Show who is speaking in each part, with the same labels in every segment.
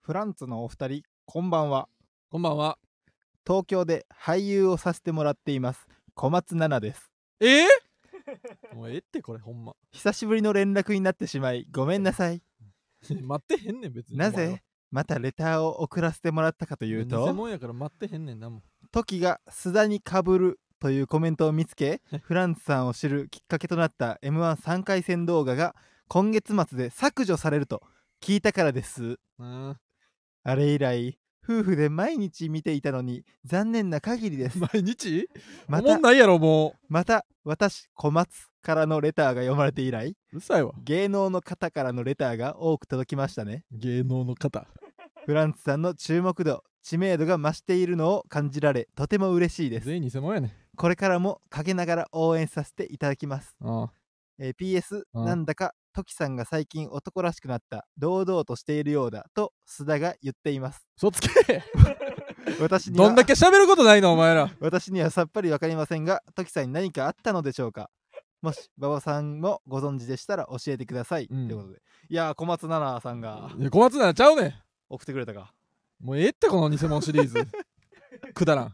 Speaker 1: フランツのお二人こんばんは
Speaker 2: こんばんは。
Speaker 1: 東京で俳優をさせてもらっています小松菜奈です
Speaker 2: えー、もうええってこれほんま。
Speaker 1: 久しぶりの連絡になってしまいごめんなさい
Speaker 2: 待ってへんねん別に。
Speaker 1: な
Speaker 2: お前は
Speaker 1: ぜまたレターを送らせてもらったかという
Speaker 2: 偽
Speaker 1: と
Speaker 2: 物やから待ってへんねんなもん。
Speaker 1: 時が須田にかぶるというコメントを見つけフランツさんを知るきっかけとなった m 1 3回戦動画が今月末で削除されると聞いたからです
Speaker 2: うん
Speaker 1: あれ以来夫婦で毎日見ていたのに残念な限りです
Speaker 2: 毎日
Speaker 1: ま
Speaker 2: おも
Speaker 1: た
Speaker 2: んないやろも
Speaker 1: また私小松からのレターが読まれて以来
Speaker 2: う。うるさいわ。
Speaker 1: 芸能の方からのレターが多く届きましたね
Speaker 2: 芸能の方。
Speaker 1: フランツさんの注目度知名度が増しているのを感じられとても嬉しいです
Speaker 2: 全員偽物やねん。
Speaker 1: これからも陰ながら応援させていただきます、
Speaker 2: ああ
Speaker 1: えー PS
Speaker 2: うん
Speaker 1: なんだかトキさんが最近男らしくなった堂々としているようだと須田が言ってい ます
Speaker 2: 嘘つけ
Speaker 1: 私に
Speaker 2: ど
Speaker 1: は
Speaker 2: んだけ喋ることないのお前ら。
Speaker 1: 私にはさっぱりわかりませんがトキさんに何かあったのでしょうかもし馬場さんもご存知でしたら教えてください、
Speaker 2: うん
Speaker 1: ということでいやー小松菜奈さんが
Speaker 2: いや小松菜ちゃうね
Speaker 1: 送ってくれたか
Speaker 2: ん。もうええってこの偽物シリ ーズ。くだらん。
Speaker 1: い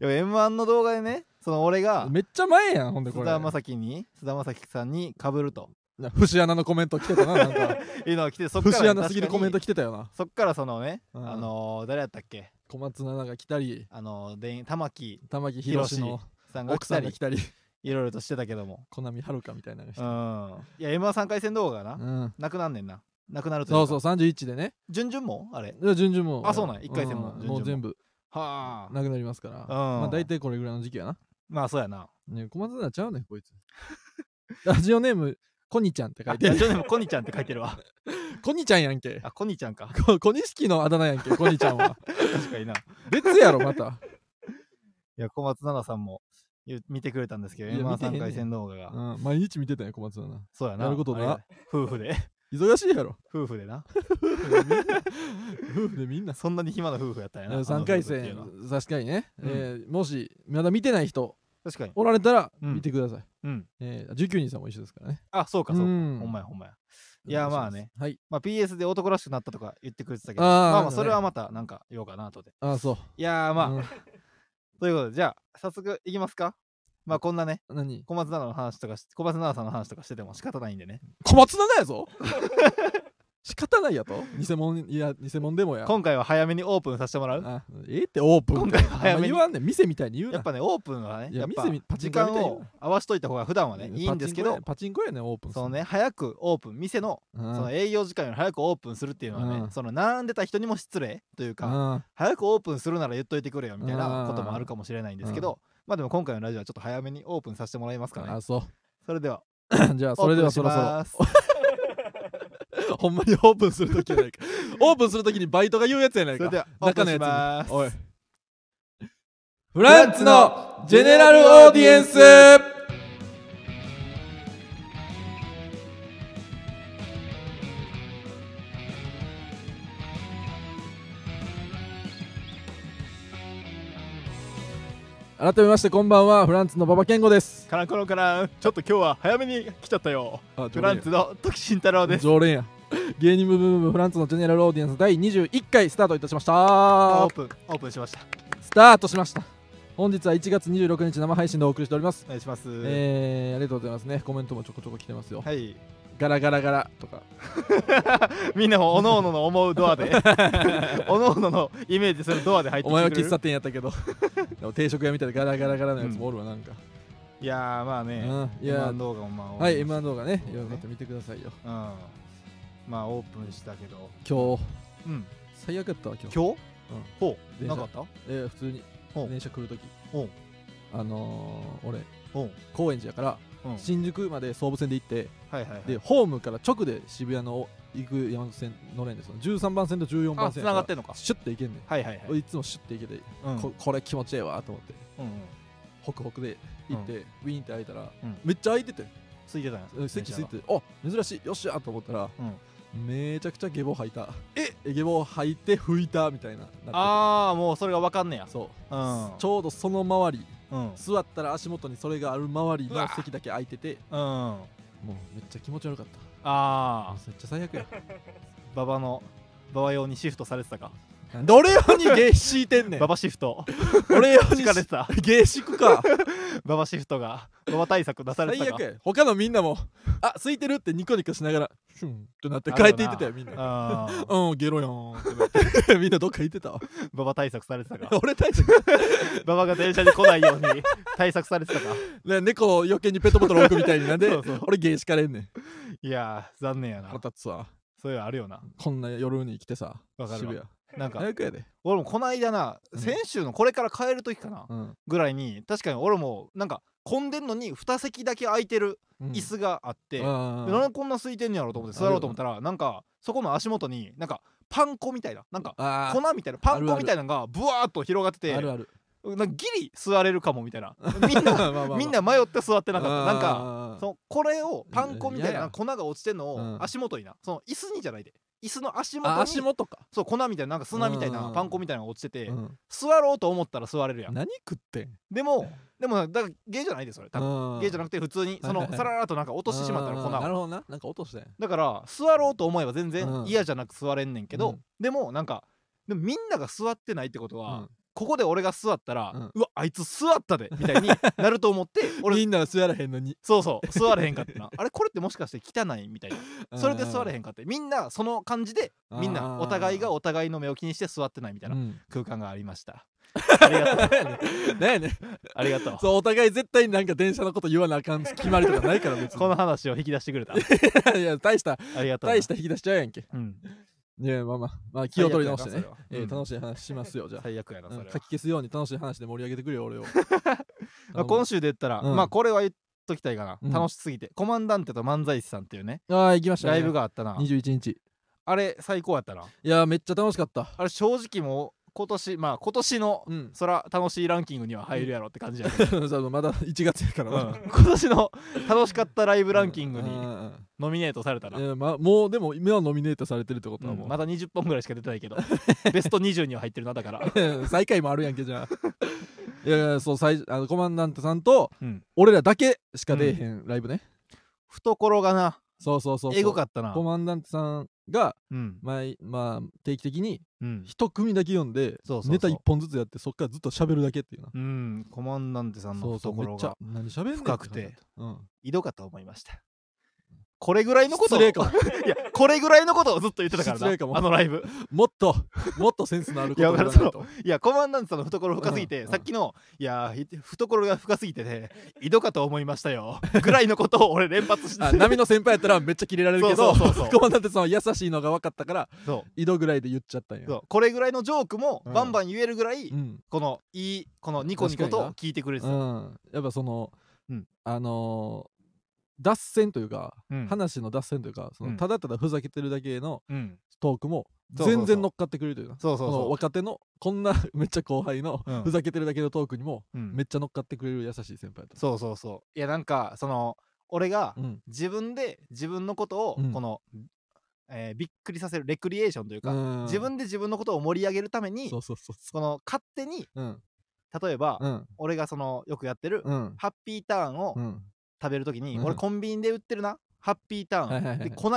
Speaker 1: や m 1の動画でねその俺が
Speaker 2: めっちゃ前やんほんでこ
Speaker 1: 菅
Speaker 2: れ。
Speaker 1: 田将暉に菅田将暉さんにかぶると
Speaker 2: な節穴のコメント来てた な。なんか
Speaker 1: いうのが来てそっから
Speaker 2: 節穴すぎるコメント
Speaker 1: 確か
Speaker 2: 来てたよな
Speaker 1: に。そっからそのね、
Speaker 2: うん
Speaker 1: あのー誰やったっけ
Speaker 2: 小松菜が来たり、
Speaker 1: あのーで玉木
Speaker 2: 玉木宏の
Speaker 1: さんが
Speaker 2: 奥
Speaker 1: 来
Speaker 2: さ
Speaker 1: た
Speaker 2: んが
Speaker 1: り
Speaker 2: 来たり、
Speaker 1: いろいろとしてたけども
Speaker 2: コナミハルカみたいなのが来
Speaker 1: う
Speaker 2: た
Speaker 1: ん
Speaker 2: り
Speaker 1: いや m 1 3回戦動画がな、
Speaker 2: うん。
Speaker 1: なくなんねんななくなるとい
Speaker 2: そう
Speaker 1: か
Speaker 2: うそう、31でね。
Speaker 1: 順々もあれ
Speaker 2: いや順々も。
Speaker 1: あそうなんや一回戦も
Speaker 2: うん
Speaker 1: 順々も
Speaker 2: もう全部
Speaker 1: はあ
Speaker 2: なくなりますから。
Speaker 1: ん
Speaker 2: まあ大体これぐらいの時期やな。
Speaker 1: まあそうやな。
Speaker 2: ね小松菜ちゃうねんこいつ。 ラジオネーム、コニちゃんって書
Speaker 1: ラ
Speaker 2: いてる。
Speaker 1: ジオネームコニちゃんって書いてる わ。
Speaker 2: コニちゃんやんけ。
Speaker 1: あ、コニちゃんか。
Speaker 2: こコニシキのあだ名やんけ、コニちゃんは。
Speaker 1: 確かにな。い
Speaker 2: 別やろ、また。
Speaker 1: や、小松菜奈さんもゆ見てくれたんですけど、
Speaker 2: いや
Speaker 1: m
Speaker 2: 見てへん
Speaker 1: 3
Speaker 2: ねん
Speaker 1: 回戦動画が。
Speaker 2: うん、毎日見てたんや、小松菜な。
Speaker 1: そうやな。
Speaker 2: なるほどな
Speaker 1: あれ。夫婦で。
Speaker 2: 忙しいやろ。
Speaker 1: 夫婦でな。
Speaker 2: 夫婦でみんな。
Speaker 1: そんなに暇な夫婦やったんやな。あの
Speaker 2: 3
Speaker 1: 夫婦
Speaker 2: 回
Speaker 1: っていう
Speaker 2: 戦
Speaker 1: のは、
Speaker 2: 確かにね、
Speaker 1: うん
Speaker 2: えーもし、まだ見てない人、
Speaker 1: 確かに。
Speaker 2: おられたら、
Speaker 1: うん
Speaker 2: 見てください。
Speaker 1: うん。
Speaker 2: えー、19人さんも一緒ですからね。
Speaker 1: あ、そうか、そうか。
Speaker 2: ん
Speaker 1: ほんまや、ほんまや。いや
Speaker 2: お願し
Speaker 1: まあね。
Speaker 2: はい。
Speaker 1: まあ、PS で男らしくなったとか言ってくれてたけど、
Speaker 2: あー
Speaker 1: まあま
Speaker 2: な
Speaker 1: あ、
Speaker 2: んかね
Speaker 1: それはまたなんか言おうかなとで。
Speaker 2: ああ、そう。
Speaker 1: いやー
Speaker 2: う
Speaker 1: ま
Speaker 2: ん
Speaker 1: あ、ということで、じゃあ、早速いきますか。まあ、こんなね、
Speaker 2: 何
Speaker 1: 小松菜奈の話とかし、小松菜奈さんの話とかしてても仕方ないんでね。
Speaker 2: 小松菜だやぞ 仕方ないやと偽物いや偽物でもや
Speaker 1: 今回は早めにオープンさせてもらう
Speaker 2: あええってオープン
Speaker 1: 今回は早
Speaker 2: あんま
Speaker 1: めに
Speaker 2: 言わんねん店みたいに言うな
Speaker 1: やっぱねオープンはね
Speaker 2: いや
Speaker 1: やっぱ
Speaker 2: 店みパ
Speaker 1: 時
Speaker 2: チンコや
Speaker 1: 間
Speaker 2: りたいよ
Speaker 1: を合わしといた方が普段はねいいんですけど
Speaker 2: パチンコやねんパチンコやねんオープン
Speaker 1: そのね早くオープン店の
Speaker 2: そ
Speaker 1: その営業時間より早くオープンするっていうのはね、
Speaker 2: うん
Speaker 1: その並んでた人にも失礼というか、早くオープンするなら言っといてくれよみたいなこともあるかもしれないんですけど、まあでも今回のラジオはちょっと早めにオープンさせてもらいますからね
Speaker 2: あそう
Speaker 1: それでは
Speaker 2: じゃあ
Speaker 1: オ
Speaker 2: そ
Speaker 1: ー
Speaker 2: れで
Speaker 1: プ
Speaker 2: は
Speaker 1: ンし
Speaker 2: そろそ
Speaker 1: ます
Speaker 2: ろほんまにオープンするときやないかオープンするときにバイトが言うやつやない
Speaker 1: それ
Speaker 2: か
Speaker 1: ではオープ
Speaker 2: 中
Speaker 1: ン
Speaker 2: の
Speaker 1: しま
Speaker 2: や
Speaker 1: す
Speaker 2: つおいフランツのジェネラルオーディエンス改めましてこんばんはフランツの馬場健吾です
Speaker 1: カランコロンカランちょっと今日は早めに来ちゃったよフランツの時慎太郎です
Speaker 2: 常連や芸人ブームブームフランツのジェネラルオーディエンス第21回スタートいたしました
Speaker 1: オープンオープンしました
Speaker 2: スタートしました本日は1月26日生配信でお送りしております
Speaker 1: お願いします、
Speaker 2: えー、ありがとうございますねコメントもちょこちょこ来てますよ、
Speaker 1: はい
Speaker 2: ガラガラガラとか
Speaker 1: みんなもおのおのの思うドア でおのおののイメージするドアで入ってき
Speaker 2: お
Speaker 1: て
Speaker 2: 前は
Speaker 1: くれ
Speaker 2: 喫
Speaker 1: る
Speaker 2: 茶店やったけど でも定食屋みたいなガラガラガラのやつもおるわなんか、
Speaker 1: いやーまあ
Speaker 2: う
Speaker 1: ね、
Speaker 2: ん、い
Speaker 1: m
Speaker 2: や
Speaker 1: 1動画もまあ
Speaker 2: はい
Speaker 1: 終わ
Speaker 2: M1 動画ね
Speaker 1: そうね
Speaker 2: よかったら見てくださいよ
Speaker 1: りましたうんまあオープンしたけど
Speaker 2: 今日
Speaker 1: うん
Speaker 2: 最悪やったわ今日
Speaker 1: 今日、
Speaker 2: うん
Speaker 1: ほう
Speaker 2: 電車
Speaker 1: なかった
Speaker 2: えー、普通に
Speaker 1: ほう
Speaker 2: 電車来るとき
Speaker 1: ほう
Speaker 2: あのー、俺
Speaker 1: ほう
Speaker 2: 高円寺やから
Speaker 1: うんはい
Speaker 2: 新宿まで総武線で行って
Speaker 1: はいはい
Speaker 2: でホームから直で渋谷の行く山手線乗れんですよ13番線と14
Speaker 1: あ
Speaker 2: 番線
Speaker 1: 繋
Speaker 2: や
Speaker 1: が
Speaker 2: ら
Speaker 1: ってんのか
Speaker 2: シュッて行けんねん
Speaker 1: はいはいはい、
Speaker 2: 俺いつもシュッて行けて、
Speaker 1: うんうん
Speaker 2: ここれ気持ちええわと思って
Speaker 1: うん、
Speaker 2: ホクホクで行って、ウィーンって開いたら、
Speaker 1: うん
Speaker 2: めっちゃ空いてて
Speaker 1: ついてたんや
Speaker 2: うん席ついててあ珍しいよっしゃーと思ったら、めちゃくちゃゲボ吐いたえゲボ吐いて拭いたみたいななってて
Speaker 1: ああもうそれがわかんねや
Speaker 2: そう、
Speaker 1: うん
Speaker 2: ちょうどその周り
Speaker 1: うん
Speaker 2: 座ったら足元にそれがある周り
Speaker 1: うわ
Speaker 2: の席だけ空いてて
Speaker 1: うん
Speaker 2: もうめっちゃ気持ち悪かった
Speaker 1: ああ
Speaker 2: めっちゃ最悪や
Speaker 1: 馬場の馬場用にシフトされてたか
Speaker 2: なんで俺用に芸敷いてんねん
Speaker 1: 馬場シフト
Speaker 2: 俺用に
Speaker 1: 敷かれてた
Speaker 2: 芸敷か
Speaker 1: 馬場シフトが馬場対策出されてた
Speaker 2: 最
Speaker 1: か
Speaker 2: 悪や他のみんなもあ空いてるってニコニコしながらシュンとなって帰っていってたよみんな
Speaker 1: あー
Speaker 2: うんゲロやんってなって みんなどっか行って たわ
Speaker 1: 馬場対策されてたか
Speaker 2: 俺たちが
Speaker 1: 馬場が電車に来ないように 対策されてたか
Speaker 2: ね猫を余計にペットボトル置くみたいになん で
Speaker 1: そうそう
Speaker 2: 俺芸敷かれんねん
Speaker 1: いやー残念やな
Speaker 2: 腹立つわ
Speaker 1: そういうのあるよな
Speaker 2: こんな夜に来てさ
Speaker 1: わかるわ
Speaker 2: 渋谷
Speaker 1: なんか
Speaker 2: 早くやで、
Speaker 1: 俺もこの間な
Speaker 2: うん
Speaker 1: 先週のこれから帰る時かな
Speaker 2: うん
Speaker 1: ぐらいに確かに俺もなんか混んでんのに2席だけ空いてる
Speaker 2: うん
Speaker 1: 椅子があって、
Speaker 2: うん
Speaker 1: でなんでこんな空いてんやろうと思って座ろうと思ったらなんかそこの足元になんかパン粉みたいななんか
Speaker 2: あ
Speaker 1: 粉みたいなパン
Speaker 2: あるあ
Speaker 1: 粉
Speaker 2: る
Speaker 1: みたいなのがブワーっと広がって
Speaker 2: ー
Speaker 1: て
Speaker 2: ある ある
Speaker 1: なんかギリ座れるかもみたい なみんなみんな迷って座ってなかったなんかそ
Speaker 2: か
Speaker 1: のこれをパン粉みたい
Speaker 2: いやい
Speaker 1: な
Speaker 2: や
Speaker 1: 粉が落ちてんの
Speaker 2: う
Speaker 1: を
Speaker 2: ん
Speaker 1: 足元になその椅子にじゃないで椅子の足元に
Speaker 2: 足元か、
Speaker 1: そう粉みたいななんか砂みたいな
Speaker 2: うん
Speaker 1: パン粉みたいなのが落ちてて
Speaker 2: うん
Speaker 1: 座ろうと思ったら座れるやん
Speaker 2: 何食ってん
Speaker 1: でもでもだから芸じゃないでそれ多分
Speaker 2: 分
Speaker 1: 芸じゃ
Speaker 2: なく
Speaker 1: なくて普通にそ
Speaker 2: は
Speaker 1: の
Speaker 2: いはいはい
Speaker 1: さららっとなんか落としてしまったら粉を
Speaker 2: なるほどななんか落としてん
Speaker 1: だから座ろうと思えば全然
Speaker 2: うん
Speaker 1: 嫌じゃなく座れんねんけど、
Speaker 2: うん
Speaker 1: でもなんかでもみんなが座ってないってことは、
Speaker 2: うん
Speaker 1: ここで俺が座ったら、う
Speaker 2: うん
Speaker 1: わあいつ座ったでみたいになると思って俺
Speaker 2: みんな座らへんのに
Speaker 1: そうそう座れへんかったなあれこれってもしかして汚いみたいなそれで座れ
Speaker 2: へん
Speaker 1: へんかってみんなその感じでみんなお互いがお互いの目を気にして座ってないみたいな
Speaker 2: うん
Speaker 1: 空間がありま した。ありがとう
Speaker 2: なんやねん
Speaker 1: ありがとう
Speaker 2: そうお互い絶対になんか電車のこと言わなあかん決まりとかないから別 に
Speaker 1: この話を引き出してくれた
Speaker 2: いや大した
Speaker 1: ありがとうな
Speaker 2: 大した引き出しちゃうやんけ
Speaker 1: うん、
Speaker 2: いやまあまあまあ気を取り直してねえー
Speaker 1: 楽
Speaker 2: 楽
Speaker 1: し
Speaker 2: しい話しますよじゃあ
Speaker 1: 最悪やなそれ
Speaker 2: う
Speaker 1: は
Speaker 2: んかき消すように楽しい話で盛り上げてくれ よ俺を
Speaker 1: まあ、今週で言ったら、
Speaker 2: うん
Speaker 1: まあこれは言っときたいかな、
Speaker 2: うん
Speaker 1: 楽しすぎてコマンダンテと漫才師さんっていうね
Speaker 2: ああ行きましたね
Speaker 1: ライブがあったな
Speaker 2: 21日
Speaker 1: あれ最高やったない
Speaker 2: やめっちゃ楽しかった
Speaker 1: あれ正直もう今年まあ今年の、
Speaker 2: うん
Speaker 1: そら楽しいランキングには入るやろって感じや けど、
Speaker 2: そうまだ1月やから
Speaker 1: う
Speaker 2: まだ
Speaker 1: ん今年の楽しかったライブランキング
Speaker 2: うん
Speaker 1: に
Speaker 2: うん
Speaker 1: ノミネートされたら、
Speaker 2: うんえーまあもうでも今はノミネートされてるってことは
Speaker 1: う
Speaker 2: も
Speaker 1: ん
Speaker 2: う、
Speaker 1: まだ20本ぐらいしか出てないけど ベスト20には入ってるなだから、
Speaker 2: 最下位もあるやんけじゃあいやいやそう最あのコマンダンテさんと
Speaker 1: うん
Speaker 2: 俺らだけしか出えへんライブね、
Speaker 1: 懐がな
Speaker 2: そうそうそうそう
Speaker 1: エゴかったな
Speaker 2: コマンダンテさんが
Speaker 1: うん、
Speaker 2: 毎、まあ、定期的に
Speaker 1: うん
Speaker 2: 一組だけ読んで
Speaker 1: そうそうそう
Speaker 2: ネタ一本ずつやってそっからずっと喋るだけっていうな
Speaker 1: うん、コマンダンテさんの
Speaker 2: そうそうめ
Speaker 1: 懐
Speaker 2: っちゃ
Speaker 1: が
Speaker 2: 何喋んねんって
Speaker 1: 深くて
Speaker 2: 感じ
Speaker 1: 井戸かと思いましたこれぐらいのことを
Speaker 2: 失礼か も
Speaker 1: いやこれぐらいのことをずっと言ってたから
Speaker 2: 失礼かも
Speaker 1: なあのライブ
Speaker 2: だったうんもっともっとセンスのあること
Speaker 1: いや
Speaker 2: を
Speaker 1: わ
Speaker 2: 言
Speaker 1: か
Speaker 2: わ
Speaker 1: る
Speaker 2: ないと
Speaker 1: いやコマンダントさんの懐深すぎて、
Speaker 2: うん
Speaker 1: さっきのいやひ懐が深すぎてね井戸かと思いましたよぐらいのことを俺連発して
Speaker 2: あ波の先輩やったらめっちゃキレられるけ
Speaker 1: そ
Speaker 2: ど
Speaker 1: うそうそうそう
Speaker 2: コマンダンテさんは優しいのが分かったから
Speaker 1: そ
Speaker 2: 井戸ぐらいで言っちゃったん
Speaker 1: う
Speaker 2: や
Speaker 1: そうこれぐらいのジョークも
Speaker 2: うん
Speaker 1: バンバン言えるぐらい、
Speaker 2: うん
Speaker 1: このいいこのニコニコと聞いてくれて
Speaker 2: う
Speaker 1: た、
Speaker 2: ん、やっぱその、
Speaker 1: うん
Speaker 2: あのー脱線というか、
Speaker 1: うん
Speaker 2: 話の脱線というかその、
Speaker 1: うん
Speaker 2: ただただふざけてるだけの
Speaker 1: うん、
Speaker 2: トークも
Speaker 1: そうそうそう
Speaker 2: 全然乗っかってくれるというな
Speaker 1: そうそう
Speaker 2: この
Speaker 1: そ
Speaker 2: 若手のこんな めっちゃ後輩の、
Speaker 1: うん
Speaker 2: ふざけてるだけのトークにも
Speaker 1: う、うん
Speaker 2: めっちゃ乗っかってくれる優しい先輩だと、
Speaker 1: そうそうそういやなんかその俺が
Speaker 2: うん
Speaker 1: 自分で自分のことを
Speaker 2: うん
Speaker 1: この、えーびっくりさせるレクリエーションというか、
Speaker 2: うん
Speaker 1: 自分で自分のことを盛り上げるために
Speaker 2: そうそうそうそ
Speaker 1: この勝手に
Speaker 2: ううん
Speaker 1: 例えば、
Speaker 2: うん
Speaker 1: 俺がそのよくやってる、
Speaker 2: うん
Speaker 1: ハッピーターンを
Speaker 2: うん
Speaker 1: 食べるときに、
Speaker 2: うん
Speaker 1: 俺コンビニで売ってるなハッピーターン、
Speaker 2: はいはいは
Speaker 1: で
Speaker 2: い
Speaker 1: 粉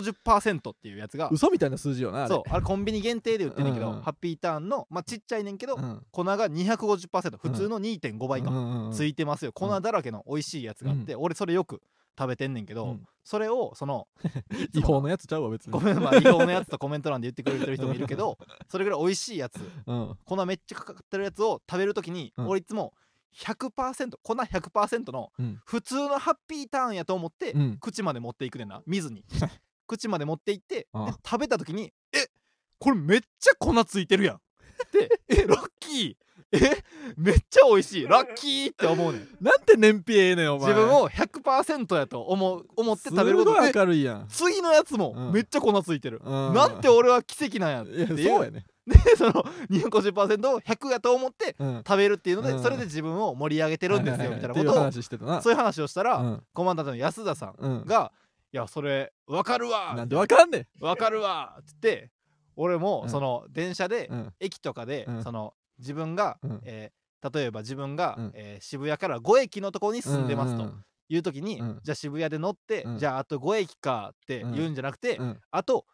Speaker 1: 250%っていうやつが
Speaker 2: 嘘みたいな数字よなあれ
Speaker 1: そうあれコンビニ限定で売ってんねんけど、
Speaker 2: うんうん
Speaker 1: ハッピーターンのまあちっちゃいねんけど、
Speaker 2: うん
Speaker 1: 粉が250%普通の2.5倍か、
Speaker 2: うんうんうん
Speaker 1: ついてますよ粉だらけの美味しいやつがあって、俺それよく食べてんねんけど、
Speaker 2: うん
Speaker 1: それをその
Speaker 2: 違法のやつちゃうわ別に
Speaker 1: ごめん、まあ、違法のやつとコメント欄で言ってくれてる人もいるけ ど、それぐらい美味しいやつ、
Speaker 2: うん
Speaker 1: 粉めっちゃかかってるやつを食べるときに、
Speaker 2: うん
Speaker 1: 俺いつも100%、粉100%の
Speaker 2: うん
Speaker 1: 普通のハッピーターンやと思って、
Speaker 2: うん
Speaker 1: 口まで持っていくねんな、見 ずに。口まで持っていって、
Speaker 2: ああ
Speaker 1: で食べたときに、えこれめっちゃ粉ついてるやん。 で、え、ラッキーえめっちゃ美味しいラッキーって思うねん。
Speaker 2: なんて燃費ええね んお前
Speaker 1: 自分を100%やと思う思って食べること
Speaker 2: すご
Speaker 1: で
Speaker 2: い明るいやん
Speaker 1: 次のやつも
Speaker 2: うん
Speaker 1: めっちゃ粉ついてる、
Speaker 2: うん
Speaker 1: なんて俺は奇跡なんやって
Speaker 2: いやそう
Speaker 1: いう
Speaker 2: やね
Speaker 1: でそ の250%を100やと思って
Speaker 2: うん
Speaker 1: 食べるっていうので、
Speaker 2: うん
Speaker 1: それで自分を盛り上げてるんですよみたいなこ
Speaker 2: っていう
Speaker 1: と
Speaker 2: 話してたな
Speaker 1: をそういう話をしたら、
Speaker 2: うん
Speaker 1: コマンダントの安田さん
Speaker 2: うん
Speaker 1: が「いやそれわかるわ」
Speaker 2: なんでわかんねん
Speaker 1: わかるわ」って言って俺も
Speaker 2: うん
Speaker 1: その電車で、
Speaker 2: うん
Speaker 1: 駅とかで、
Speaker 2: うん
Speaker 1: その自分が、
Speaker 2: うん
Speaker 1: えー例えば自分が、
Speaker 2: うん
Speaker 1: えー渋谷から5駅のとこに住んでますと。
Speaker 2: うん
Speaker 1: いう時に、
Speaker 2: うん
Speaker 1: じゃあ渋谷で乗って、
Speaker 2: うん
Speaker 1: じゃああと5駅かって言うんじゃなくて、
Speaker 2: うん
Speaker 1: あと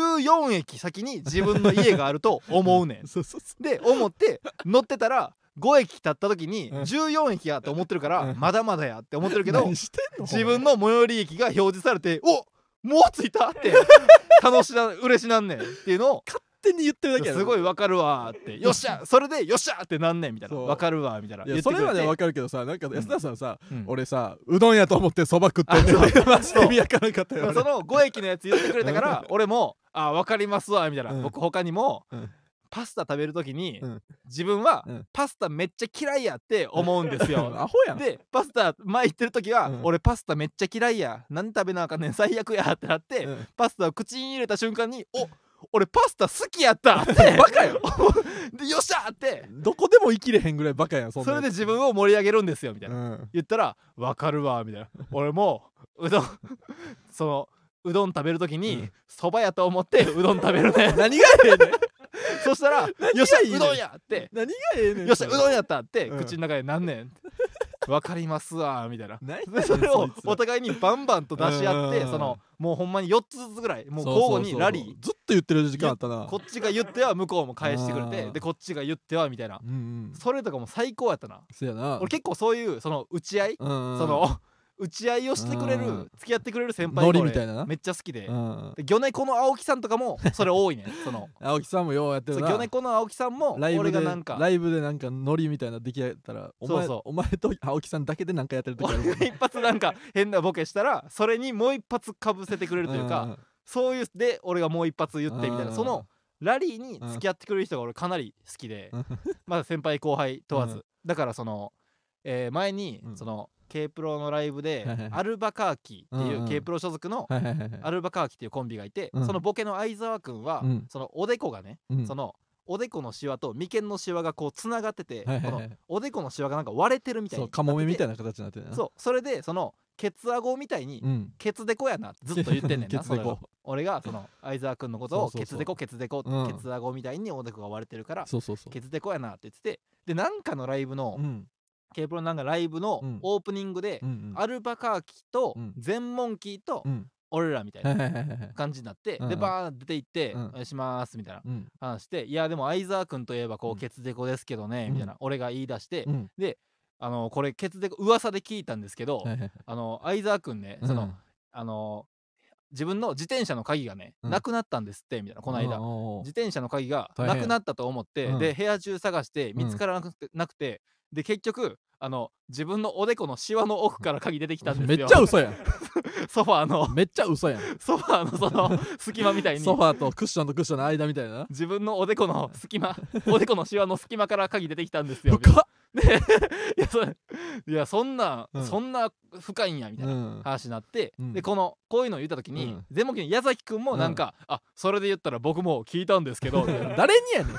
Speaker 1: 14駅先に自分の家があると思うねん
Speaker 2: そうそうそ
Speaker 1: で思って乗ってたら5駅経った時に
Speaker 2: うん
Speaker 1: 14駅やと思ってるから
Speaker 2: うん
Speaker 1: まだまだやって思ってる
Speaker 2: う
Speaker 1: けど
Speaker 2: 何してんの
Speaker 1: 自分の最寄り駅が表示されておもう着いたって 楽しな嬉しなんねんっていうのを
Speaker 2: 勝手に言ってるだけやろ
Speaker 1: すごいわかるわーってよっしゃそれでよっしゃってなんねんみたいな
Speaker 2: そう
Speaker 1: わかるわーみたいない言
Speaker 2: や
Speaker 1: って
Speaker 2: そ
Speaker 1: く
Speaker 2: れ
Speaker 1: て
Speaker 2: まではわかるけどさなんか安田さんさ、
Speaker 1: うん
Speaker 2: 俺さうどんやと思ってそば食ってんねんってマジで意味わからんかったよ
Speaker 1: まあ
Speaker 2: 俺
Speaker 1: その5駅のやつ言ってくれたから俺も「あ分かりますわ」みたいな、
Speaker 2: うん
Speaker 1: 僕他にも、
Speaker 2: うん
Speaker 1: パスタ食べる時に、
Speaker 2: うん
Speaker 1: 自分は、
Speaker 2: うん
Speaker 1: パスタめっちゃ嫌いやって思うんです よ。
Speaker 2: アホやん
Speaker 1: でパスタ前行ってる時は、
Speaker 2: うん
Speaker 1: 俺パスタめっちゃ嫌いや何食べなあかんねん最悪やってなって、
Speaker 2: うん
Speaker 1: パスタを口に入れた瞬間に「お俺パスタ好きやった!」って
Speaker 2: バカよ
Speaker 1: でよっしゃ!」って
Speaker 2: どこでも生きれへんぐらいバカやんそん
Speaker 1: そ
Speaker 2: な
Speaker 1: れで
Speaker 2: やつ
Speaker 1: 自分を盛り上げるんですよみたいな。
Speaker 2: うん
Speaker 1: 言ったら「分かるわ」みたいな「俺もうどん そのうどん食べるとき
Speaker 2: う
Speaker 1: に
Speaker 2: ん
Speaker 1: そば、やと思ってうどん食べるね
Speaker 2: 何がええねん
Speaker 1: そしたら「よっしゃ
Speaker 2: いいねん
Speaker 1: うどんや!」って
Speaker 2: 何がえ
Speaker 1: 「
Speaker 2: えねん
Speaker 1: よっしゃう
Speaker 2: それ
Speaker 1: どんやった!」って
Speaker 2: うん
Speaker 1: 口の中で「なん ねん」分かりますわ」みたいな。
Speaker 2: 何やね
Speaker 1: で
Speaker 2: ん
Speaker 1: それを
Speaker 2: いつら
Speaker 1: お互いにバンバンと出し合って
Speaker 2: うん
Speaker 1: そのもうほんまに4つずつぐらいもう交互にラリー
Speaker 2: そうそうそうずっと言ってる時間あったな
Speaker 1: こっちが言っては向こうも返してくれ
Speaker 2: う
Speaker 1: て
Speaker 2: ん
Speaker 1: でこっちが言ってはみたいな
Speaker 2: うんうん
Speaker 1: それとかも最高やったな
Speaker 2: そやな
Speaker 1: 俺結構そういうその打ち合い
Speaker 2: うんうん
Speaker 1: その 打ち合いをしてくれる、
Speaker 2: うん
Speaker 1: 付き合ってくれる先輩が
Speaker 2: ノリ
Speaker 1: 俺
Speaker 2: みたいなな
Speaker 1: めっちゃ好きで、
Speaker 2: うんうん
Speaker 1: で魚猫の青木さんとかもそれ 多いねその
Speaker 2: 青木さんもようやって
Speaker 1: そう
Speaker 2: る
Speaker 1: 魚
Speaker 2: な
Speaker 1: 猫の青木さんも
Speaker 2: ライブ
Speaker 1: 俺
Speaker 2: で
Speaker 1: がなんか
Speaker 2: ライブでなんかノリみたいな出来上がったらお前
Speaker 1: そうそう
Speaker 2: お前と青木さんだけでなんかやってる時あ
Speaker 1: 俺
Speaker 2: るもん
Speaker 1: が一発なんか変なボケしたらそれにもう一発かぶせてくれるというか、
Speaker 2: んんん
Speaker 1: そういうで俺がもう一発言ってみたいな、
Speaker 2: うん
Speaker 1: そのラリーに付き合ってくれる人が俺かなり好きで、
Speaker 2: うん
Speaker 1: まだ先輩後輩問わず、
Speaker 2: う
Speaker 1: だからその、えー前に
Speaker 2: うん
Speaker 1: その K プロのライブで
Speaker 2: はいはいはい
Speaker 1: アルバカーキって
Speaker 2: うん
Speaker 1: いううん K プロ所属の
Speaker 2: はいはいはいはい
Speaker 1: アルバカーキっていうコンビがいて、
Speaker 2: うん
Speaker 1: そのボケの相沢君は、
Speaker 2: うん
Speaker 1: そのおでこがね、
Speaker 2: うん
Speaker 1: そのおでこのシワと眉間のシワがこうつながってて、
Speaker 2: はいはいは
Speaker 1: こ
Speaker 2: い
Speaker 1: のおでこのシワがなんか割れてるみたい
Speaker 2: そ
Speaker 1: に
Speaker 2: うカモメみたい
Speaker 1: なっ
Speaker 2: な形になってる
Speaker 1: て
Speaker 2: な
Speaker 1: てそうそれでそのケツアゴみたいに、
Speaker 2: うん
Speaker 1: ケツデコやなってずっと言ってんねんな
Speaker 2: ケツデ
Speaker 1: それ
Speaker 2: コ
Speaker 1: が俺がその相沢君のことを
Speaker 2: そうそうそう
Speaker 1: ケツデコケツデコ、
Speaker 2: うん
Speaker 1: ケツアゴみたいにおでこが割れてるから
Speaker 2: そうそうそう
Speaker 1: ケツデコやなって言っててでなんかのライブの、
Speaker 2: うん
Speaker 1: ケープロなんかライブの
Speaker 2: うん
Speaker 1: オープニングで、
Speaker 2: うんうん
Speaker 1: アルバカーキと
Speaker 2: うん
Speaker 1: 全モンキーと
Speaker 2: うん
Speaker 1: 俺らみたいな
Speaker 2: はいはいはいはい
Speaker 1: 感じになって、
Speaker 2: うんう
Speaker 1: で
Speaker 2: ん
Speaker 1: バーン出て行って「
Speaker 2: うん
Speaker 1: お願いします」みたいな
Speaker 2: うん
Speaker 1: 話して「いやでも相沢君といえばこ
Speaker 2: う
Speaker 1: うんケツデコですけどね」
Speaker 2: うん
Speaker 1: みたいな俺が言い出して「
Speaker 2: うん
Speaker 1: あのこれケツデコ噂で聞いたんですけど、
Speaker 2: はいはいはい
Speaker 1: あの相沢君ねその、
Speaker 2: うん
Speaker 1: あの自分の自転車の鍵がね、
Speaker 2: うん
Speaker 1: なくなったんですって」みたいなこの間。
Speaker 2: うんおうおう
Speaker 1: 自転車の鍵が
Speaker 2: 大
Speaker 1: な
Speaker 2: 変
Speaker 1: くなったと思って、
Speaker 2: うん
Speaker 1: で部屋中探して
Speaker 2: ん
Speaker 1: 見つからなくて,、なくてで結局あの自分のおでこのシワの奥から鍵出てきたんです
Speaker 2: め
Speaker 1: よ
Speaker 2: っちゃ嘘やん
Speaker 1: ソファーの
Speaker 2: めっちゃ嘘やん
Speaker 1: ソファーのそ の隙間みたいに
Speaker 2: ソファーとクッションとクッションの間みたいな
Speaker 1: 自分のおでこの隙 間おでこのシワの隙間から鍵出てきたんですよみたい
Speaker 2: 深っ
Speaker 1: ないやそれいやそんな、
Speaker 2: うん
Speaker 1: そんな深いんやみたいな
Speaker 2: うん
Speaker 1: 話になって、
Speaker 2: うん
Speaker 1: でこのこういうのを言った時
Speaker 2: う
Speaker 1: に
Speaker 2: ん
Speaker 1: 全モキの矢崎君もなんか、あそれで言ったら僕も聞いたんですけ どみたいな
Speaker 2: 誰にやねん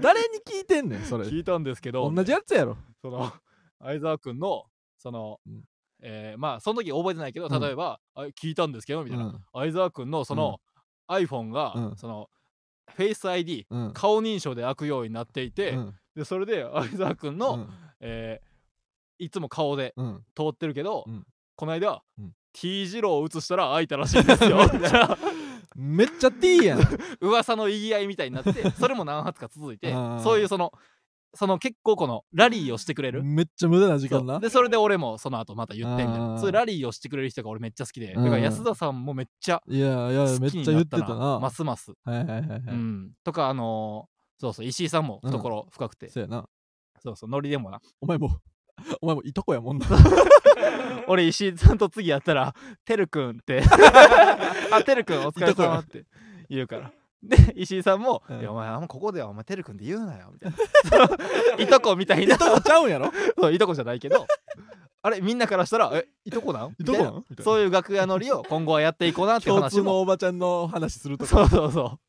Speaker 2: 誰に聞いてんねんそれ
Speaker 1: 聞いたんですけど
Speaker 2: 同じやつやろ
Speaker 1: その 相沢君のその、
Speaker 2: うん
Speaker 1: えーまあその時覚えてないけど
Speaker 2: うん
Speaker 1: 例えば、あ聞いたんですけどみたいな、
Speaker 2: うん
Speaker 1: 相沢君のその、iPhone が、
Speaker 2: うん
Speaker 1: そのフェイス ID
Speaker 2: うん
Speaker 1: 顔認証で開くようになっていて、
Speaker 2: うん
Speaker 1: でそれで相沢君の、えーいつも顔で
Speaker 2: うんうん
Speaker 1: 通ってるけど、
Speaker 2: うん
Speaker 1: この間、
Speaker 2: うん
Speaker 1: T 字路を映したら開いたらしいんです よみたいな
Speaker 2: めっちゃ T やん
Speaker 1: 噂の言い合いみたいになってそれも何発か続いて
Speaker 2: あー
Speaker 1: そういうそのその結構このラリーをしてくれる
Speaker 2: めっちゃ無駄な時間
Speaker 1: そう
Speaker 2: な
Speaker 1: でそれで俺もその後また言ってみたい
Speaker 2: あ
Speaker 1: な
Speaker 2: ー
Speaker 1: そういうラリーをしてくれる人が俺めっちゃ好きでだ
Speaker 2: うん
Speaker 1: から安田さんもめっちゃ
Speaker 2: いやいやめ
Speaker 1: 好き
Speaker 2: っち
Speaker 1: に
Speaker 2: ゃ
Speaker 1: な
Speaker 2: 言
Speaker 1: っ
Speaker 2: ったて
Speaker 1: な
Speaker 2: たな
Speaker 1: ますます、
Speaker 2: はいはいはいは
Speaker 1: う
Speaker 2: い
Speaker 1: ん、とかあのーそうそう石井さんも
Speaker 2: うん
Speaker 1: 懐深くて、
Speaker 2: そうやな
Speaker 1: そうそうノリでもな
Speaker 2: お前も お前もいとこやもんな
Speaker 1: 俺石井さんと次やったら「てるくん」って あてるくんお疲れ様って言うからで石井さんも「
Speaker 2: うん
Speaker 1: いやお前あんまここではお前てるくんって言うなよ」みたいな そういとこみたいない
Speaker 2: とこちゃうんやろ
Speaker 1: そういとこじゃないけどあれみんなからしたら「えいとこなん?」
Speaker 2: いとこなんみたいな
Speaker 1: そういう楽屋乗りを今後はやっていこうなっていう
Speaker 2: 共
Speaker 1: 話
Speaker 2: 通
Speaker 1: も
Speaker 2: のおばちゃんの話するとか
Speaker 1: そうそうそう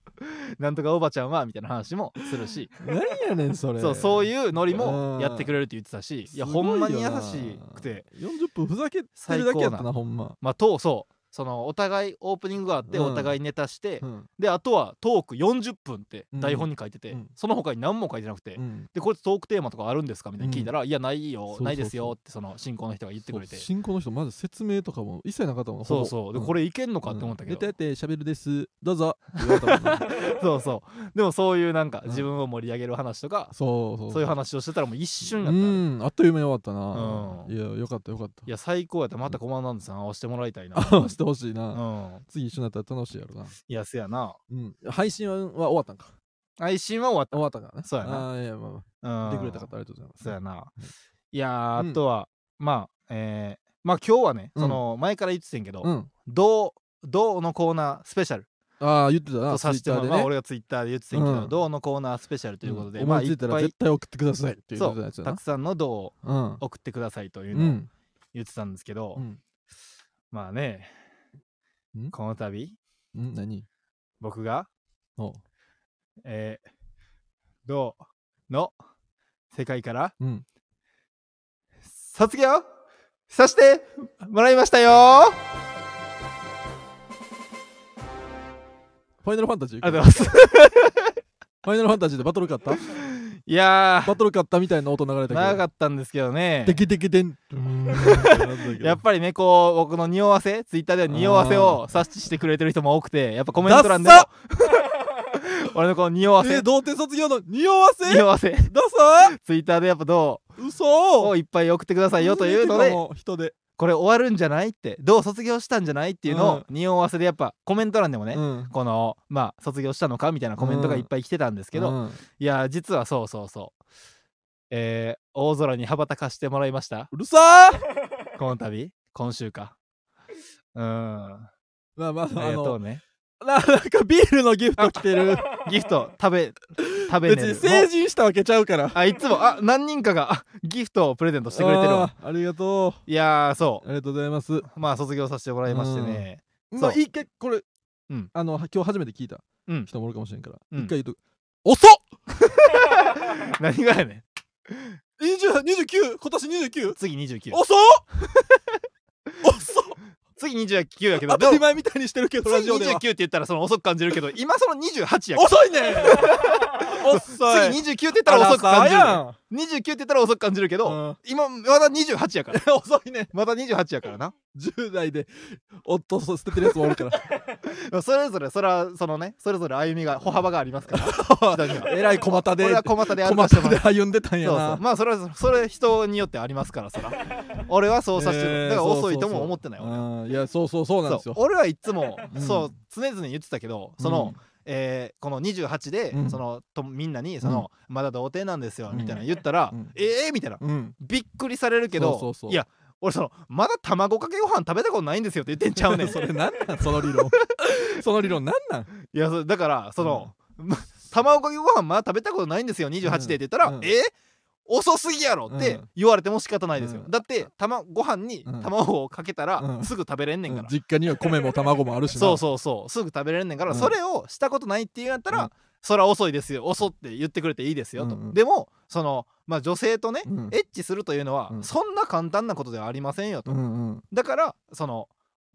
Speaker 1: なんとかおばちゃんはみたいな話もするし
Speaker 2: 何やねんそれ
Speaker 1: そうそう
Speaker 2: う
Speaker 1: いうノリもやってくれるって言ってたしいやほんまに優しくて
Speaker 2: 40分ふざけて
Speaker 1: 最
Speaker 2: る
Speaker 1: 高な
Speaker 2: だけやったなほんま
Speaker 1: まあとそうそのお互いオープニングがあって
Speaker 2: うん
Speaker 1: お互いネタして、
Speaker 2: うん
Speaker 1: であとはトーク40分って台本に書いてて、
Speaker 2: うん
Speaker 1: その他に何も書いてなくて、
Speaker 2: うん
Speaker 1: でこれトークテーマとかあるんですかみたいに聞いたら、いやないよ
Speaker 2: そうそうそう
Speaker 1: ないですよってその進行の人が言ってくれて
Speaker 2: そう
Speaker 1: そ
Speaker 2: 進行の人まず説明とかも一切なかったもん
Speaker 1: うそうでこ
Speaker 2: れ
Speaker 1: れいけんのかって思ったけど、
Speaker 2: 出てやって喋るですど うぞって言われたもんな
Speaker 1: そうそうでもそういうなんか
Speaker 2: うん
Speaker 1: 自分を盛り上げる話とか、
Speaker 2: そうそう
Speaker 1: そういう話をしてたらもう一瞬や
Speaker 2: う
Speaker 1: った、
Speaker 2: んあっという間に終わったな、
Speaker 1: うん
Speaker 2: いやよかったよかった
Speaker 1: いや最高やったまたコマンダンさん会わしてもらいたい な
Speaker 2: あしてほしいな、
Speaker 1: うん
Speaker 2: 次一緒になったら楽しいやろな、
Speaker 1: いやせやな
Speaker 2: うん、配信はは終わったんか
Speaker 1: 配信は終わっ
Speaker 2: 終わったからね
Speaker 1: そうやな
Speaker 2: あーいやまあま
Speaker 1: た
Speaker 2: あ
Speaker 1: うん
Speaker 2: 来てくれた方ありがとうございます
Speaker 1: そうや
Speaker 2: な
Speaker 1: な。いやー
Speaker 2: うん
Speaker 1: あとは、まあ、えーまあ今日はね、
Speaker 2: うん
Speaker 1: その前から言ってたんやけど、
Speaker 2: うん
Speaker 1: どう、どうのコーナースペシャル
Speaker 2: ああ言ってた
Speaker 1: と
Speaker 2: な
Speaker 1: させてもらう、まあ
Speaker 2: ね
Speaker 1: 俺がツイッターで言ってたんやけど、
Speaker 2: うん
Speaker 1: どうのコーナースペシャルということで、
Speaker 2: うん
Speaker 1: まあ
Speaker 2: 思
Speaker 1: い
Speaker 2: いつ
Speaker 1: っ
Speaker 2: いた
Speaker 1: ぱ
Speaker 2: ら
Speaker 1: い
Speaker 2: 絶対送ってくださいっていう
Speaker 1: そ
Speaker 2: ことなんで
Speaker 1: う
Speaker 2: すよ
Speaker 1: た
Speaker 2: な
Speaker 1: くさんのどうを
Speaker 2: うん
Speaker 1: 送ってくださいという
Speaker 2: う
Speaker 1: のを
Speaker 2: ん
Speaker 1: 言ってたんですけど、
Speaker 2: うん
Speaker 1: まあね
Speaker 2: ん、
Speaker 1: この度
Speaker 2: うん何
Speaker 1: 僕が、
Speaker 2: おう
Speaker 1: えーどうの世界から
Speaker 2: うん
Speaker 1: 卒業させてもらいましたよ
Speaker 2: ファイナルファンタジー
Speaker 1: ありがとうござい
Speaker 2: フ
Speaker 1: ます。
Speaker 2: ァイナルファンタジーでバトル勝った
Speaker 1: いやー
Speaker 2: バトル勝ったみたいな音流れたけど
Speaker 1: 長かったんですけどね
Speaker 2: テキテキテンドゥーンってなったけど
Speaker 1: やっぱりねこう僕の匂わせツイッターでは匂わせを察知してくれてる人も多くてやっぱコメント欄でも
Speaker 2: ダッ
Speaker 1: 俺のこの匂わ
Speaker 2: えー
Speaker 1: せ
Speaker 2: 童貞卒業の匂わせ
Speaker 1: 匂わせ
Speaker 2: ダサー
Speaker 1: ツイッターでやっぱどう
Speaker 2: 嘘
Speaker 1: をいっぱい送ってくださいよというので
Speaker 2: もう人で
Speaker 1: これ終わるんじゃないってどう卒業したんじゃないっていうのを匂わせでやっぱコメント欄でもね、
Speaker 2: うん
Speaker 1: このまあ卒業したのかみたいなコメントがいっぱい来てたんですけど、
Speaker 2: うん
Speaker 1: いや実はそうそうそうえー大空に羽ばたかしてもらいました
Speaker 2: うるさー
Speaker 1: この度今週かうんあ
Speaker 2: まあまあ
Speaker 1: り
Speaker 2: あ
Speaker 1: がとう
Speaker 2: の
Speaker 1: ね
Speaker 2: ななんかビールのギフト来てる
Speaker 1: ギフト食べ食べ
Speaker 2: 別
Speaker 1: ね
Speaker 2: に
Speaker 1: る
Speaker 2: 成人したわけちゃうから
Speaker 1: あいつもあ何人かがあギフトをプレゼントしてくれてるわ
Speaker 2: あーありがと
Speaker 1: いやーそう
Speaker 2: ありがとうございます
Speaker 1: うまあ卒業させてもらいましてね
Speaker 2: まあ
Speaker 1: そう
Speaker 2: いいけこれ、
Speaker 1: うん
Speaker 2: あの今日初めて聞いた
Speaker 1: うん
Speaker 2: 人もおるかもしれんから、
Speaker 1: うん
Speaker 2: 一回言うと「遅っ
Speaker 1: 何がやねん
Speaker 2: !20 29今年 29!
Speaker 1: 次29
Speaker 2: 遅っ 遅っ
Speaker 1: 次29やけど
Speaker 2: 当
Speaker 1: で
Speaker 2: たり
Speaker 1: も
Speaker 2: 前みたいにしてるけどラ
Speaker 1: 次
Speaker 2: ジオで
Speaker 1: 29
Speaker 2: は
Speaker 1: って言ったらその遅く感じるけど今その28や
Speaker 2: 遅いね 遅い
Speaker 1: 次29って言ったら遅く感じる
Speaker 2: あらさ
Speaker 1: 29って言ったら遅く感じるけ
Speaker 2: あ
Speaker 1: ど、
Speaker 2: やん、うん
Speaker 1: 今まだ28やから
Speaker 2: 遅いね
Speaker 1: まだ28やからな
Speaker 2: 10代で夫を捨ててるやつもおる から
Speaker 1: それぞれそれはそのねそれぞれ歩みが歩幅がありますから 人には
Speaker 2: えらい小股で
Speaker 1: 俺は小股で
Speaker 2: 小
Speaker 1: 歩かしても
Speaker 2: 股
Speaker 1: ら
Speaker 2: で
Speaker 1: う
Speaker 2: 歩んでたんや
Speaker 1: そうそ
Speaker 2: な
Speaker 1: うまあそれはそれ人によってありますから そら俺はそうさせて
Speaker 2: え
Speaker 1: るだ
Speaker 2: ー
Speaker 1: から
Speaker 2: そう
Speaker 1: 遅
Speaker 2: そ
Speaker 1: いうと
Speaker 2: そう
Speaker 1: も思ってない俺
Speaker 2: うんいやそうそうそうなんです
Speaker 1: そう
Speaker 2: よ
Speaker 1: 俺はいつも
Speaker 2: うん
Speaker 1: そう常々言ってたけどその、えーこの28で、
Speaker 2: うん
Speaker 1: そのとみんなにその、まだ童貞なんですよ
Speaker 2: うん
Speaker 1: みたいな言ったら、
Speaker 2: うん
Speaker 1: ええー、みたいな
Speaker 2: うん、うん
Speaker 1: びっくりされるけど
Speaker 2: そうそうそう
Speaker 1: いや俺そのまだ卵かけご飯食べたことないんですよって言ってんちゃうねん
Speaker 2: それなんなんその理 論その理論なんなん
Speaker 1: いやそうだからその、ま卵かけご飯まだ食べたことないんですよ28でって言ったら、
Speaker 2: うん
Speaker 1: え遅すぎやろって
Speaker 2: うん
Speaker 1: 言われても仕方ないですよ、
Speaker 2: うん
Speaker 1: だってたまご飯に
Speaker 2: うん
Speaker 1: 卵をかけたら、
Speaker 2: うん
Speaker 1: すぐ食べれんねんから、
Speaker 2: 実家には米も卵もあるしな
Speaker 1: そうそうそうすぐ食べれんねんから、
Speaker 2: うん
Speaker 1: それをしたことないっていうんやったら、
Speaker 2: うん
Speaker 1: そら遅いですよ遅って言ってくれていいですよと、
Speaker 2: うんうん
Speaker 1: でもそのまあ女性とね、
Speaker 2: うん
Speaker 1: エッチするというのは、
Speaker 2: うん
Speaker 1: そんな簡単なことではありませんよと、
Speaker 2: うんうん
Speaker 1: だからその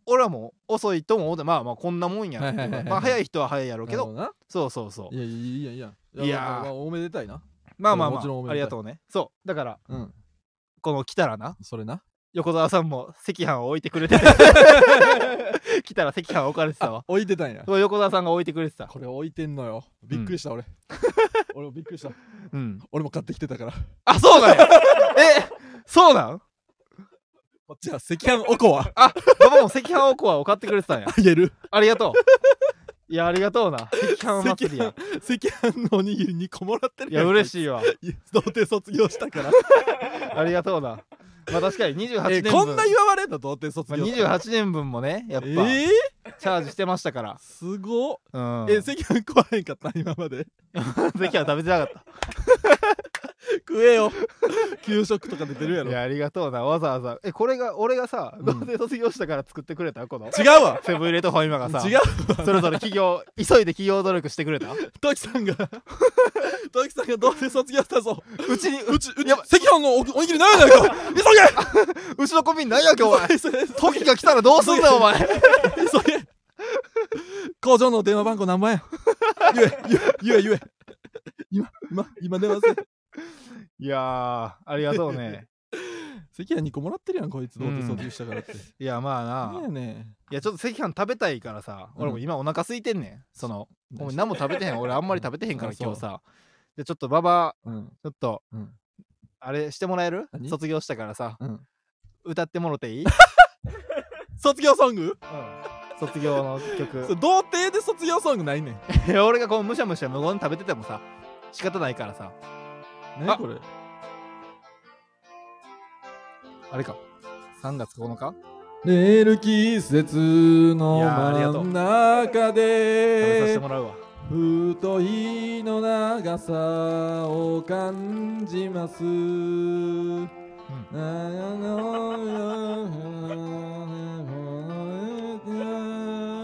Speaker 1: 俺はもう遅いとも思ってまあまあこんなもんやろっていう
Speaker 2: はいはいはいはい
Speaker 1: まあ早い人は早いやろうけど
Speaker 2: なるほ
Speaker 1: そうそうそう
Speaker 2: どないやいやいやいや
Speaker 1: いやー
Speaker 2: まあまあおめでたいな
Speaker 1: まあまあま
Speaker 2: もちろんお
Speaker 1: あ
Speaker 2: めでた
Speaker 1: あ
Speaker 2: い
Speaker 1: りがとうねそうだから
Speaker 2: うん
Speaker 1: この来たらな
Speaker 2: それな
Speaker 1: 横澤さんも赤飯を置いてくれ てて来たら赤飯置かれてたわ
Speaker 2: 置いてたんや
Speaker 1: そう横澤さんが置いてくれてた
Speaker 2: これ置いてんのよびっくりし た俺俺もびっくりした
Speaker 1: うん
Speaker 2: 俺も買ってきてた から
Speaker 1: あそうなんやえそうなん
Speaker 2: こっちは赤飯おこわ
Speaker 1: パパも赤飯おこわを買ってくれてたんや
Speaker 2: あげる
Speaker 1: ありがとういやありがとうな赤飯祭りや
Speaker 2: 赤飯のおにぎり2個もらってる
Speaker 1: いや嬉
Speaker 2: い
Speaker 1: しいわ
Speaker 2: 童貞卒業し たから
Speaker 1: ありがとうなまあ確かに28
Speaker 2: え
Speaker 1: 年分
Speaker 2: こんな言われんの童貞卒
Speaker 1: まあ、
Speaker 2: 業
Speaker 1: 28年分もねやっぱ、
Speaker 2: えー
Speaker 1: チャージしてましたから、
Speaker 2: すごっ
Speaker 1: うん、
Speaker 2: え赤飯食わへんかった今まで
Speaker 1: 関は食べてなかった
Speaker 2: 食えよ給食とかで出るや ろ
Speaker 1: いやありがとうなわざわざえこれが俺がさ
Speaker 2: うん
Speaker 1: どうせ卒業したから作ってくれたこの
Speaker 2: 違うわ
Speaker 1: セブン入れとファミマがさ
Speaker 2: 違う
Speaker 1: それぞれ企業急いで企業努力してくれた
Speaker 2: トキ さんがトキさんがどうせ卒業したぞ
Speaker 1: うちに
Speaker 2: うちうち
Speaker 1: やばい
Speaker 2: 赤飯のおおにぎり何やない か急げ
Speaker 1: うちのコンビニ何や今日お前
Speaker 2: 急げ
Speaker 1: 時が来たらどうすんだお前
Speaker 2: 急げ工場の電話番号何番や言え言え言え言え今今今電話せ
Speaker 1: いやーありがとうね
Speaker 2: 赤飯2個もらってるやんこいつどうせ卒業したからって、
Speaker 1: いやまあ
Speaker 2: いい
Speaker 1: な
Speaker 2: やね
Speaker 1: いやちょっと赤飯食べたいからさ俺も今お腹空いてんねんそのお前何も食べてへん俺あんまり食べてへんから
Speaker 2: あそう
Speaker 1: 今日さでちょっとババ
Speaker 2: うん
Speaker 1: ちょっと
Speaker 2: うん
Speaker 1: あれしてもらえる
Speaker 2: 何
Speaker 1: 卒業したからさ
Speaker 2: うん
Speaker 1: 歌ってもろていい
Speaker 2: 卒業ソング
Speaker 1: 卒業の曲
Speaker 2: それ童貞で卒業ソングないねん
Speaker 1: いや俺がこうむしゃむしゃ無言食べててもさ仕方ないからさ
Speaker 2: 何これ
Speaker 1: あれか3月9日
Speaker 2: 寝る季節の
Speaker 1: いやーありがと
Speaker 2: 真
Speaker 1: うん
Speaker 2: 中
Speaker 1: 食べさせ
Speaker 2: で
Speaker 1: てもらうわ
Speaker 2: 太いの長さを感じます、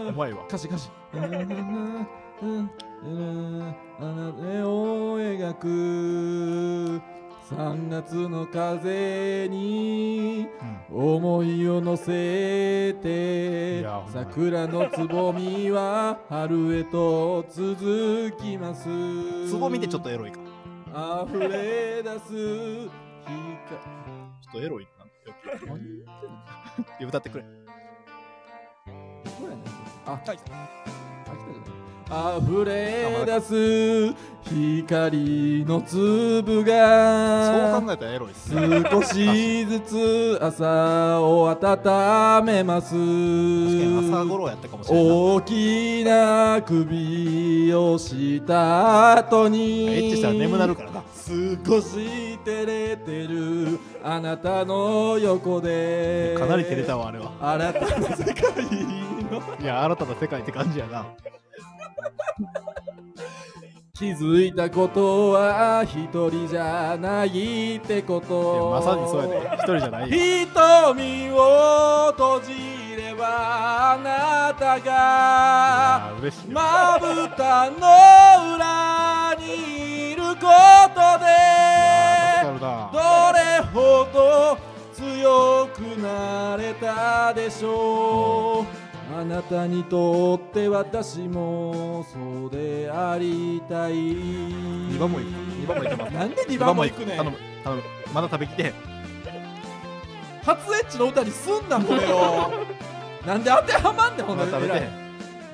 Speaker 1: うまいわ
Speaker 2: 歌詞歌詞あなたを描く3月の風に思いを乗せ
Speaker 1: い
Speaker 2: て
Speaker 1: やほんまに
Speaker 2: 桜のつぼみは春へと続きます
Speaker 1: つぼみってちょっとエロいかちょ
Speaker 2: 溢れ出す
Speaker 1: っとエロいなんか
Speaker 2: 光
Speaker 1: いや歌ってくれ
Speaker 2: あ、はい、あふれ出す光の粒
Speaker 1: そう
Speaker 2: が
Speaker 1: 考えたらエロいっすね
Speaker 2: 少しずつ朝を温めます
Speaker 1: 確かに朝頃やったかもしれんない
Speaker 2: 大きな首をした後に
Speaker 1: エッチしたら眠なるからな
Speaker 2: 少し照れてるあなたの横で
Speaker 1: かなり照れたわあれは
Speaker 2: あなたの世界の
Speaker 1: いや新たな世界って感じやな
Speaker 2: 気づいたことは一人じゃないってこ
Speaker 1: いや
Speaker 2: と
Speaker 1: まさにそうやね一人じゃないよ
Speaker 2: 瞳を閉じればあなたが
Speaker 1: あー嬉しいよ
Speaker 2: まぶたの裏にいるこ
Speaker 1: 助
Speaker 2: と
Speaker 1: か
Speaker 2: で
Speaker 1: るな
Speaker 2: どれほど強くなれたでしょうあなたにとって私もそうでありたい2
Speaker 1: 2番もいく2番もいけます
Speaker 2: なんで2番も行くね
Speaker 1: 頼
Speaker 2: ん
Speaker 1: む頼むまだ食べきてへん
Speaker 2: 初エッチの歌にすんなこれ をなんで当てはまんねんほ
Speaker 1: ま
Speaker 2: ん
Speaker 1: だ
Speaker 2: なら
Speaker 1: 食べてへん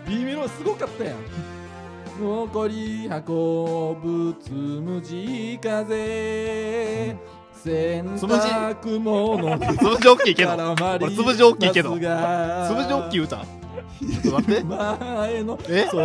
Speaker 2: B メロすごかったやん残り運ぶつむじ風洗濯物に
Speaker 1: つぶし大きいけど
Speaker 2: 絡まり
Speaker 1: 俺つぶし大きいけど
Speaker 2: ますが
Speaker 1: つぶし大きい 歌ちょっと待って
Speaker 2: 前の
Speaker 1: え
Speaker 2: 空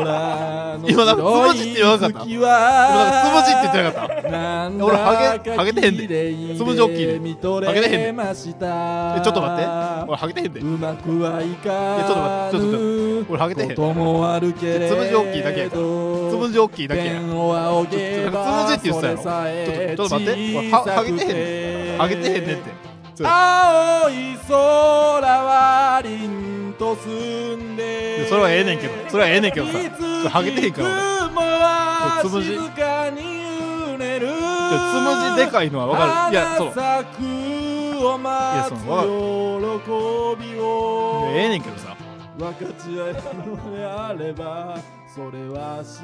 Speaker 2: の
Speaker 1: 今なんかつぶしって言わなかった
Speaker 2: 白い月は
Speaker 1: 俺つぶしって言ってなかった
Speaker 2: なん
Speaker 1: 俺ハ
Speaker 2: だ
Speaker 1: ゲ
Speaker 2: か
Speaker 1: ハゲてへんで
Speaker 2: 綺麗で
Speaker 1: つぶし大きいで
Speaker 2: 見と
Speaker 1: ハゲてへんで
Speaker 2: れました
Speaker 1: えちょっと待って俺ハゲてへんで
Speaker 2: うまくはい
Speaker 1: いやちょっと
Speaker 2: か
Speaker 1: 待ってちょっと待
Speaker 2: ぬ
Speaker 1: 俺ハゲてへん
Speaker 2: こともあるけれど
Speaker 1: つむじ大きいだけやからつぶし大きいだけや
Speaker 2: ペンを仰げば
Speaker 1: ちょっとつむじって言ってたやろ
Speaker 2: それさえ
Speaker 1: ちょっとちょっと待って俺ハ
Speaker 2: 小さく
Speaker 1: ハゲてへハゲてへんねんってそう
Speaker 2: 青い空は凛と澄んで
Speaker 1: それはええねんけどそれはええねんけどさ
Speaker 2: いつ
Speaker 1: れハゲてへんから
Speaker 2: 雲は
Speaker 1: ちょっとつむじ
Speaker 2: 静かにうねる
Speaker 1: つむじでかいのはわかるいやその
Speaker 2: 花咲くを
Speaker 1: いや
Speaker 2: 待つ
Speaker 1: そ
Speaker 2: 喜びを
Speaker 1: ええねんけどさ
Speaker 2: 分かち合えるのであればそれは幸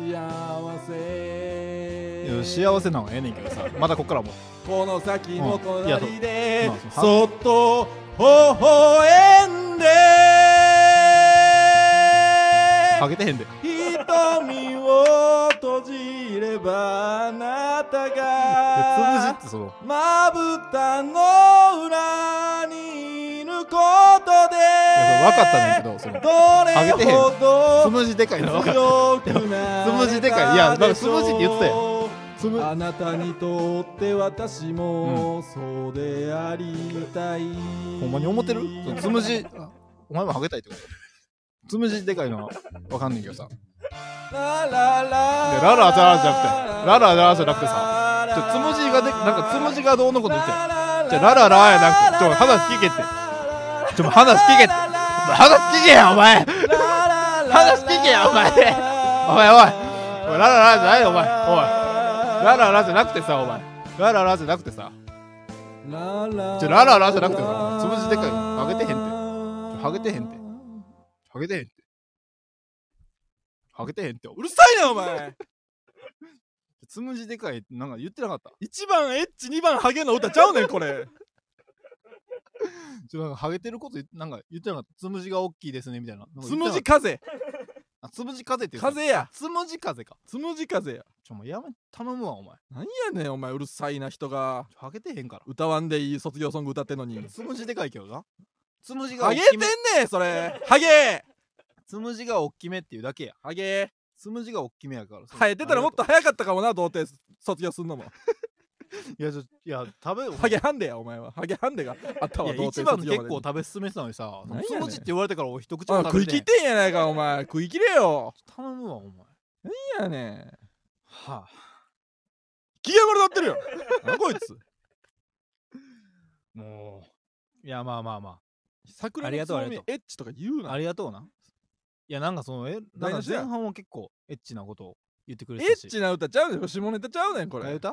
Speaker 2: せ
Speaker 1: いや幸せなのはええねんけどさまたこっからもう
Speaker 2: この先の
Speaker 1: うんいやそう
Speaker 2: 隣で
Speaker 1: まあそう
Speaker 2: そっと微笑んで
Speaker 1: ハゲてへんで
Speaker 2: 瞳を閉じればあなた
Speaker 1: つ
Speaker 2: が
Speaker 1: ぶしってその
Speaker 2: まぶたの裏にいることで
Speaker 1: いやそれ分かったねんけどその
Speaker 2: どれ
Speaker 1: 上げてへん
Speaker 2: ほ
Speaker 1: つ
Speaker 2: ど
Speaker 1: むじでかいのはわかる
Speaker 2: 強くなれた
Speaker 1: つむじでかいいやなんかつむじって言ってたやん
Speaker 2: よ
Speaker 1: つむ
Speaker 2: あなたにとって私もそうでありたい、
Speaker 1: ほんまに思ってるそのつむじお前もハゲたいってことつむじでかいのはわかんねんけどさ
Speaker 2: ラララ
Speaker 1: いやラララじゃなくてラララじゃなくてさ
Speaker 2: ララ
Speaker 1: ちょつむじがでなんかつむじがどうのこと言って
Speaker 2: じ
Speaker 1: じゃラララやなくてちょ話聞けってちょ話聞けって話聞けやお前話聞けやお前お前おいおいラララじゃないよお前おいラララじゃなくてさお前ラララじゃなくてさ
Speaker 2: ララ
Speaker 1: ちょラララじゃなくてさつむじでかいハゲてへんってハゲてへんってハゲてへんってハゲてへんってうる
Speaker 2: う
Speaker 1: さ
Speaker 2: るさいなお前
Speaker 1: いつむじでかいってなんか言ってなかった
Speaker 2: 一番エッチ二番ハゲの歌ちゃうねんこれ
Speaker 1: ちょなんかハゲてること言ってなんか言ってなかったつむじが大きいですねみたいななんか
Speaker 2: つ
Speaker 1: 言ってな
Speaker 2: む
Speaker 1: かっ
Speaker 2: じ風
Speaker 1: たあつむじ風って言ってた
Speaker 2: 風や
Speaker 1: つむじ風か
Speaker 2: つむじ風や
Speaker 1: ちょもうやめ頼むわお前
Speaker 2: なんやねんお前うるさいな人が
Speaker 1: ハゲてへんから
Speaker 2: 歌わんでいい卒業ソング歌ってんのに
Speaker 1: つむじでかいけどなつむじが
Speaker 2: ハ
Speaker 1: 大
Speaker 2: ゲ
Speaker 1: き
Speaker 2: てん
Speaker 1: め
Speaker 2: ねんそれハゲ
Speaker 1: つむじが大きめっていうだけや
Speaker 2: ハゲ
Speaker 1: つむじが大きめやから
Speaker 2: 生えてたらもっと早かったかもな童貞卒業すんのも
Speaker 1: いやちょいや食べ
Speaker 2: ハゲハンデやお前はハゲハンデがあった
Speaker 1: い
Speaker 2: わ
Speaker 1: や
Speaker 2: 童
Speaker 1: 一
Speaker 2: 貞
Speaker 1: 番
Speaker 2: 卒
Speaker 1: 結
Speaker 2: 業まで
Speaker 1: 構
Speaker 2: に
Speaker 1: 食べ進めてたのにさ
Speaker 2: なんやねん
Speaker 1: つむじって言われてから俺一口
Speaker 2: あ
Speaker 1: も
Speaker 2: 食
Speaker 1: 食べ
Speaker 2: い
Speaker 1: て
Speaker 2: 切
Speaker 1: へ
Speaker 2: っ
Speaker 1: ん
Speaker 2: てんやないかお前食い切れよ
Speaker 1: 頼むわお前
Speaker 2: なんやねん
Speaker 1: はあ
Speaker 2: 機嫌悪なってるよなこいつ
Speaker 1: もういやまあまあま
Speaker 2: 桜
Speaker 1: ありが
Speaker 2: のつ
Speaker 1: とう
Speaker 2: まみ
Speaker 1: ありがと
Speaker 2: エッチとか言う
Speaker 1: あ
Speaker 2: な
Speaker 1: ありがとうないやなんかそのえなん
Speaker 2: 台
Speaker 1: か
Speaker 2: 無し
Speaker 1: 前
Speaker 2: や
Speaker 1: 半は結構エッチなことを言ってくれて
Speaker 2: エ
Speaker 1: たし
Speaker 2: ッチな歌ちゃうねん下ネタちゃうねんこれ
Speaker 1: 替え歌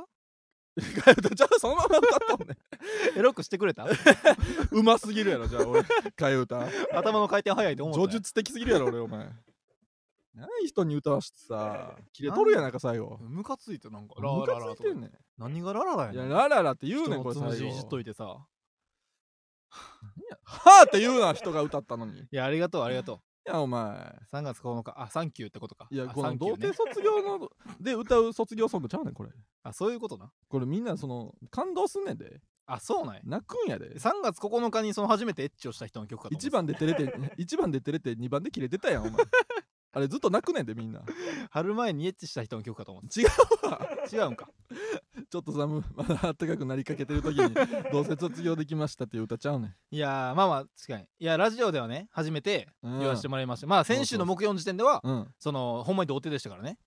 Speaker 2: 替え歌ちゃうそのまま歌ったも んね
Speaker 1: エロくしてくれた
Speaker 2: うますぎるやろじゃあ俺替え歌
Speaker 1: 頭の回転早いと思った
Speaker 2: 叙述的すぎるやろ俺 お前ない人に歌わしてさ切れとるやないか最後
Speaker 1: ムカついてなんかラ
Speaker 2: ム
Speaker 1: ララ
Speaker 2: カつ
Speaker 1: ラ
Speaker 2: い
Speaker 1: と
Speaker 2: て
Speaker 1: か
Speaker 2: んねん
Speaker 1: 何がラララや
Speaker 2: い
Speaker 1: ね
Speaker 2: や
Speaker 1: ん
Speaker 2: ラララって言うねん
Speaker 1: 人
Speaker 2: こ
Speaker 1: の
Speaker 2: れ
Speaker 1: つ
Speaker 2: 最後
Speaker 1: むじいじっといてさ
Speaker 2: はあって言うな人が歌ったのにい
Speaker 1: いやありがとうありがと
Speaker 2: やお前
Speaker 1: う3月9日あサンキューってことか
Speaker 2: いや
Speaker 1: あ
Speaker 2: こ
Speaker 1: サ
Speaker 2: の
Speaker 1: ンキュ
Speaker 2: 童
Speaker 1: ーね
Speaker 2: 貞卒業ので歌う卒業ソングちゃうねんこれ
Speaker 1: あそういうことな
Speaker 2: これみんなその感動すんねんで
Speaker 1: あそうなんや
Speaker 2: 泣くんや で
Speaker 1: 3月9日にその初めてエッチをした人の曲かと思って
Speaker 2: 1番で照れて一番で照れて2番で切れてたやんお前あれずっと泣くねんでみんな
Speaker 1: 春前にエッチした人の曲かと思って
Speaker 2: 違うわ
Speaker 1: 違うんか
Speaker 2: ちょっと寒まだ暖かくなりかけてる時に「どうせ卒業できました」っていう歌ちゃうねん
Speaker 1: いやーまあまあ確かにいやラジオではね初めて
Speaker 2: うん
Speaker 1: 言わせてもらいました、まあ先週の木曜の時点では
Speaker 2: うん
Speaker 1: そのほんまに童貞でしたからね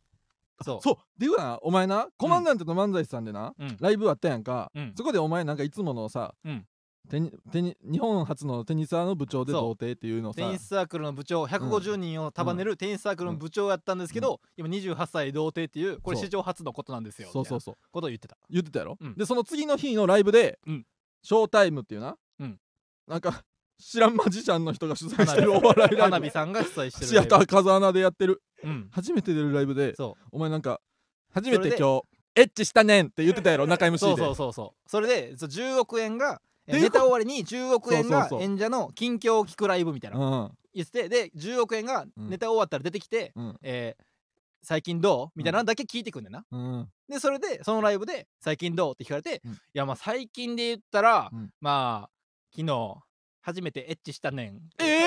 Speaker 1: そう
Speaker 2: そうで言うなお前なコマンダンテの漫才師さんでな、
Speaker 1: うん
Speaker 2: ライブあったやんか、
Speaker 1: うん
Speaker 2: そこでお前なんかいつものさ、
Speaker 1: うん
Speaker 2: テニテニ日本初のテニスアーの部長で
Speaker 1: そう
Speaker 2: 童貞っていうのをさ
Speaker 1: テニスサークルの部長150人を束ねるテニスサークルの部長やったんですけど、今28歳童貞っていうこれ
Speaker 2: そう
Speaker 1: 史上初のことなんですよ
Speaker 2: そうそう
Speaker 1: み
Speaker 2: そう
Speaker 1: たいなことを言 ってた
Speaker 2: 言ってたやろ、
Speaker 1: うん
Speaker 2: でその次の日のライブで、
Speaker 1: うん
Speaker 2: ショータイムっていうな、
Speaker 1: うん
Speaker 2: なんか知らんマジシャンの人が主催し
Speaker 1: 花
Speaker 2: てるお笑い
Speaker 1: 火
Speaker 2: ライ
Speaker 1: 花
Speaker 2: ブ
Speaker 1: 火さんが主催してる
Speaker 2: シアタ
Speaker 1: ライ
Speaker 2: ー風穴でやってる
Speaker 1: ブうん
Speaker 2: 初めて出るライブで
Speaker 1: そう
Speaker 2: お前なんか初め
Speaker 1: それ
Speaker 2: て
Speaker 1: で
Speaker 2: 今日エッチしたねんって言ってたやろ中 MC で
Speaker 1: そうそうそうそうそれでそう10億円がえ
Speaker 2: ていう
Speaker 1: ネタ
Speaker 2: か
Speaker 1: 終わりに10億円が
Speaker 2: そうそうそう
Speaker 1: 演者の近況を聞くライブみたいな
Speaker 2: うん
Speaker 1: 言っててで10億円が
Speaker 2: うん
Speaker 1: ネタ終わったら出てきて、
Speaker 2: うん
Speaker 1: えー最近どうみたいなのだけ聞いてくんねんな、
Speaker 2: うん
Speaker 1: でそれでそのライブで「最近どう?」って聞かれて、
Speaker 2: うん
Speaker 1: いやまあ最近で言ったら、
Speaker 2: うん
Speaker 1: まあ昨日初めてエッチしたねん
Speaker 2: ええ っ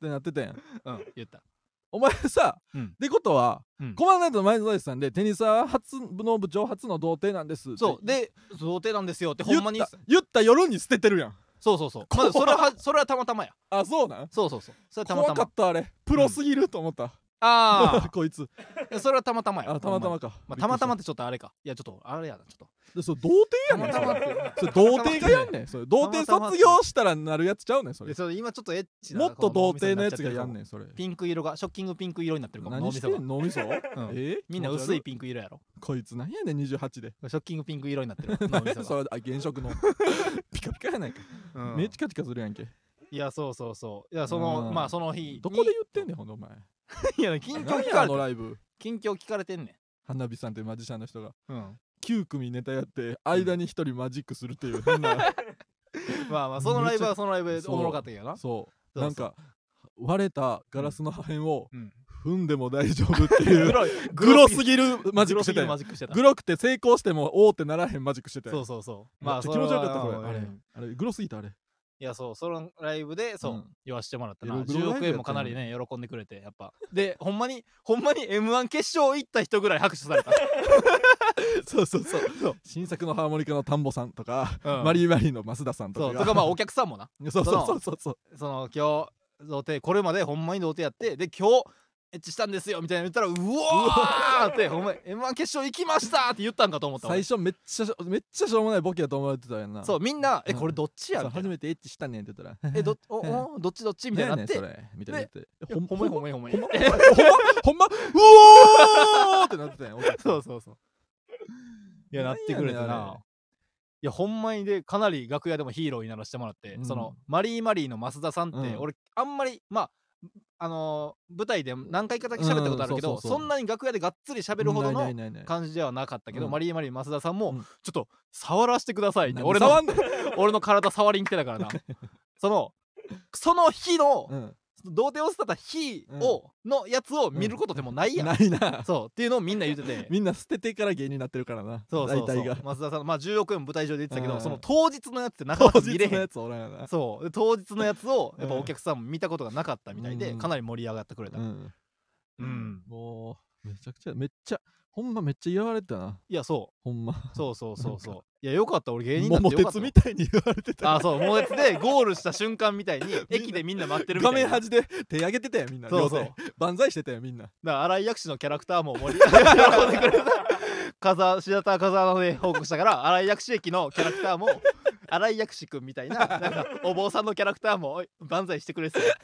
Speaker 2: てなってたやん
Speaker 1: うん言った
Speaker 2: お前さ、
Speaker 1: うん
Speaker 2: ってことは、
Speaker 1: うん
Speaker 2: コマンダントの前園さんでテニスは初の部長初の童貞なんですって
Speaker 1: そうで童貞なんですよってほ
Speaker 2: 言
Speaker 1: んま
Speaker 2: っ
Speaker 1: に
Speaker 2: た言った夜に捨ててるやん
Speaker 1: そうそうそう、まあ、それはそれはたまたまや
Speaker 2: あそうなん
Speaker 1: そうそうそうそれはたま
Speaker 2: 怖
Speaker 1: た
Speaker 2: か
Speaker 1: ま
Speaker 2: ったあれプロすぎると思った、
Speaker 1: あ
Speaker 2: こいつ
Speaker 1: あそれはたまたまや
Speaker 2: あたまた
Speaker 1: ほん
Speaker 2: ま
Speaker 1: に
Speaker 2: か
Speaker 1: まあ、たまたまっ
Speaker 2: びって
Speaker 1: ちょっとあれかいやちょっとあれやなちょっと
Speaker 2: くりしたでそう童貞やねん
Speaker 1: た
Speaker 2: それ
Speaker 1: また ま
Speaker 2: それ童貞がやんねんそれ童貞
Speaker 1: たまたま
Speaker 2: 卒業したらなるやつちゃうねんそ
Speaker 1: で
Speaker 2: れ
Speaker 1: それ今ちょっとエッチな
Speaker 2: もっと
Speaker 1: こ
Speaker 2: 童
Speaker 1: の脳みそになっ
Speaker 2: 貞のや
Speaker 1: ちゃっ
Speaker 2: つ
Speaker 1: て
Speaker 2: が
Speaker 1: る
Speaker 2: や
Speaker 1: か
Speaker 2: ん
Speaker 1: も
Speaker 2: ねんそれ
Speaker 1: ピンク色がショッキングピンク色になってるかも脳
Speaker 2: 何
Speaker 1: み
Speaker 2: し
Speaker 1: そ
Speaker 2: て
Speaker 1: が
Speaker 2: ん脳みそ、
Speaker 1: ん
Speaker 2: えー
Speaker 1: みんな薄い
Speaker 2: 気持ち悪
Speaker 1: ピンク色やろ
Speaker 2: こいつなんやねん28で
Speaker 1: ショッキングピンク色にな ってる脳みそ
Speaker 2: そ
Speaker 1: が、
Speaker 2: れあ現 職のピカピカやないか、
Speaker 1: うん
Speaker 2: めっちゃカチカするやんけ
Speaker 1: いやそうそうそういやその
Speaker 2: うん
Speaker 1: まあその日に
Speaker 2: どこで言ってんねんほんでお前
Speaker 1: いや近況
Speaker 2: 何
Speaker 1: 聞
Speaker 2: や
Speaker 1: かれ
Speaker 2: あ
Speaker 1: て
Speaker 2: の
Speaker 1: ん
Speaker 2: ライブ
Speaker 1: 近況聞かれてんね
Speaker 2: 花火さんっていうマジシャンの人が
Speaker 1: ん、うん、
Speaker 2: 9組ネタやって間に1人マジックするっ ていう変な
Speaker 1: まあまあそのライブはそのライブで
Speaker 2: そう
Speaker 1: おもろかったけどな
Speaker 2: そう
Speaker 1: そう
Speaker 2: なんか割れたガラスの破片を
Speaker 1: うん
Speaker 2: 踏んでも大丈夫って い
Speaker 1: グ
Speaker 2: う
Speaker 1: ロい
Speaker 2: グロす
Speaker 1: ぎ
Speaker 2: ぎるマジックし
Speaker 1: グロす
Speaker 2: てた
Speaker 1: ぎる
Speaker 2: やん
Speaker 1: マジックしてた
Speaker 2: グロくて成功してもおーってならへんマジックしてたやん
Speaker 1: そうそうそう
Speaker 2: め
Speaker 1: ま
Speaker 2: っ
Speaker 1: あ
Speaker 2: ち
Speaker 1: そ
Speaker 2: ゃ気
Speaker 1: れ
Speaker 2: 持
Speaker 1: は
Speaker 2: ち悪かったこれあれ
Speaker 1: うん
Speaker 2: あれグロすぎたあれ
Speaker 1: いやそうそのライブでそう、
Speaker 2: うん
Speaker 1: 言わしてもらったな
Speaker 2: エログロライ
Speaker 1: 10
Speaker 2: ブやっ
Speaker 1: 億
Speaker 2: たのに
Speaker 1: 円もかなりね喜んでくれてやっぱでほんまにほんまに m 1決勝行った人ぐらい拍手さ れたそうそうそうそう、
Speaker 2: 新作のハーモニカの田んぼさんとか、
Speaker 1: うん
Speaker 2: マリーマリーの増田さんと
Speaker 1: そ
Speaker 2: か
Speaker 1: う
Speaker 2: が
Speaker 1: とかまあお客さんもな
Speaker 2: そうそうそうそうそう
Speaker 1: その今日童貞これまでほんまに童貞やってで今日エッチしたんですよみたいなの言ったらうわーってお前 M1 決勝行きましたって言ったんかと思った
Speaker 2: 最初めっちゃめっちゃしょうもないボケやと思われてたやんな
Speaker 1: そうみんな「え
Speaker 2: うん
Speaker 1: これどっちや?」
Speaker 2: そう
Speaker 1: みたい
Speaker 2: 初
Speaker 1: な
Speaker 2: めてエッチしたねんって言ったら
Speaker 1: 「えどおおどっちどっち?」みたいになって
Speaker 2: 何やねんそれみたいになって
Speaker 1: ほんほめほめ
Speaker 2: め
Speaker 1: ほめ
Speaker 2: ほんまほんまうおーってなってたやん俺
Speaker 1: そうそうそういや
Speaker 2: な
Speaker 1: なんっ
Speaker 2: やねん
Speaker 1: てくれた
Speaker 2: あれ
Speaker 1: ないやほんまにでかなり楽屋でもヒーローにならしてもらって、
Speaker 2: うん
Speaker 1: そのマリーマリーの増田さんって、
Speaker 2: うん
Speaker 1: 俺あんまりまああのー舞台で何回かだけ喋ったことあるけ
Speaker 2: うん
Speaker 1: ど、
Speaker 2: うんそうそうそう
Speaker 1: そんなに楽屋でがっつり喋るほどの
Speaker 2: ないないないない
Speaker 1: 感じではなかったけど、
Speaker 2: うん
Speaker 1: マリーマリー増田さんも、
Speaker 2: うん
Speaker 1: ちょっと触らせてくださいって
Speaker 2: 何
Speaker 1: 俺の
Speaker 2: 触んな
Speaker 1: 俺の体触りに来てた からなそのその日の、
Speaker 2: うん
Speaker 1: 童貞を捨てた日を、のやつを見ることでもないやん、
Speaker 2: な いな
Speaker 1: そうっていうのをみんな言ってて
Speaker 2: みんな捨ててから芸人になってるからな
Speaker 1: そうそうそう
Speaker 2: 大体が
Speaker 1: 松田さんのまあ10億円舞台上で言ってたけ
Speaker 2: う
Speaker 1: ど
Speaker 2: ん
Speaker 1: その当日のやつってなか
Speaker 2: 当
Speaker 1: なか見
Speaker 2: 日
Speaker 1: れ
Speaker 2: の
Speaker 1: へん
Speaker 2: やつおらんやな
Speaker 1: そうで当日のやつをやっぱ
Speaker 2: うん
Speaker 1: お客さんも見たことがなかったみたいで、
Speaker 2: うん
Speaker 1: かなり盛り上がってくれた、
Speaker 2: うん
Speaker 1: うん
Speaker 2: もうめちゃくちゃめっちゃほんまめっちゃ言われてたない
Speaker 1: やそ
Speaker 2: ほんま
Speaker 1: うそうそうそうそういやよかった俺芸人だっ
Speaker 2: 桃
Speaker 1: てよかっ
Speaker 2: 鉄
Speaker 1: たよ
Speaker 2: みたいに言われてた
Speaker 1: あそう桃鉄でゴールした瞬間み たいに駅でみんな待ってるみた
Speaker 2: 画
Speaker 1: いな
Speaker 2: 面端で手上げてたよみんな
Speaker 1: そう
Speaker 2: 両
Speaker 1: そう
Speaker 2: 手万歳してたよみんな
Speaker 1: だから荒井薬師のキャラクターも盛り 上がってくれた風白田風穴で報告したから荒井薬師駅のキャラクターも荒井薬師くんみたいななんかお坊さんのキャラクターもおい万歳してくれてたよ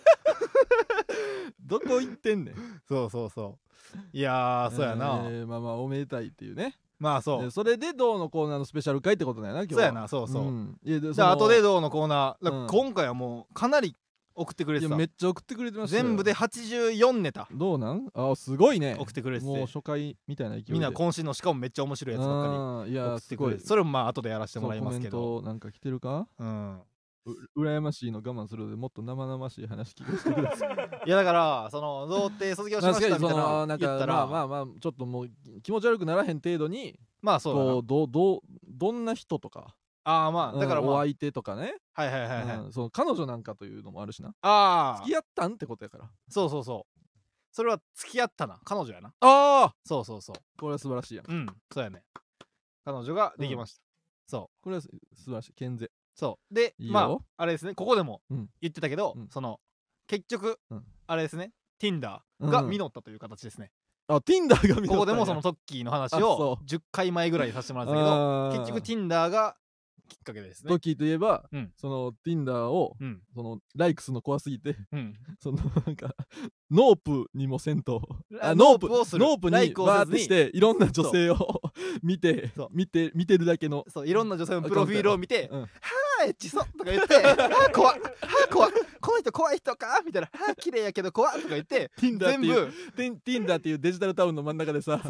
Speaker 2: どこ行ってんねん
Speaker 1: そうそうそういやーそうやな、
Speaker 2: えーまあまあおめでたいっていうね
Speaker 1: まあそう
Speaker 2: でそれでどうのコーナーのスペシャル回ってことだよな今日は
Speaker 1: そうやなそうそう、
Speaker 2: んいやで
Speaker 1: じゃあ
Speaker 2: その
Speaker 1: 後でどうのコーナーだから
Speaker 2: うん
Speaker 1: 今回はもうかなり送ってくれ
Speaker 2: い
Speaker 1: て
Speaker 2: や
Speaker 1: た
Speaker 2: めっちゃ送ってくれてましたよ
Speaker 1: 全部で84ネタ
Speaker 2: どうなんあすごいね
Speaker 1: 送ってくれて
Speaker 2: もう
Speaker 1: て
Speaker 2: 初回みたいな勢いで
Speaker 1: みんな渾身のしかもめっちゃ面白いやつばっか
Speaker 2: うんい
Speaker 1: り
Speaker 2: や
Speaker 1: 送っ
Speaker 2: す
Speaker 1: てく
Speaker 2: ご
Speaker 1: れ
Speaker 2: い
Speaker 1: てそれもまあ後でやらせてもらいますけ
Speaker 2: そう
Speaker 1: ど
Speaker 2: コメントなんか来てるか
Speaker 1: うん
Speaker 2: う羨ましいの我慢するのでもっと生々しい話聞かせてください
Speaker 1: いやだから その童貞卒業しま
Speaker 2: 確
Speaker 1: した
Speaker 2: か
Speaker 1: み
Speaker 2: に
Speaker 1: た
Speaker 2: そ
Speaker 1: いな言
Speaker 2: のな
Speaker 1: っ
Speaker 2: ん
Speaker 1: た
Speaker 2: かまあ
Speaker 1: ら
Speaker 2: ま
Speaker 1: まあ
Speaker 2: あまあちょっともう気持ち悪くならへん程度に
Speaker 1: そうだ
Speaker 2: こ
Speaker 1: な
Speaker 2: うどうどうどんな人とか
Speaker 1: ああまあだから
Speaker 2: うん
Speaker 1: まあ
Speaker 2: お
Speaker 1: はい
Speaker 2: 相手とかね
Speaker 1: はいはいはい
Speaker 2: うんその彼女なんかというのもあるしな
Speaker 1: ああ
Speaker 2: 付き合ったんってことやから
Speaker 1: そうそうそうそれは付き合ったな彼女やな
Speaker 2: ああ
Speaker 1: そうそうそ
Speaker 2: これは素晴らしいやん
Speaker 1: ううんそうやね彼女ができましたそ
Speaker 2: これはす素晴らしい健全
Speaker 1: うそうで
Speaker 2: いいよ
Speaker 1: まああれですねここでも
Speaker 2: うん
Speaker 1: 言ってたけど
Speaker 2: うん
Speaker 1: その結局
Speaker 2: うん
Speaker 1: あれですね Tinder
Speaker 2: う
Speaker 1: が
Speaker 2: ん
Speaker 1: 実ったという形ですね
Speaker 2: あ Tinder が見
Speaker 1: ここでもそのトッキーの話を
Speaker 2: あそ
Speaker 1: 10回前ぐらいにさせてもらったけど
Speaker 2: 結
Speaker 1: 結局 Tinder がきっかけですね
Speaker 2: トキーといえば、
Speaker 1: うん
Speaker 2: その Tinder を
Speaker 1: うん
Speaker 2: そのライクするの怖すぎて
Speaker 1: うん
Speaker 2: そのなんかノープにもせんと
Speaker 1: あ
Speaker 2: あ
Speaker 1: ノ
Speaker 2: ノ
Speaker 1: ー
Speaker 2: ー
Speaker 1: プ
Speaker 2: プ
Speaker 1: をする
Speaker 2: ノープに
Speaker 1: ライクを
Speaker 2: バ
Speaker 1: せ
Speaker 2: ー
Speaker 1: ず
Speaker 2: っ
Speaker 1: に
Speaker 2: てしていろんな女性を 見て
Speaker 1: そう
Speaker 2: 見て見てるだけの
Speaker 1: そういろんな女性のプロフィールを見て「
Speaker 2: うん
Speaker 1: はあエッチそう」とか言って「はあ怖っはあ怖っこの人怖い人か」みたいな「はあ綺麗やけど怖っ」とか言って
Speaker 2: Tinder っ
Speaker 1: 全
Speaker 2: ていう
Speaker 1: 部
Speaker 2: Tin- Tinder っていうデジタルタウンの真ん中でさ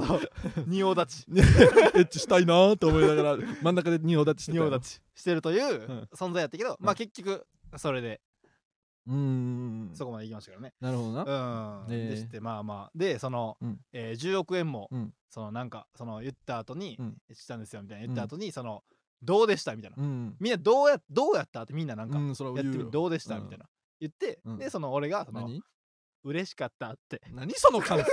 Speaker 1: 仁王立ち
Speaker 2: エッチしたいなーと思いながら真ん中で仁王立 ちしてた
Speaker 1: 仁
Speaker 2: よ
Speaker 1: 王立ちしてるという
Speaker 2: うん
Speaker 1: 存在やったけど、まあ結局それで
Speaker 2: うーん
Speaker 1: そこまで行きましたからね。
Speaker 2: なるほどな
Speaker 1: うん
Speaker 2: ええ
Speaker 1: でしてまあまあでその、
Speaker 2: うん
Speaker 1: えー10億円も、
Speaker 2: うん
Speaker 1: そのなんかその言った後に
Speaker 2: うん
Speaker 1: 「したんですよ」みたいな言った後に、その「どうでした?」みたいな、
Speaker 2: うん
Speaker 1: みんなどうやどうやったってみんななんか
Speaker 2: うんそれを
Speaker 1: やって
Speaker 2: 言う
Speaker 1: み
Speaker 2: よ
Speaker 1: る「どうでした?」
Speaker 2: うん
Speaker 1: みたいな言って、
Speaker 2: うん
Speaker 1: でその俺がその
Speaker 2: 何
Speaker 1: 嬉しかったって
Speaker 2: 何その感想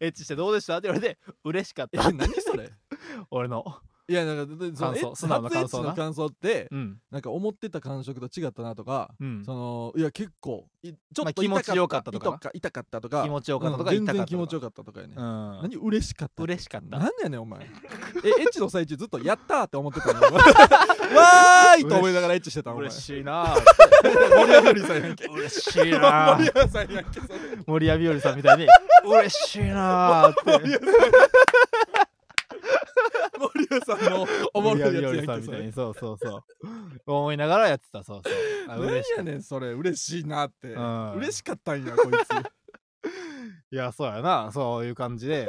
Speaker 1: エッチしてどうでしたって言われて嬉しかっ
Speaker 2: え
Speaker 1: たって
Speaker 2: 何それ
Speaker 1: 俺の
Speaker 2: いやなんかでその
Speaker 1: 感想
Speaker 2: え
Speaker 1: 素直な
Speaker 2: 初エッ
Speaker 1: 感想
Speaker 2: チ
Speaker 1: な
Speaker 2: の感想って
Speaker 1: うん
Speaker 2: なんか思ってた感触と違ったなとか、
Speaker 1: うん
Speaker 2: そのいや結構いちょ
Speaker 1: まあ
Speaker 2: っと
Speaker 1: 気
Speaker 2: 痛
Speaker 1: 持
Speaker 2: か
Speaker 1: ちよかったとかな
Speaker 2: 痛痛かったとか
Speaker 1: 気持ちよかったとか
Speaker 2: うん
Speaker 1: 痛
Speaker 2: 全
Speaker 1: かったと
Speaker 2: 然
Speaker 1: か
Speaker 2: 気持ちよかったとかやね、
Speaker 1: うん
Speaker 2: 何嬉しかった
Speaker 1: 嬉しかった
Speaker 2: 何やねんお前えエッチの最中ずっとやったーって思ってた のわーいと思いながらエッチしてたのお前
Speaker 1: 嬉しい なぁ
Speaker 2: 森上さんやん け
Speaker 1: 嬉しいな
Speaker 2: 森
Speaker 1: ぁ
Speaker 2: 上さんやんけそれ
Speaker 1: 森谷日和さんみたいに嬉しいなぁって
Speaker 2: 森上さんのおもろいやつやん
Speaker 1: 森谷日和さん
Speaker 2: け
Speaker 1: み
Speaker 2: そ
Speaker 1: たい
Speaker 2: れ
Speaker 1: にそうそうそう思いながらやってたそうそうあ
Speaker 2: 何
Speaker 1: 嬉し
Speaker 2: や
Speaker 1: い
Speaker 2: ねんそれ嬉しいなって、
Speaker 1: うん
Speaker 2: 嬉しかったんやこい つ何
Speaker 1: いやそうやなそういう感じで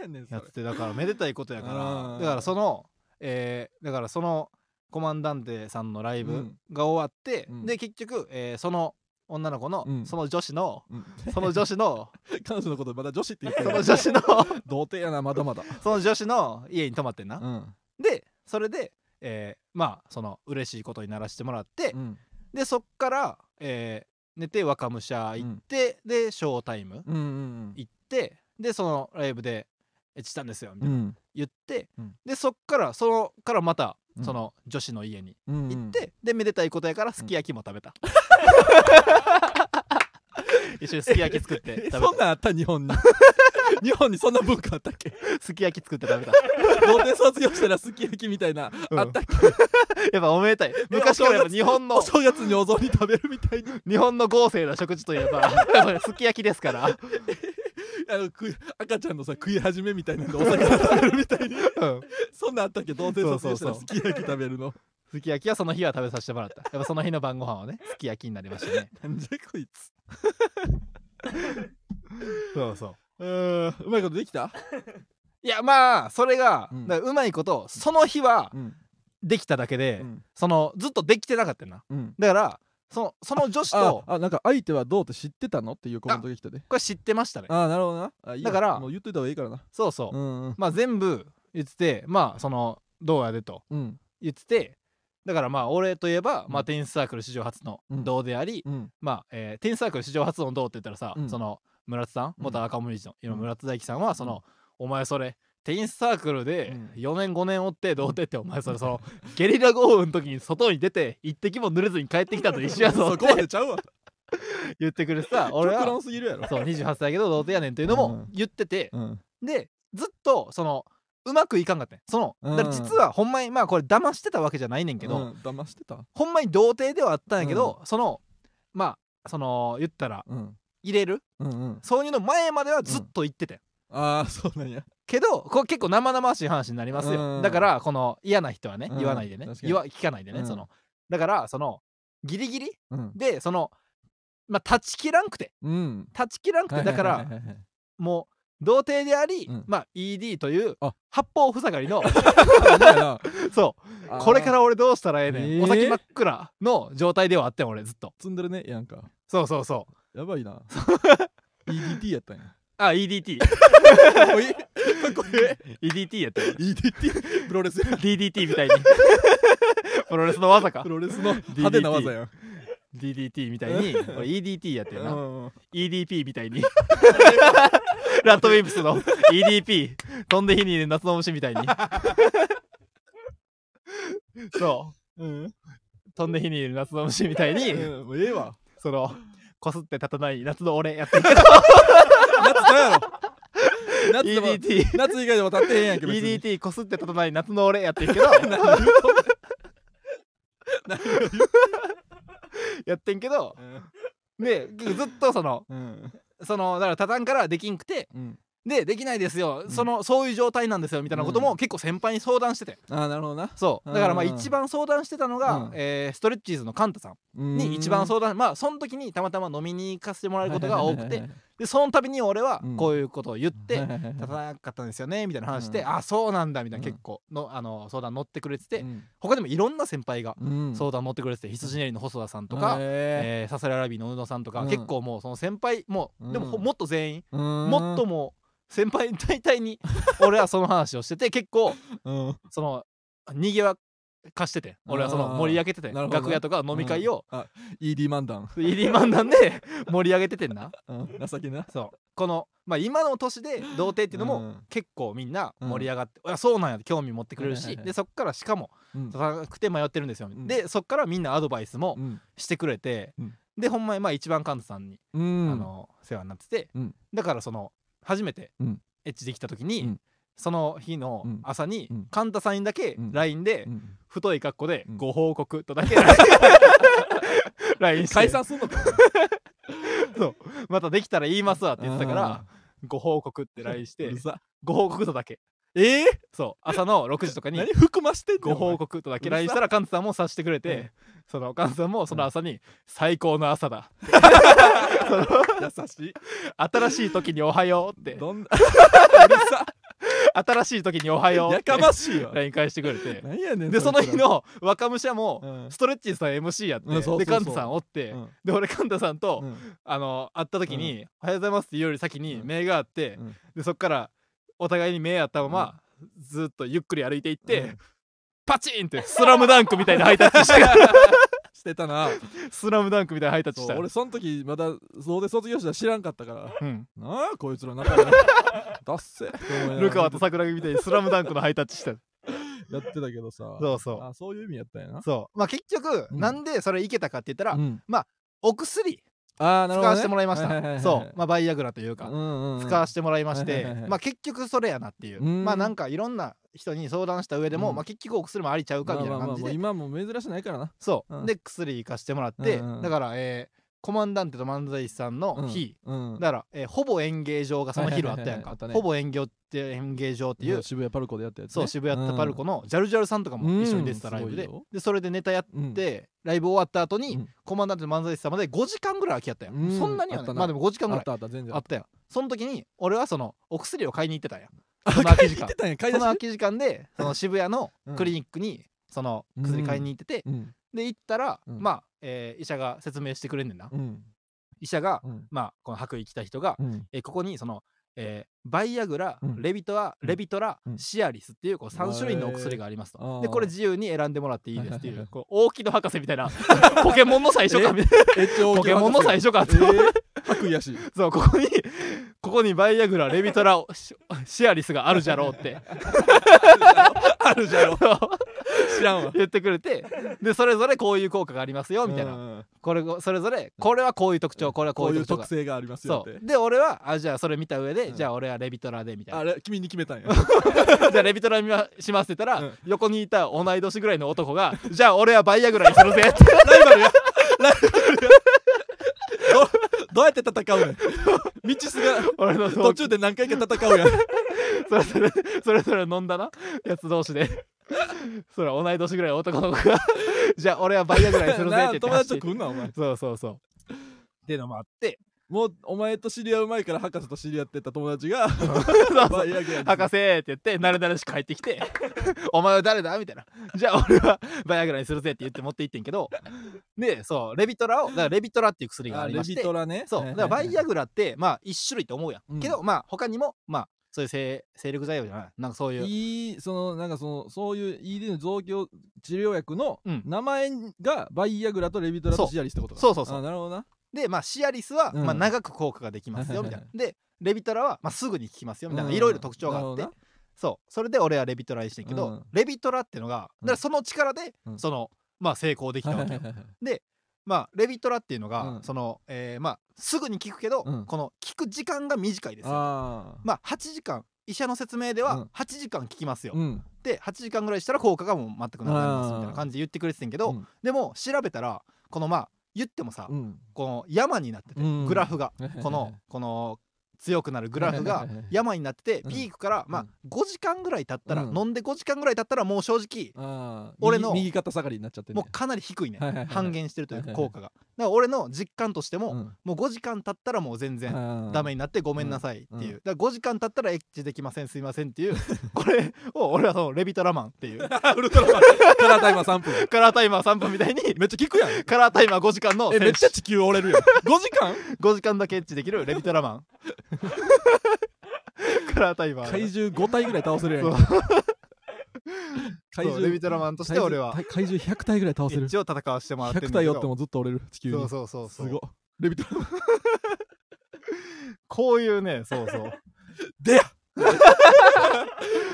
Speaker 2: やねんそ
Speaker 1: や
Speaker 2: れ
Speaker 1: ってだからめでたいことやから
Speaker 2: うん
Speaker 1: だからそのえーだからそのコマンダンテさんのライ
Speaker 2: う
Speaker 1: ブ
Speaker 2: ん
Speaker 1: が終わって、
Speaker 2: うん
Speaker 1: で結局、えーその女の子の、
Speaker 2: うん
Speaker 1: その女子の
Speaker 2: うん
Speaker 1: その女子の
Speaker 2: 彼女のことまだ女子って言って
Speaker 1: そ
Speaker 2: る
Speaker 1: の女子の
Speaker 2: 童貞やなまだまだ
Speaker 1: その女子の家に泊まってんな、
Speaker 2: ん
Speaker 1: でそれで、えーまあその嬉しいことにならしてもらって、
Speaker 2: うん
Speaker 1: でそっから、えー寝て若武者行って、でショータイム
Speaker 2: うんうん
Speaker 1: 行ってでそのライブで「えしたんですよ」みたいな、
Speaker 2: ん
Speaker 1: 言って、
Speaker 2: うん
Speaker 1: でそっからそのからまた
Speaker 2: うん
Speaker 1: その女子の家に
Speaker 2: うん
Speaker 1: 行って、でめでたいことやからすき焼きも食べた、 一緒にすき焼き作って
Speaker 2: そ
Speaker 1: 食
Speaker 2: んなんあった日 本に日本にそんな文化あったっけ
Speaker 1: べたすき焼き作って食べた
Speaker 2: 童貞卒業したらすき焼きみたいな、
Speaker 1: うん
Speaker 2: あったっけ
Speaker 1: やっぱおめでたい昔からやっぱ日本
Speaker 2: お
Speaker 1: の
Speaker 2: 正月にお雑煮食べるみたいに
Speaker 1: 日本の豪勢な食事といえ ばやっぱりすき焼きですから、
Speaker 2: あの食い赤ちゃんのさ食い始めみたいなんでお 魚食べるみたいに
Speaker 1: うん、
Speaker 2: そんなんあったっけ童貞卒業したら
Speaker 1: そうそ
Speaker 2: すき焼き食べるの
Speaker 1: すき焼きはその日は食べさせてもらったやっぱその日の晩ご飯はねすき焼きになりましたね
Speaker 2: なんじゃこいつ
Speaker 1: そうそう
Speaker 2: うーんうまいことできた
Speaker 1: いやまあそれが、
Speaker 2: うん
Speaker 1: だからうまいことその日は
Speaker 2: うん
Speaker 1: できただけで、
Speaker 2: うん
Speaker 1: そのずっとできてなかったよな
Speaker 2: うん
Speaker 1: だからそのその女子
Speaker 2: あ
Speaker 1: と
Speaker 2: あなんか相手はどうって知ってたのっていうコメントが来たで
Speaker 1: これ知ってましたね
Speaker 2: ああなるほどなあいいや
Speaker 1: だから
Speaker 2: もう言っといた方がいいからな
Speaker 1: そうそう、
Speaker 2: うんうん
Speaker 1: まあ全部言っててまあそのどうやでと
Speaker 2: うん
Speaker 1: 言っててだからまあ俺といえば、
Speaker 2: うん
Speaker 1: まあテニスサークル史上初の
Speaker 2: うん
Speaker 1: 銅であり、
Speaker 2: うん
Speaker 1: まあ、えーテニスサークル史上初の銅って言ったらさ、
Speaker 2: うん
Speaker 1: その村田さん
Speaker 2: うん
Speaker 1: 元赤森市の今
Speaker 2: うん
Speaker 1: 村田大樹さんはその、お前それテニスサークルで
Speaker 2: うん
Speaker 1: 4年5年追って童貞ってお前それその ゲリラ豪雨の時に外に出て一滴も濡れずに帰ってきたと一緒やぞ
Speaker 2: そ
Speaker 1: っ
Speaker 2: こま
Speaker 1: て
Speaker 2: でちゃうわ
Speaker 1: 言ってくれて さ俺
Speaker 2: 極
Speaker 1: は
Speaker 2: 論すぎるやろ
Speaker 1: そう28歳やけど童貞やねんっていうの
Speaker 2: う
Speaker 1: も
Speaker 2: ん
Speaker 1: 言ってて、
Speaker 2: うん
Speaker 1: でずっとそのうまくいかんかったんそのだから
Speaker 2: うん
Speaker 1: 実はほんまにまあこれ騙してたわけじゃないねんけど、
Speaker 2: うん騙してた
Speaker 1: ほんまに童貞ではあったんやけど、そのまあその言ったら
Speaker 2: うん
Speaker 1: 入れる
Speaker 2: うんうん
Speaker 1: 挿入の前まではずっと言ってたよ、
Speaker 2: ああそうなんや
Speaker 1: けどこれ結構生々しい話になりますよ、
Speaker 2: うん
Speaker 1: だからこの嫌な人はね
Speaker 2: うん
Speaker 1: 言わないでね、
Speaker 2: 確かに
Speaker 1: 言わ聞かないでね、
Speaker 2: うん
Speaker 1: そのだからそのギリギリ
Speaker 2: うん
Speaker 1: でそのまあ断ち切らんくて
Speaker 2: うん
Speaker 1: 断ち切らんくてだから、
Speaker 2: はいはいはいはいはい
Speaker 1: もう童貞であり、
Speaker 2: うん
Speaker 1: まあ ED という
Speaker 2: あ
Speaker 1: 八方塞がり の
Speaker 2: そうだよ
Speaker 1: そう
Speaker 2: な
Speaker 1: これから俺どうしたらええねん、
Speaker 2: えー
Speaker 1: お先真っ暗の状態ではあってん俺ずっと
Speaker 2: 積んでるねやんか
Speaker 1: そうそうそう
Speaker 2: やば いな EDT やったんや
Speaker 1: あ EDTEDT
Speaker 2: かっ こいいかっこい
Speaker 1: やったよ
Speaker 2: い EDT プロレス
Speaker 1: DDT みたいに プロレスの技か
Speaker 2: プロレスの派手な技やん
Speaker 1: DDT みたいに俺 EDT やってる
Speaker 2: う
Speaker 1: な、
Speaker 2: んうん
Speaker 1: EDP みたいに ラッドウィンプスの EDP 飛んで火に入れる夏の虫みたいに そう
Speaker 2: うん
Speaker 1: 飛んで火に入れる夏の虫みたいに
Speaker 2: うんもうええわ
Speaker 1: そのこすって立たない夏の俺やってる
Speaker 2: 夏なんやろ夏でも
Speaker 1: EDT
Speaker 2: 夏以外でも立ってへんやんけ別に
Speaker 1: EDT こすって立たない夏の俺やってるけ ど やってんけどでずっとその
Speaker 2: うん
Speaker 1: そのだから畳んからできんくて
Speaker 2: うん
Speaker 1: でできないですよ、
Speaker 2: ん
Speaker 1: そのそういう状態なんですよみたいなこと
Speaker 2: う
Speaker 1: も結構先輩に相談してて
Speaker 2: ああなるほどな
Speaker 1: そうだからまあ
Speaker 2: うん
Speaker 1: 一番相談してたのが、
Speaker 2: うん
Speaker 1: えーストレッチーズのカンタさんに一番相談まあその時にたまたま飲みに行かせてもらえることが多くてでその度に俺は
Speaker 2: うん
Speaker 1: こういうことを言っ
Speaker 2: で
Speaker 1: て、立たなかったんですよねみたいな話して、
Speaker 2: うん
Speaker 1: あそうなんだみたいな
Speaker 2: うん
Speaker 1: 結構の、あの相談乗ってくれてて、他にもいろんな先輩が相談乗ってくれてて、羊練りの細田さんとか、
Speaker 2: え
Speaker 1: えーササララビーの宇野さんとか、
Speaker 2: うん
Speaker 1: 結構もうその先輩もう、でもほ
Speaker 2: うん
Speaker 1: もっと全員、も
Speaker 2: も
Speaker 1: っともう先輩大体 に俺はその話をしてて結構そのにぎわかしてて俺はその
Speaker 2: あー
Speaker 1: 盛り上げてて、
Speaker 2: なるほどね
Speaker 1: 楽屋とか飲み会を、
Speaker 2: あ ED 漫談
Speaker 1: ED 漫談 で盛り上げててんな
Speaker 2: うん情けな
Speaker 1: そうこの、まあ、今の年で童貞っていうのも、
Speaker 2: うん
Speaker 1: 結構みんな盛り上がって、いやそうなんやって興味持ってくれる
Speaker 2: はい
Speaker 1: し
Speaker 2: はいはい
Speaker 1: でそっからしかも
Speaker 2: うん
Speaker 1: 高くて迷ってるんですよ、
Speaker 2: ん
Speaker 1: でそっからみんなアドバイスも
Speaker 2: うん
Speaker 1: してくれて、
Speaker 2: うん
Speaker 1: でほんまにまあ一番神田さんに、
Speaker 2: うん
Speaker 1: あの世話になってて、
Speaker 2: うん
Speaker 1: だからその初めて
Speaker 2: うん
Speaker 1: エッチできた時に、
Speaker 2: うん
Speaker 1: その日の
Speaker 2: うん
Speaker 1: 朝に
Speaker 2: うん
Speaker 1: 神田さんにだけ
Speaker 2: うん
Speaker 1: LINE で
Speaker 2: うん
Speaker 1: 太い格好で
Speaker 2: うん
Speaker 1: 「ご報告」とだ け LINE して
Speaker 2: 解散すんのか
Speaker 1: またできたら言いますわって言ってたから
Speaker 2: あ
Speaker 1: 「ご報告」って LINE し
Speaker 2: ー
Speaker 1: て
Speaker 2: うるさ
Speaker 1: 「ご報告」とだけ
Speaker 2: ええ
Speaker 1: そう朝の6時とかに
Speaker 2: 何含ましてんの
Speaker 1: ご報告とだけ LINE したらカンツさんも察してくれて、
Speaker 2: うん
Speaker 1: そのカンツさんもその朝に「最高の朝だ」
Speaker 2: 優しい
Speaker 1: 新しい時におはよう」って
Speaker 2: どんなうるさ
Speaker 1: 「新しい時におはよう」っ
Speaker 2: や
Speaker 1: て
Speaker 2: かまし いわ
Speaker 1: LINE 返してくれて
Speaker 2: 何やねん
Speaker 1: でその日
Speaker 2: いつら
Speaker 1: の若武者も
Speaker 2: うん
Speaker 1: ストレッチーズさん MC やって、
Speaker 2: うんそうそうそう
Speaker 1: でカンツさんおって、
Speaker 2: うん
Speaker 1: で俺カンタさんと、
Speaker 2: うん
Speaker 1: あの会った時に、おはようございます」って言うより先に
Speaker 2: うん
Speaker 1: 目があって、
Speaker 2: うん
Speaker 1: でそっからお互いに目あったまま、ずっとゆっくり歩いていって、
Speaker 2: うん
Speaker 1: パチンってスラムダンクみたいなハイタッチして
Speaker 2: してたな
Speaker 1: スラムダンクみたいなハイタッチ
Speaker 2: そ
Speaker 1: し
Speaker 2: う
Speaker 1: た
Speaker 2: 俺その時まだそうで卒業したら知らんかった から
Speaker 1: うん
Speaker 2: なあこいつら仲良い だっせって思いながら
Speaker 1: ルカワと桜木みたいにスラムダンクのハイタッチしてる
Speaker 2: やってたけどさ
Speaker 1: そうそ
Speaker 2: あそういう意味やったんやな
Speaker 1: うそうまあ結局、
Speaker 2: うん
Speaker 1: なんでそれいけたかって言ったら、
Speaker 2: うん
Speaker 1: お薬
Speaker 2: ああな
Speaker 1: 使
Speaker 2: るほど、ね、
Speaker 1: わせてもらいました、
Speaker 2: はいはいはいはい
Speaker 1: そう、まあ、バイアグラというか、
Speaker 2: うんうんうん
Speaker 1: 使わせてもらいまして、
Speaker 2: はいはいはいはい
Speaker 1: まあ、結局それやなっていう、
Speaker 2: うん
Speaker 1: まあなんかいろんな人に相談した上でも、
Speaker 2: うん
Speaker 1: まあ、結局お薬もありちゃうかみたいな感じで、
Speaker 2: まあまあまあもう今も珍しないからな
Speaker 1: そう、
Speaker 2: うん
Speaker 1: で薬行かしてもらって、
Speaker 2: うんうん
Speaker 1: だから、えーコマンダンテと漫才師さんの日、
Speaker 2: うん、うん
Speaker 1: だから、えーほぼ演芸場がその昼あったやん
Speaker 2: はいはいはいはい
Speaker 1: か
Speaker 2: あっ、たね
Speaker 1: ほぼ演芸って演芸場っていう、
Speaker 2: 渋谷パルコでやったやつ、ね、
Speaker 1: そう渋谷
Speaker 2: う
Speaker 1: と
Speaker 2: ん
Speaker 1: パルコのジャルジャルさんとかも一緒に出てた
Speaker 2: うん
Speaker 1: ライブで、
Speaker 2: すごいよ
Speaker 1: でそれでネタやっ
Speaker 2: うん
Speaker 1: て、ライブ終わった後に、
Speaker 2: うん
Speaker 1: コマンダンテと漫才師さんまで5時間ぐらい空きやったやん、
Speaker 2: うん
Speaker 1: そんなには
Speaker 2: あっ
Speaker 1: ね
Speaker 2: たな
Speaker 1: まあでも5時間ぐ
Speaker 2: あ
Speaker 1: ら
Speaker 2: っ
Speaker 1: い
Speaker 2: たあった全然
Speaker 1: あったやんその時に俺はそのお薬を買いに行ってたんや
Speaker 2: あ
Speaker 1: その空き時
Speaker 2: 行
Speaker 1: 間
Speaker 2: ってたんや買い
Speaker 1: そ
Speaker 2: 出
Speaker 1: の
Speaker 2: し
Speaker 1: 空き時間 でその渋谷の
Speaker 2: うん
Speaker 1: クリニックにその薬買いに行ってて、
Speaker 2: うん
Speaker 1: で行ったら、
Speaker 2: うん
Speaker 1: まあ、えー医者が説明してくれんねんな、
Speaker 2: うん
Speaker 1: 医者が、
Speaker 2: うん
Speaker 1: まあこの白衣着た人が、
Speaker 2: うん
Speaker 1: えーここにその、えーバイアグラ、
Speaker 2: うん
Speaker 1: レビトア
Speaker 2: うん
Speaker 1: レビトラ、
Speaker 2: うん
Speaker 1: シアリスっていうこう3種類のお薬がありますと、でこれ
Speaker 2: え
Speaker 1: 自由に選んでもらっていいですってい
Speaker 2: はいうはい
Speaker 1: こう大木戸博士みたいな ポケモンの最初かみたいなポケモンの最初かって、
Speaker 2: 白衣やし
Speaker 1: そうここに ここにバイアグラレビトラシシアリスがあるじゃろうって あるじゃろう
Speaker 2: 知らんわ
Speaker 1: 言ってくれてでそれぞれこういう効果がありますよみたいな、
Speaker 2: な
Speaker 1: これそれぞれこれはこういう特徴これはこ
Speaker 2: こ
Speaker 1: う
Speaker 2: う
Speaker 1: い
Speaker 2: いうう
Speaker 1: 特徴が
Speaker 2: 特性がありますよ
Speaker 1: そ
Speaker 2: って
Speaker 1: うで俺はあじゃあそれ見た上で、
Speaker 2: うん
Speaker 1: じゃあ俺はレビトラでみたい
Speaker 2: あ
Speaker 1: な
Speaker 2: れ君に決めたんや
Speaker 1: じゃあレビトラ見ましますって言ったら、
Speaker 2: うん
Speaker 1: 横にいた同い年ぐらいの男がじゃあ俺はバイアグラにするぜって
Speaker 2: ライバルやライバルやどどうやって戦うねん 道すが
Speaker 1: 俺の
Speaker 2: 途中で何回か戦 うやん
Speaker 1: それそれそれぞれ飲んだなやつ同士で それ同い年ぐらいの男の子が じゃあ俺はバイアグラにするぜ
Speaker 2: な
Speaker 1: って言
Speaker 2: あ
Speaker 1: って
Speaker 2: 友
Speaker 1: 走
Speaker 2: 達
Speaker 1: っ
Speaker 2: と
Speaker 1: て
Speaker 2: 来んなお前
Speaker 1: そうそうそうっていうのもあって
Speaker 2: もうお前と知り合う前から博士と知り合ってた友 達が
Speaker 1: そうそう
Speaker 2: バイアグラに
Speaker 1: 博士って言って慣れ慣れしく帰ってきて 「お前は誰だ?」みたいな「じゃあ俺はバイアグラにするぜ」って言って持って行ってんけどでそうレビトラをだからレビトラっていう薬があ
Speaker 2: あ
Speaker 1: り
Speaker 2: レ
Speaker 1: まし
Speaker 2: ビ
Speaker 1: て
Speaker 2: トラね
Speaker 1: そうだからバイア
Speaker 2: グ
Speaker 1: グラってまあ一種類って思うやん、
Speaker 2: うん
Speaker 1: けどまあ他にもまあそういう精精力剤用じゃないなんかそういう
Speaker 2: いいそのなんかそのそういう ED の増強治療薬の
Speaker 1: うん
Speaker 2: 名前がバイアグラとレビトラ
Speaker 1: そう
Speaker 2: とシアリスってことか
Speaker 1: そうそうそう
Speaker 2: あなるほどな
Speaker 1: でまあシアリスは、
Speaker 2: うん
Speaker 1: まあ、長く効果ができ ますよみたいなでレビトラは、まあ、すぐに効きますよみたいな
Speaker 2: うん
Speaker 1: いろいろ特徴があって
Speaker 2: なるほどな
Speaker 1: そうそれで俺はレビトラにしてんけど、
Speaker 2: うん
Speaker 1: レビトラってのがだからその力で、
Speaker 2: うん
Speaker 1: そのまあ成功できたわけよ、
Speaker 2: はいはいはいはい
Speaker 1: まあレビトラっていうのが、
Speaker 2: うん
Speaker 1: その、えーまあすぐに効くけど、
Speaker 2: うん
Speaker 1: この効く時間が短いですよ
Speaker 2: ああ
Speaker 1: まあ8時間医者の説明で
Speaker 2: うん
Speaker 1: は8時間効きますよ、
Speaker 2: うん
Speaker 1: で8時間ぐらいしたら効果がもう全くなくなりますみたいな感じで言ってくれてたんやけど、
Speaker 2: うん
Speaker 1: でも調べたらこのまあ言ってもさ、
Speaker 2: うん
Speaker 1: この山になってて、
Speaker 2: うん
Speaker 1: グラフがこ
Speaker 2: はいはい
Speaker 1: の
Speaker 2: はい
Speaker 1: この強くなるグラフ
Speaker 2: は
Speaker 1: が
Speaker 2: いはいはい
Speaker 1: 山になってて
Speaker 2: うん
Speaker 1: ピークからまあ5時間ぐらい経ったら、
Speaker 2: うん
Speaker 1: 飲んで5時間ぐらい経ったらもう正直
Speaker 2: あー
Speaker 1: 俺
Speaker 2: 俺
Speaker 1: の
Speaker 2: の右肩下がりになっちゃってんね
Speaker 1: もうかなり低いね、
Speaker 2: はいはいはい
Speaker 1: 半減してるという
Speaker 2: は
Speaker 1: か
Speaker 2: いはいは
Speaker 1: 効果
Speaker 2: い
Speaker 1: が、だから俺の実感としても、
Speaker 2: うん
Speaker 1: もう5時間経ったらもう全然
Speaker 2: あー
Speaker 1: ダメになってごめんなさいっていう、
Speaker 2: うんうん
Speaker 1: だから5時間経ったらエッチできませんすいませんっていうこれを俺はそのレビトラマンっていう
Speaker 2: ウルトラマンカラータイマー3分
Speaker 1: カラータイマー3分みたいに
Speaker 2: めっちゃ効くやん
Speaker 1: カラータイマー5時間の
Speaker 2: えめっ
Speaker 1: 選
Speaker 2: ちゃ地球折れるやん5時間
Speaker 1: 手5時間だけエッチできるレビトラ マンカラータイマー
Speaker 2: 怪獣5体ぐらい倒せるやん
Speaker 1: そう
Speaker 2: 怪
Speaker 1: そうレビ
Speaker 2: 獣
Speaker 1: トラマンとして俺は
Speaker 2: 怪怪獣100体ぐらい倒せ
Speaker 1: エ
Speaker 2: る
Speaker 1: ッチを戦わせてもらってる
Speaker 2: 100
Speaker 1: んだけど
Speaker 2: 体寄ってもずっと折れる地球に
Speaker 1: そうそうそうそう
Speaker 2: すごいレビトラ
Speaker 1: こういうねそう そう
Speaker 2: で や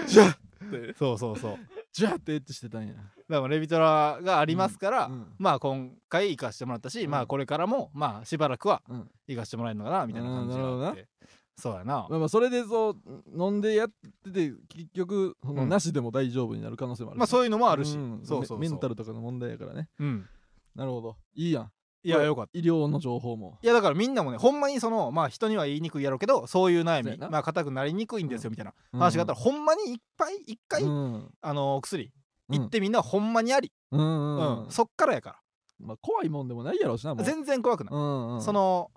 Speaker 2: じゃあって
Speaker 1: そうそうそう
Speaker 2: じゃあってエッチしてたんや
Speaker 1: だからレビトラがありますから、
Speaker 2: うん
Speaker 1: まあ今回行かしてもらったし、
Speaker 2: うん
Speaker 1: まあこれからもまあしばらくは
Speaker 2: うん
Speaker 1: 行かしてもらえるのかなみたいな感じが
Speaker 2: うんな
Speaker 1: あ
Speaker 2: る
Speaker 1: っ
Speaker 2: ほど
Speaker 1: てそうやな
Speaker 2: まあまあそれでそう飲んでやってて結局その
Speaker 1: うん
Speaker 2: なしでも大丈夫になる可能性もある
Speaker 1: まあそういうのもあるし、
Speaker 2: うん
Speaker 1: そうそうそう
Speaker 2: メメンタルとかの問題やからね
Speaker 1: うん
Speaker 2: なるほどいいやん
Speaker 1: いや
Speaker 2: これ
Speaker 1: よかった
Speaker 2: 医療の情報も
Speaker 1: いやだからみんなもねほんまにそのまあ人には言いにくいやろうけどそういう悩み
Speaker 2: そうやな
Speaker 1: まあ硬くなりにくいんですよみたいな
Speaker 2: うん
Speaker 1: 話があったら、ほんまにいっぱい一回、
Speaker 2: うん
Speaker 1: あのお薬
Speaker 2: うん
Speaker 1: 行ってみんなほんまにあり、
Speaker 2: うん
Speaker 1: う
Speaker 2: うんんうん
Speaker 1: そっからやか
Speaker 2: まあ怖いもんでもないやろうしなも
Speaker 1: ら
Speaker 2: う
Speaker 1: 全然怖くない、
Speaker 2: うんうん
Speaker 1: その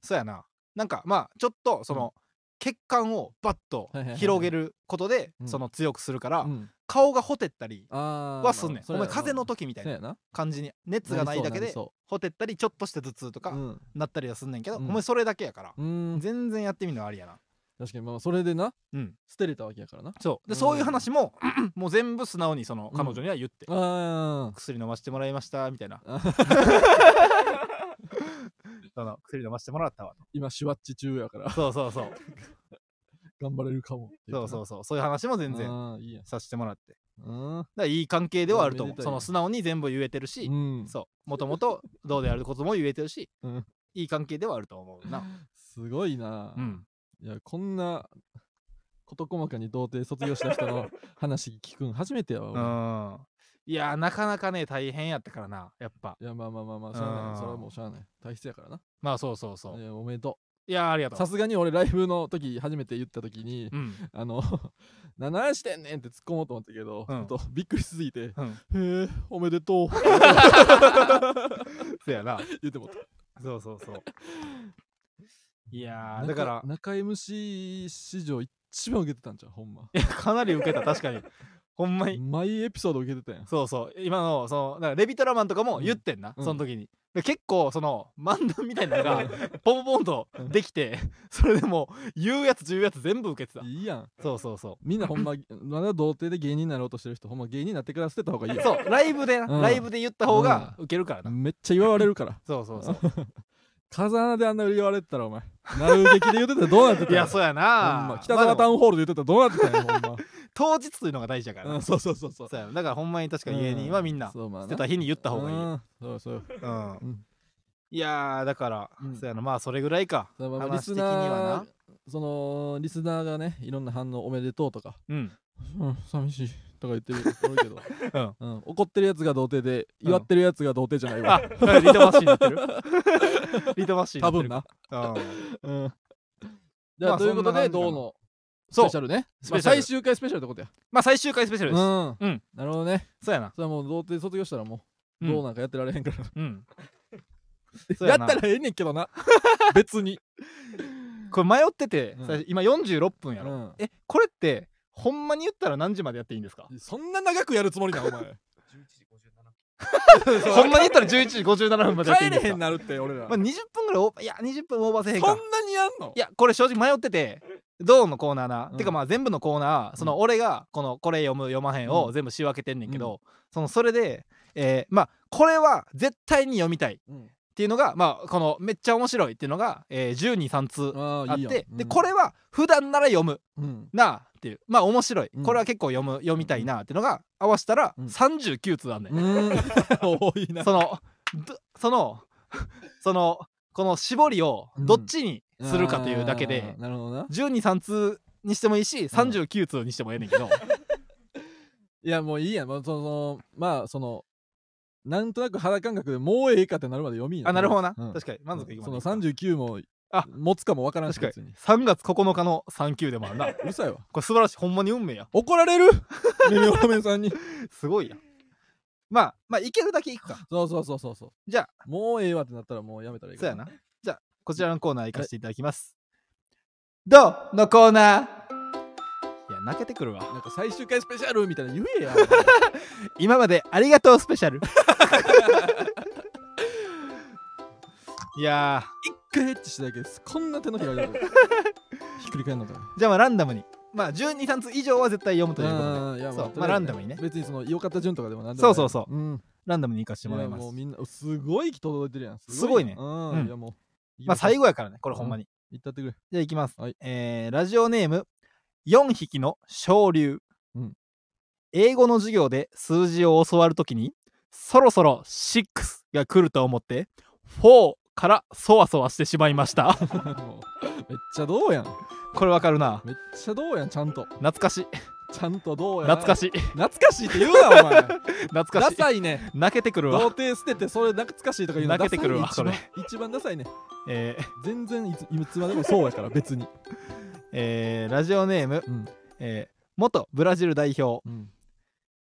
Speaker 1: そうやななんかまあちょっとその、血管をバッと
Speaker 2: はいはいはい
Speaker 1: 広げることで、
Speaker 2: うん
Speaker 1: その強くするから、
Speaker 2: うん
Speaker 1: 顔がほてったり
Speaker 2: あ
Speaker 1: はすんねん、お前風邪の
Speaker 2: 時
Speaker 1: 時みた
Speaker 2: み
Speaker 1: いな
Speaker 2: やな
Speaker 1: 感じに熱がないだけ
Speaker 2: なり
Speaker 1: で
Speaker 2: そ
Speaker 1: ほてったりちょっとした頭痛と
Speaker 2: うな
Speaker 1: か
Speaker 2: りそう
Speaker 1: なったりはすんねんけど、
Speaker 2: うん
Speaker 1: お前それだけやから、
Speaker 2: うんうん
Speaker 1: 全然やってみるのありやな
Speaker 2: 確かにまあそれでな
Speaker 1: うん
Speaker 2: 捨てれたわけやからな
Speaker 1: そうで、
Speaker 2: うん
Speaker 1: そういう話も もう全部素直にその
Speaker 2: うん
Speaker 1: 彼女には言って、
Speaker 2: あ
Speaker 1: 薬飲ませてもらいましたみたいな
Speaker 2: あ
Speaker 1: その薬飲ませてもらったわ
Speaker 2: 今シュワッチ中やから
Speaker 1: そうそうそう
Speaker 2: 頑張れるかも
Speaker 1: そうそううそうそういう話も全然
Speaker 2: 然いいやん
Speaker 1: させてもらってだか
Speaker 2: うん
Speaker 1: らいい関係ではあると思
Speaker 2: いうやめでたい
Speaker 1: その素直に全部言えてるし、
Speaker 2: うん
Speaker 1: そうもともとどうであることも言えてるし、
Speaker 2: うん
Speaker 1: いい関係ではあると思うな。
Speaker 2: すごいな、
Speaker 1: うん。
Speaker 2: いやこんな事細かに童貞卒業した人の話聞くん初めてやわ
Speaker 1: う
Speaker 2: 俺、
Speaker 1: ん。いやー、なかなかね、大変やったからな、やっぱ。
Speaker 2: いやまあまあまあまあしゃあな
Speaker 1: う
Speaker 2: い
Speaker 1: ん
Speaker 2: それはもうしゃあない体質やからな
Speaker 1: まあ、そうそうそう。
Speaker 2: いやおめでと
Speaker 1: いやー、ありが
Speaker 2: う
Speaker 1: と
Speaker 2: さ
Speaker 1: う。
Speaker 2: すがに俺ライブの時初めて言った時に、
Speaker 1: うん。
Speaker 2: あの「な何してんねん」って突っ込もうと思ったけど、
Speaker 1: うん
Speaker 2: ちょっとびっくりしすぎて「へ
Speaker 1: うん。
Speaker 2: えおめ でとう」
Speaker 1: そやな。
Speaker 2: 言ってもった
Speaker 1: そうそうそう。いやー、
Speaker 2: 中
Speaker 1: だから、
Speaker 2: 中 MC 史上一番受けてたんちゃうほんま
Speaker 1: いや、かなり受けた、 確かに。ほんまに。
Speaker 2: 毎エピソード受けてたやん
Speaker 1: そうそう今のそのだからレビトラマンとかも言ってんな、
Speaker 2: うん
Speaker 1: その時にで結構その漫談みたいなのが ポンポンとできてそれでもう言うやつ言うやつ全部受けてた
Speaker 2: いいやん
Speaker 1: そうそうそ
Speaker 2: みんなほんままだ童貞で芸人になろうとしてる人ほんま芸人になってから捨てた方がいいうよ
Speaker 1: そうライブでな、
Speaker 2: うん
Speaker 1: ライブで言った方が受けるからな、
Speaker 2: めっちゃ言われるから
Speaker 1: そうそうそう
Speaker 2: 風穴であんな言われてたらお前なる劇で言ってたらどうなってた
Speaker 1: い
Speaker 2: ん
Speaker 1: やそうやな、
Speaker 2: ほんま北沢タ
Speaker 1: まあでも
Speaker 2: ウンホールで言ってたらどうなってたんやほん
Speaker 1: 当日というのが大事だから
Speaker 2: ま、
Speaker 1: な、
Speaker 2: うん、そうそうそうそう
Speaker 1: そうやだからほんまに確かに芸人はみんな
Speaker 2: そうまあ
Speaker 1: 捨
Speaker 2: な
Speaker 1: てた日に言った方がいいよ、
Speaker 2: うんそうそう
Speaker 1: うん
Speaker 2: うん
Speaker 1: いやーだから、
Speaker 2: うん
Speaker 1: そうやなまあそれぐらいか
Speaker 2: そうまあまあリ
Speaker 1: 話
Speaker 2: ス
Speaker 1: 的には
Speaker 2: ナーそのリスナーがねいろんな反応おめでとうとか
Speaker 1: なうん
Speaker 2: うん寂しいとか言ってる人多いけ ど、
Speaker 1: うん
Speaker 2: うん、怒ってるやつが童貞で祝ってるやつが童貞じゃないわ、
Speaker 1: あリトマシーになってる リトマシーにな
Speaker 2: 多
Speaker 1: って
Speaker 2: 分
Speaker 1: る う
Speaker 2: な、
Speaker 1: ん
Speaker 2: うん、じゃあ、
Speaker 1: まあ
Speaker 2: というこ
Speaker 1: そんな感じか
Speaker 2: とで
Speaker 1: な
Speaker 2: どうのス
Speaker 1: そう
Speaker 2: ペシャルね
Speaker 1: ス
Speaker 2: ま
Speaker 1: ペ
Speaker 2: あ、
Speaker 1: シャル
Speaker 2: 最終回スペシャルってことや
Speaker 1: まあ最終回スペシャル
Speaker 2: う
Speaker 1: です、
Speaker 2: ん、
Speaker 1: うん
Speaker 2: なるほどね
Speaker 1: そうやな
Speaker 2: それはもう童貞卒業したらも
Speaker 1: う
Speaker 2: う、
Speaker 1: ん
Speaker 2: どうなんかやってられへんから
Speaker 1: うん
Speaker 2: や
Speaker 1: そうやな
Speaker 2: ったらええねん けどな別に、
Speaker 1: これ迷ってて、
Speaker 2: うん
Speaker 1: 最初今46分や
Speaker 2: う
Speaker 1: ろ、
Speaker 2: ん、
Speaker 1: えこれってほんまに言ったら何時までやっていいん ですか
Speaker 2: そんな長くやるつもりな お前
Speaker 1: ほんまに言ったら11時57分までやっていい
Speaker 2: 帰
Speaker 1: んで
Speaker 2: れ
Speaker 1: す
Speaker 2: へ
Speaker 1: か
Speaker 2: んなるって俺ら、
Speaker 1: まあ、20分ぐらいオーバーいや20分オーバーせえへん
Speaker 2: そ
Speaker 1: か
Speaker 2: んなにやんの
Speaker 1: いやこれ正直迷っててどうのコーナーな、
Speaker 2: うん
Speaker 1: てかまあ全部のコーナーその俺がこのこれ読む読まへん
Speaker 2: う
Speaker 1: を
Speaker 2: ん
Speaker 1: 全部仕分けてんねんけど、そのそれで、えーまあこれは絶対に読みたい
Speaker 2: うん
Speaker 1: っていうのが、まあ、このめっちゃ面白いっていうのが、えー、123通
Speaker 2: あ
Speaker 1: あ
Speaker 2: あ
Speaker 1: っ
Speaker 2: いい
Speaker 1: て
Speaker 2: やんう
Speaker 1: で
Speaker 2: ん
Speaker 1: これは普段なら読む
Speaker 2: うん
Speaker 1: なあっていうまあ面白い、
Speaker 2: うん
Speaker 1: これは結構読む読みたいなあっていうのが合わせたら
Speaker 2: うん
Speaker 1: 39通あんねん、
Speaker 2: うん多いな
Speaker 1: そのどそのそのこの絞りをどっちにするかというだけで
Speaker 2: あー、なるほどな
Speaker 1: 123通にしてもいいし39通にしてもええねん けど、
Speaker 2: いやもういいやんまあそのまあそのなんとなく肌感覚でもうええかってなるまで読みんや
Speaker 1: あなるほどな、
Speaker 2: うん
Speaker 1: 確かに満足いく
Speaker 2: そ
Speaker 1: まで
Speaker 2: の
Speaker 1: いくか
Speaker 2: 39も
Speaker 1: あ
Speaker 2: 持つかもわからんし
Speaker 1: 確か
Speaker 2: 別に
Speaker 1: 3月9日の3級でもあん な
Speaker 2: うるさいわ
Speaker 1: これ素晴らしいほんまに運命や
Speaker 2: 怒られるレミオ ロメンさんに
Speaker 1: すごいやんまあまあいけるだけいくか
Speaker 2: そうそうそうそうそう
Speaker 1: じゃ
Speaker 2: あもうええわってなったらもうやめたらいい
Speaker 1: そうや
Speaker 2: か
Speaker 1: な。じゃあ、こちらのコーナー行かせていただきます。どうのコーナーいや、泣けてくるわ。
Speaker 2: なんか最終回スペシャルみたいな言えや
Speaker 1: 今までありがとうスペ シャル。いや
Speaker 2: 一回ヘッチしただけですこんな手の ひらがあるひっくり返るのか
Speaker 1: ー、じゃあまあランダムに。まあ、12、3通以上は絶対読むということで、
Speaker 2: あーいや
Speaker 1: そう
Speaker 2: とりえず
Speaker 1: まあランダムにね
Speaker 2: 別にその良かった順とかでもなんでもない
Speaker 1: そうそうそ
Speaker 2: うん
Speaker 1: ランダムに行かせてもらいま
Speaker 2: やもう
Speaker 1: す。
Speaker 2: みんなすごい届いてるやん
Speaker 1: すごいね
Speaker 2: なうん、
Speaker 1: うん
Speaker 2: いやもう
Speaker 1: まあ、最後やからね、これほんまに。
Speaker 2: 行ったってくれ
Speaker 1: じゃあ行きます。
Speaker 2: はい
Speaker 1: えーラジオネーム、4匹の昇竜。
Speaker 2: うん
Speaker 1: 英語の授業で数字を教わるときに、そろそろ6が来ると思って、4からそわそわしてしまいました。
Speaker 2: もうめっちゃどうやん
Speaker 1: これわかるな。
Speaker 2: めっちゃどうやんちゃんと
Speaker 1: 懐かしい。
Speaker 2: ちゃんとどうやん
Speaker 1: 懐か
Speaker 2: しい
Speaker 1: しい。
Speaker 2: 懐かしいって言うなお前
Speaker 1: 懐か
Speaker 2: ダ
Speaker 1: しい。
Speaker 2: サいね
Speaker 1: 泣けてくる
Speaker 2: 童
Speaker 1: わ。
Speaker 2: 貞捨ててそれ懐かしいとか言うの
Speaker 1: 泣けてくるわ
Speaker 2: ダサいね
Speaker 1: そ
Speaker 2: 一番一番ダサいね
Speaker 1: えー
Speaker 2: 全然いついつまでもそうやから別に
Speaker 1: えーラジオネーム、
Speaker 2: うん
Speaker 1: えー元ブラジル代表、
Speaker 2: うん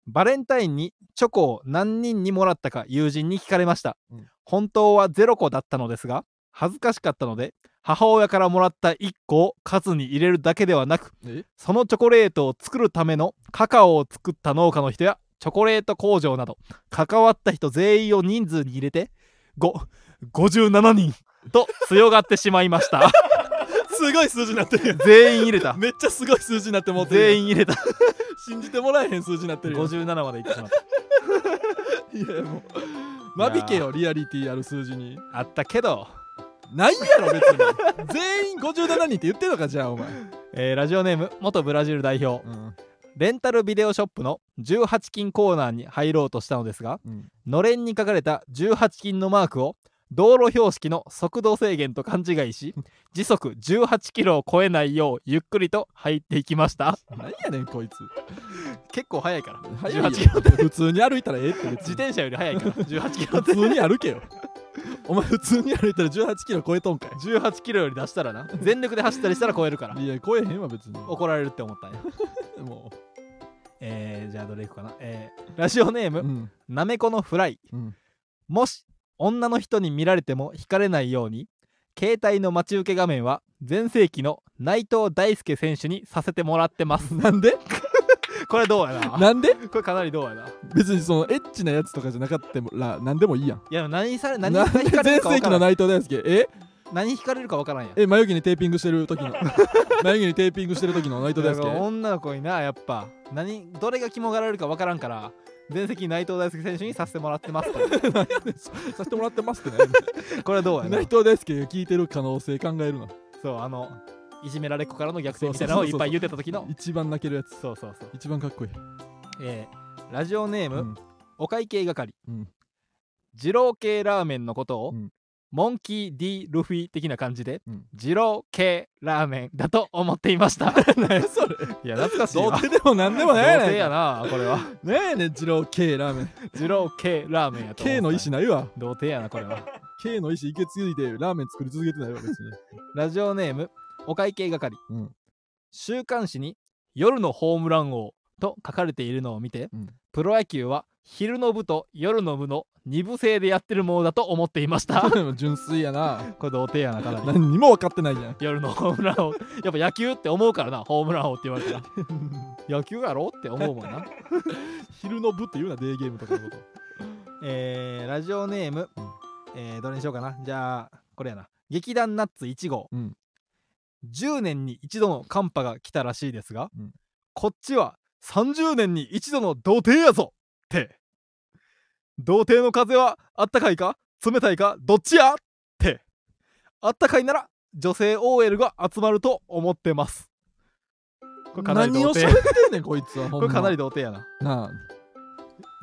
Speaker 1: バレンタインにチョコを何人にもらったか友人に聞かれました、
Speaker 2: うん
Speaker 1: 本当は0個だったのですが恥ずかしかったので母親からもらった1個を数に入れるだけではなく
Speaker 2: え
Speaker 1: そのチョコレートを作るためのカカオを作った農家の人やチョコレート工場など関わった人全員を人数に入れて5 57人と強がってしまいました
Speaker 2: すごい数字になってるやん
Speaker 1: 全員入れた
Speaker 2: めっちゃすごい数字になってもうてるやん
Speaker 1: 全員入れた
Speaker 2: 信じてもらえへん数字になってるやん
Speaker 1: 57までいってしまった
Speaker 2: いやもう間引けよリアリティある数字に
Speaker 1: あったけど
Speaker 2: ないやろ別に全員57人って言ってんのかじゃあお前、
Speaker 1: えーラジオネーム元ブラジル代表
Speaker 2: うん
Speaker 1: レンタルビデオショップの18金コーナーに入ろうとしたのですがのれんに書かれた18金のマークを道路標識の速度制限と勘違いし時速18キロを超えないようゆっくりと入っていきました
Speaker 2: 何やねんこいつ
Speaker 1: 結構速いから
Speaker 2: 早いよ
Speaker 1: 18キロ
Speaker 2: 普通に歩いたらええって
Speaker 1: 自
Speaker 2: 別に
Speaker 1: 転車より速いから18キ ロで
Speaker 2: 普通に歩けよお前普通に歩いたら1 8キロ超えとんか
Speaker 1: 18キロより出したらな全力で走ったりしたら超えるから
Speaker 2: いいや超えへんわ別に
Speaker 1: 怒られるって思ったんや
Speaker 2: も
Speaker 1: えー、じゃあどれいくかなえー、ラジオネー
Speaker 2: う、
Speaker 1: ム
Speaker 2: ん
Speaker 1: なめこのフライ
Speaker 2: うん、
Speaker 1: もし女の人に見られても惹かれないように携帯の待ち受け画面は全盛期の内藤大輔選手にさせてもらってます
Speaker 2: なんで
Speaker 1: これどうやな
Speaker 2: なんで
Speaker 1: これかなりどうやない
Speaker 2: 別にそのエッチなやつとかじゃなかったら何でもいいやん
Speaker 1: やでも何され
Speaker 2: な
Speaker 1: 何
Speaker 2: ん
Speaker 1: に惹
Speaker 2: で
Speaker 1: かれ
Speaker 2: 全
Speaker 1: るか分
Speaker 2: 盛期
Speaker 1: から
Speaker 2: の
Speaker 1: んない
Speaker 2: 内藤大輔え
Speaker 1: 何惹かれるか分からんやん
Speaker 2: え眉毛にテーピングしてる時 の眉毛にテーピングしてる時の内藤大
Speaker 1: だから
Speaker 2: 輔
Speaker 1: 女の子になやっぱ何どれが肝がられるか分からんから全席内藤大輔選手にさせてもらってますと
Speaker 2: させてもらってますってね
Speaker 1: これはどうやな
Speaker 2: 内藤大輔が聞いてる可能性考えるな
Speaker 1: そうあのいじめられっ子からの逆転みたいなのをいっぱい言ってた時の
Speaker 2: 一番泣けるや つ
Speaker 1: そうそうそう
Speaker 2: 一番かっこいい、
Speaker 1: えーラジオネーム、
Speaker 2: うん
Speaker 1: お会計係、
Speaker 2: うん
Speaker 1: 二郎系ラーメンのことを、
Speaker 2: うん
Speaker 1: モンキー・ D ・ルフィ的な感じで、
Speaker 2: うん
Speaker 1: 二郎系ラーメンだと思 っていました
Speaker 2: 何やそれ
Speaker 1: いや懐かしい
Speaker 2: 童
Speaker 1: わ
Speaker 2: 貞でも何でも
Speaker 1: 童
Speaker 2: ないやな
Speaker 1: 貞や
Speaker 2: いか
Speaker 1: なこれは
Speaker 2: 何やねん二郎 K ラーメン
Speaker 1: 二郎系ラーメンやと思った
Speaker 2: K の意思ないわ
Speaker 1: 童貞やなこれは
Speaker 2: K の意思受け継いでラーメン作り続けてないわ別 に
Speaker 1: ラジオネームお会計係、
Speaker 2: うん
Speaker 1: 週刊誌に「夜のホームラン王」と書かれているのを見て、
Speaker 2: うん
Speaker 1: プロ野球は昼の部と夜の部の二部制でやってるものだと思っていました
Speaker 2: それも純粋やな
Speaker 1: これ童貞やなかなり
Speaker 2: 何にも分かってないじゃん
Speaker 1: 夜の ホームラン王やっぱ野球って思うからなホームラン王って言われたら野球やろって思うもんな
Speaker 2: 昼の部っていうなデーゲームとかのこと
Speaker 1: えー、ラジオネーム、
Speaker 2: うん
Speaker 1: えーどれにしようかなじゃあこれやな劇団ナッツ1号、
Speaker 2: うん
Speaker 1: 10年に一度の寒波が来たらしいですが、
Speaker 2: うん
Speaker 1: こっちは30年に一度の童貞やぞって童貞の風はあったかいか冷たいかどっちやってあったかいなら女性 OL が集まると思ってますこれかなり
Speaker 2: 何を
Speaker 1: 童
Speaker 2: 喋
Speaker 1: 貞
Speaker 2: ってんねんこいつは
Speaker 1: こ
Speaker 2: ほんま
Speaker 1: れかなり童貞やな
Speaker 2: な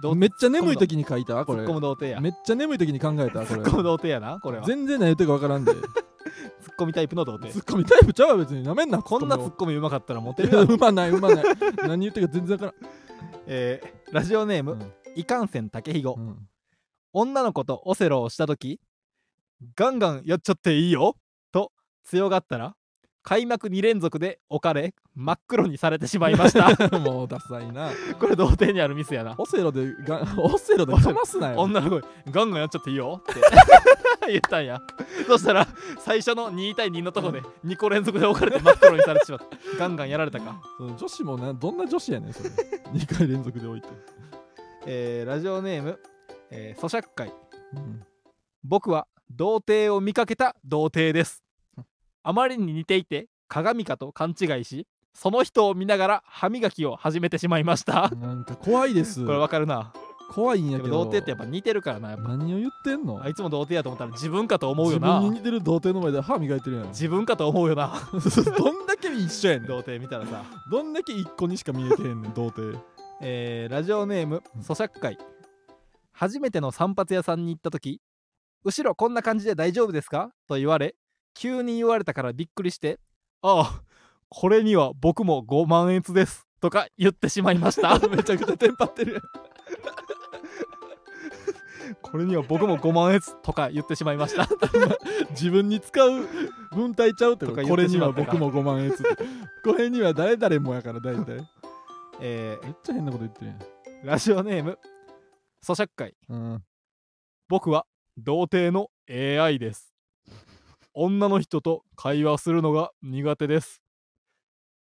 Speaker 1: ど
Speaker 2: あめっちゃ眠い時に書いたこ
Speaker 1: 突
Speaker 2: れ
Speaker 1: っ込む童貞や
Speaker 2: めっちゃ眠い時に考えたこ
Speaker 1: 突
Speaker 2: れ
Speaker 1: っ込む童貞やなこれは
Speaker 2: 全然何言ってるか分から んで
Speaker 1: ツッコミタイプの童
Speaker 2: ツ
Speaker 1: 貞
Speaker 2: ッコミタイプちゃうわ別になめんな
Speaker 1: こんなツ
Speaker 2: ツ
Speaker 1: ッ
Speaker 2: ッ
Speaker 1: コミうまかったらモテ
Speaker 2: コミ
Speaker 1: るや ろ、
Speaker 2: うまないうまない何言ってるか全然分か
Speaker 1: えーラジオネーム、
Speaker 2: うん
Speaker 1: いかんせんたけひご
Speaker 2: らん、うん
Speaker 1: 女の子とオセロをした時ガンガンやっちゃっていいよと強がったら開幕2連続で置かれ真っ黒にされてしまいました
Speaker 2: もうダサいな
Speaker 1: これ童貞にあるミスやな
Speaker 2: オセロでが オセロでかますなよ
Speaker 1: 女の子にガンガンやっちゃっていいよって 言ったんやそしたら最初の2対2のとこで2個連続で置かれて真っ黒にされてしまったガンガンやられたか
Speaker 2: その女子もなどんな女子や ねんそれ2回連続で置いて、
Speaker 1: えーラジオネーム、えー咀嚼会
Speaker 2: うん
Speaker 1: 僕は童貞を見かけた童貞ですあまりに似ていて鏡かと勘違いしその人を見ながら歯磨きを始めてしまいましたこ
Speaker 2: なんか怖いです
Speaker 1: れわかるな
Speaker 2: 怖いん
Speaker 1: で
Speaker 2: や
Speaker 1: も
Speaker 2: けど
Speaker 1: 童貞ってやっぱ似てるからなやっぱ
Speaker 2: 何を言ってんの
Speaker 1: あいつも童貞やと思ったら自分かと思うよな
Speaker 2: 自分に
Speaker 1: 自
Speaker 2: 似てる童貞の前で歯磨いて るやん
Speaker 1: 分かと思うよな
Speaker 2: どんだけ一緒やねん
Speaker 1: 童貞見たらさ、
Speaker 2: どんだけ一個にしか見えてへんねん童貞
Speaker 1: えーラジオネーム咀嚼会初めての散髪屋さんに行った時後ろこんな感じで大丈夫ですかと言われ急に言われたからびっくりしてああこれには僕も5万円ですとか言ってしまいました めちゃくちゃテンパってる これには僕も5万円とか言ってしまいました
Speaker 2: 自分に使う文体ちゃうってこ
Speaker 1: と
Speaker 2: と
Speaker 1: か言
Speaker 2: こ
Speaker 1: っ
Speaker 2: れ
Speaker 1: てし
Speaker 2: に
Speaker 1: ま
Speaker 2: は
Speaker 1: ったか
Speaker 2: 僕も5万円つってこれには誰々もやから大体めっ
Speaker 1: えー
Speaker 2: ちゃ変なこと言ってる
Speaker 1: ラジオネーム咀嚼会
Speaker 2: やん、うん、
Speaker 1: 僕は童貞の AI です。女の人と会話するのが苦手です。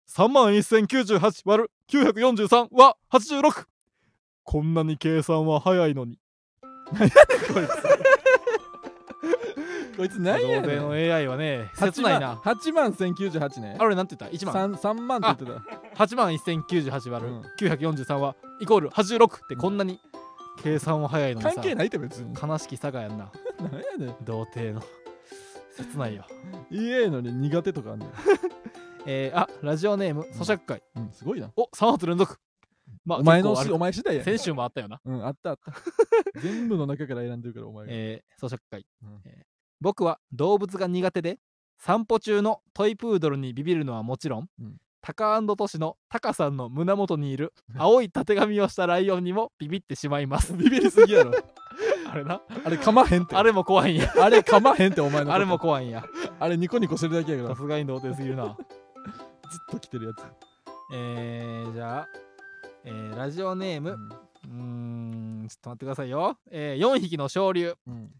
Speaker 1: 31,098割る943は86。こんなに計算は早いのに。
Speaker 2: こいつ
Speaker 1: 童
Speaker 2: 何やね
Speaker 1: 貞の
Speaker 2: ん
Speaker 1: AI はね、切
Speaker 2: 8
Speaker 1: ない
Speaker 2: 万
Speaker 1: な。
Speaker 2: 8万1098ね
Speaker 1: あれなんて言った ?1 万。
Speaker 2: 3, 3万って言ってた
Speaker 1: 8万1098割る
Speaker 2: うん
Speaker 1: 943はイコール86ってこんなに計算は早いのにさ
Speaker 2: 関。係ないって別に
Speaker 1: 悲しきさがやんな。
Speaker 2: 何やねん
Speaker 1: 童貞の。切ないよ。
Speaker 2: 言えのに苦手とかあんねん、
Speaker 1: えー、あ、ラジオネーム、咀嚼会。
Speaker 2: うん、すごいな
Speaker 1: お、3発連続。まあ、
Speaker 2: お前の
Speaker 1: 結
Speaker 2: し
Speaker 1: 構
Speaker 2: お
Speaker 1: あ
Speaker 2: 前次第
Speaker 1: る
Speaker 2: や
Speaker 1: 先週もあったよな。
Speaker 2: うんあったあ った全部の中から選んでるからお前が
Speaker 1: えー、咀嚼会、
Speaker 2: うん
Speaker 1: えー僕は動物が苦手で散歩中のトイプードルにビビるのはもちろん、
Speaker 2: うん
Speaker 1: タカトシのタカさんの胸元にいる青いたてがみをしたライオンにもビビってしまいます
Speaker 2: ビビりすぎやろ
Speaker 1: あれな
Speaker 2: あれかまへんって
Speaker 1: あれも怖いんや
Speaker 2: あれかまへんってお前のこと
Speaker 1: あれも怖いんや
Speaker 2: あれニコニコしてるだけやから
Speaker 1: さ
Speaker 2: ず
Speaker 1: すがに童貞すぎるな
Speaker 2: っと来てるやつ
Speaker 1: えー、じゃあ、えーラジオネーム
Speaker 2: うん
Speaker 1: うーんちょっと待ってくださいよ、え4匹の昇竜
Speaker 2: うん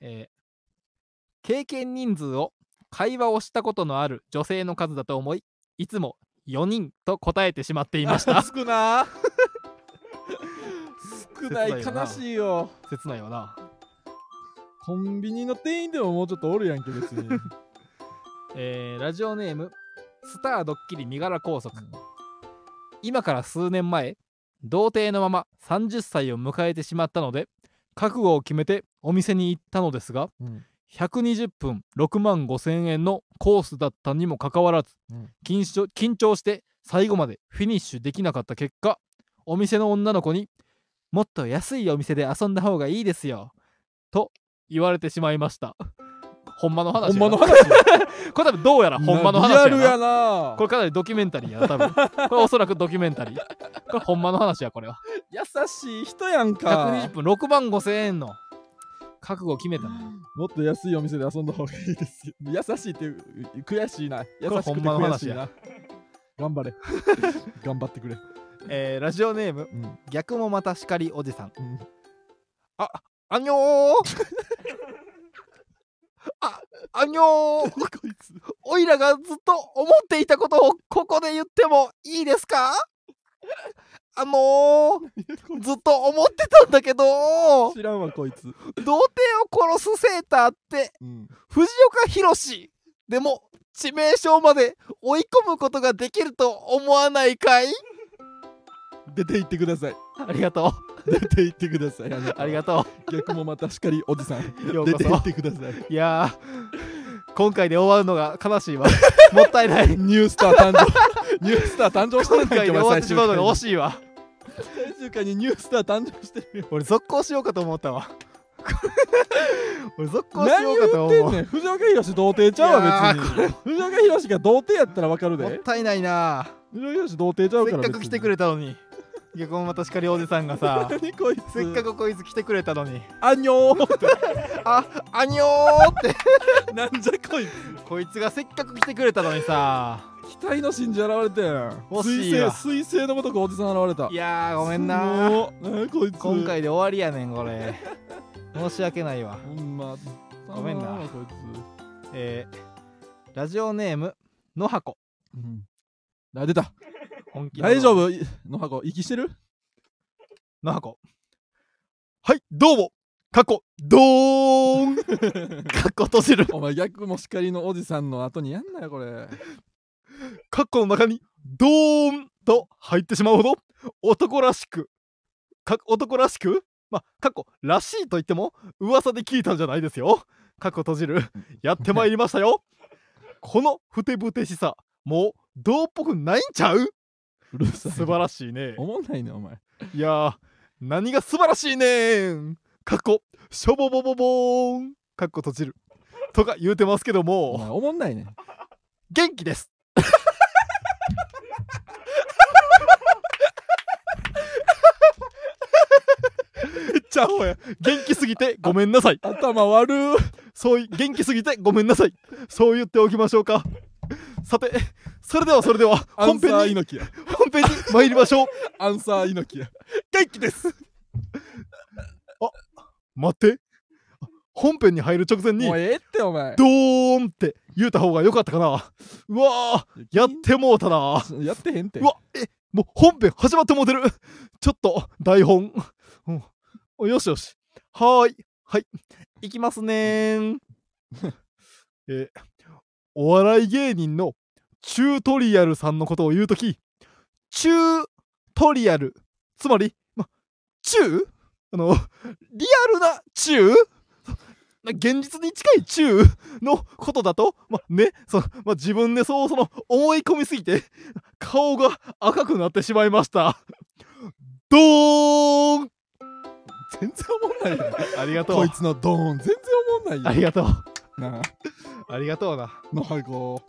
Speaker 1: えー経験人数を会話をしたことのある女性の数だと思いいつも4人と答えてしまっていまし た
Speaker 2: 少な少な
Speaker 1: 切な
Speaker 2: い
Speaker 1: いよな
Speaker 2: 悲しいよ
Speaker 1: 切ないよな、
Speaker 2: コンビニの店員でももうちょっとおるやんけ 別にうん
Speaker 1: えーラジオネームスタードッキリ身柄拘束今から数年前童貞のまま30歳を迎えてしまったので覚悟を決めてお店に行ったのですが
Speaker 2: うん
Speaker 1: 120分6万5000円のコースだったにもかかわらず、
Speaker 2: うん
Speaker 1: 緊張緊張して最後までフィニッシュできなかった結果お店の女の子に「もっと安いお店で遊んだ方がいいですよ」と言われてしまいました。ほんまの
Speaker 2: ほ
Speaker 1: 話
Speaker 2: ん
Speaker 1: や
Speaker 2: ま
Speaker 1: な
Speaker 2: の話
Speaker 1: これ多分どうやらほんまの話やな
Speaker 2: リアルやな
Speaker 1: これかなりドキュメンタリーやな多分これおそらくドキュメンタリーこれほんまの話やこれは
Speaker 2: 優しい人やんか
Speaker 1: 120分6万5000円の覚悟を決めたの
Speaker 2: もっと安いお店で遊んだ方がいいですよ。優しいっていう悔しいな。優
Speaker 1: れ
Speaker 2: しくて
Speaker 1: ほんまの
Speaker 2: 悔し
Speaker 1: 話
Speaker 2: い
Speaker 1: や
Speaker 2: な。頑 張れ。頑張ってくれ。
Speaker 1: えーラジオネーム
Speaker 2: うん。うん
Speaker 1: 逆もまた叱りおじさんあにょ ーあ、あにょーこいつ。おいらがずっと思っていたことをここで言ってもいいですかあのー、ずっと思ってたんだけど、童
Speaker 2: 知らんわ、こいつ。
Speaker 1: 貞を殺すセーターって
Speaker 2: うん。
Speaker 1: 藤岡弘でも致命傷まで追い込むことができると思わないかい
Speaker 2: 出て行ってください。
Speaker 1: ありがと
Speaker 2: 出て行ってください。
Speaker 1: う。ありが
Speaker 2: と
Speaker 1: と
Speaker 2: う。逆もまたしかりおじさん。
Speaker 1: う。よう
Speaker 2: 出
Speaker 1: こ
Speaker 2: て行っ
Speaker 1: そ。
Speaker 2: てください。
Speaker 1: いやー、今回で終わるのが悲しい わ。もったいない。
Speaker 2: ニュースター誕生。 ニュースター誕生してる
Speaker 1: 今
Speaker 2: んだっ
Speaker 1: 回
Speaker 2: け
Speaker 1: で終わってしまうのが惜
Speaker 2: い。
Speaker 1: しいわ
Speaker 2: 最終回にニュースター誕生してるよ。
Speaker 1: 俺続行しようかと思ったわ俺続行しよ
Speaker 2: 何
Speaker 1: うかと
Speaker 2: 言って
Speaker 1: 思
Speaker 2: ん
Speaker 1: う
Speaker 2: ねん。藤岡弘童貞ちゃうわ、別
Speaker 1: いや
Speaker 2: に。藤岡弘が童貞やったらわかる
Speaker 1: もっ
Speaker 2: で。
Speaker 1: たいないな
Speaker 2: 藤岡弘童貞ちゃうか
Speaker 1: せっ
Speaker 2: ら。
Speaker 1: かく来てくれたのに逆もまたしかりおじさんがさ
Speaker 2: 別に。何こいつ。
Speaker 1: せっかくこいつ来てくれたのに
Speaker 2: あにょー
Speaker 1: ああにょーって
Speaker 2: なんじゃこい
Speaker 1: こいつがせっかく来てくれたのにさ
Speaker 2: つ 期待の信者現れてん
Speaker 1: 惜しい
Speaker 2: 彗
Speaker 1: わ
Speaker 2: 星彗星のごとくおじさん現れた
Speaker 1: いやーごめんな
Speaker 2: もうなんやこいつ
Speaker 1: 今回で終わりやねんこれ申し訳ないわ
Speaker 2: ほんま
Speaker 1: ごめんな
Speaker 2: 頼むこいつ
Speaker 1: えー、ラジオネームの箱
Speaker 2: うんあ出た
Speaker 1: 本気の
Speaker 2: 大丈夫いの箱息してる
Speaker 1: の箱はいどうも過去ドーン 過去閉じる
Speaker 2: お前逆もしかりのおじさんの後にやんなよこれ
Speaker 1: 過去の中にドーンと入ってしまうほど男らしくか男らしくまあ過去らしいと言っても噂で聞いたんじゃないですよ過去閉じるやってまいりましたよこのふてぶてしさもうどうっぽくないんちゃう
Speaker 2: うるさい
Speaker 1: 素晴
Speaker 2: しい
Speaker 1: らしいね
Speaker 2: おもんないねお前
Speaker 1: いやー何が素晴らしいねん過去しょぼぼぼぼーんかっこ閉じるとか言うてますけど
Speaker 2: お
Speaker 1: も
Speaker 2: 前おもんないね
Speaker 1: 元気ですめっちゃアホや元気すぎてごめんなさい
Speaker 2: 頭悪ー
Speaker 1: そうい元気すぎてごめんなさいそう言っておきましょうかさてそれではそれでは
Speaker 2: ア
Speaker 1: 本
Speaker 2: ンサー
Speaker 1: 編に
Speaker 2: 猪木や
Speaker 1: 本編に参りましょう
Speaker 2: アンサー猪木や
Speaker 1: 元気ですあ待って本編に入る直前に
Speaker 2: もうええってお前
Speaker 1: ドーンって言うた方が良かったかなうわーやってもうたな
Speaker 2: やってへんって
Speaker 1: うわえもう本編始まってもうてる ちょっと台本、うんお、よしよしはーいはいいきますねーんえお笑い芸人のチュートリアルさんのことを言うときチュートリアルつまり、ま、チューあのリアルなチューな現実に近いチューのことだと、まねそのま、自分 でそうその思い込みすぎて顔が赤くなってしまいました。
Speaker 3: ドーン
Speaker 2: 全然思んないよ
Speaker 1: ありがと
Speaker 2: こ
Speaker 1: う
Speaker 2: い。つのドーン全然思んな
Speaker 1: あ
Speaker 2: い
Speaker 1: り
Speaker 2: よ
Speaker 1: がとう。
Speaker 2: なあ
Speaker 1: ありがとうな。
Speaker 2: 野原子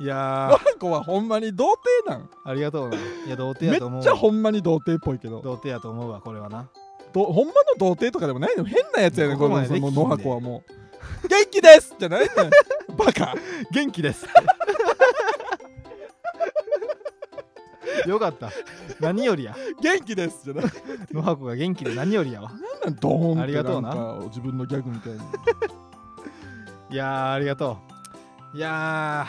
Speaker 1: いや
Speaker 2: 野原子はほんまに童貞なん
Speaker 1: ー、ありがとうな。いや、童貞
Speaker 2: め
Speaker 1: やと思うわ。
Speaker 2: っちゃほんまに童貞っぽいけど
Speaker 1: 童貞やと思うわ、これはな。
Speaker 2: どほんまの童貞とかでもないの変なやつやねん
Speaker 1: こ
Speaker 2: こ
Speaker 1: こまで
Speaker 2: のそ
Speaker 1: できひ
Speaker 2: の
Speaker 1: んで
Speaker 2: 野箱はもう元気ですじゃないねんバカ
Speaker 1: 元気です。 よかった。何よりや。
Speaker 2: 元気ですじゃない
Speaker 1: 野箱が元気で何よりやわ。
Speaker 2: なんドーンって
Speaker 1: ありがとうなん
Speaker 2: か自分のギャグみ たいに
Speaker 1: いやー、ありがとう。いや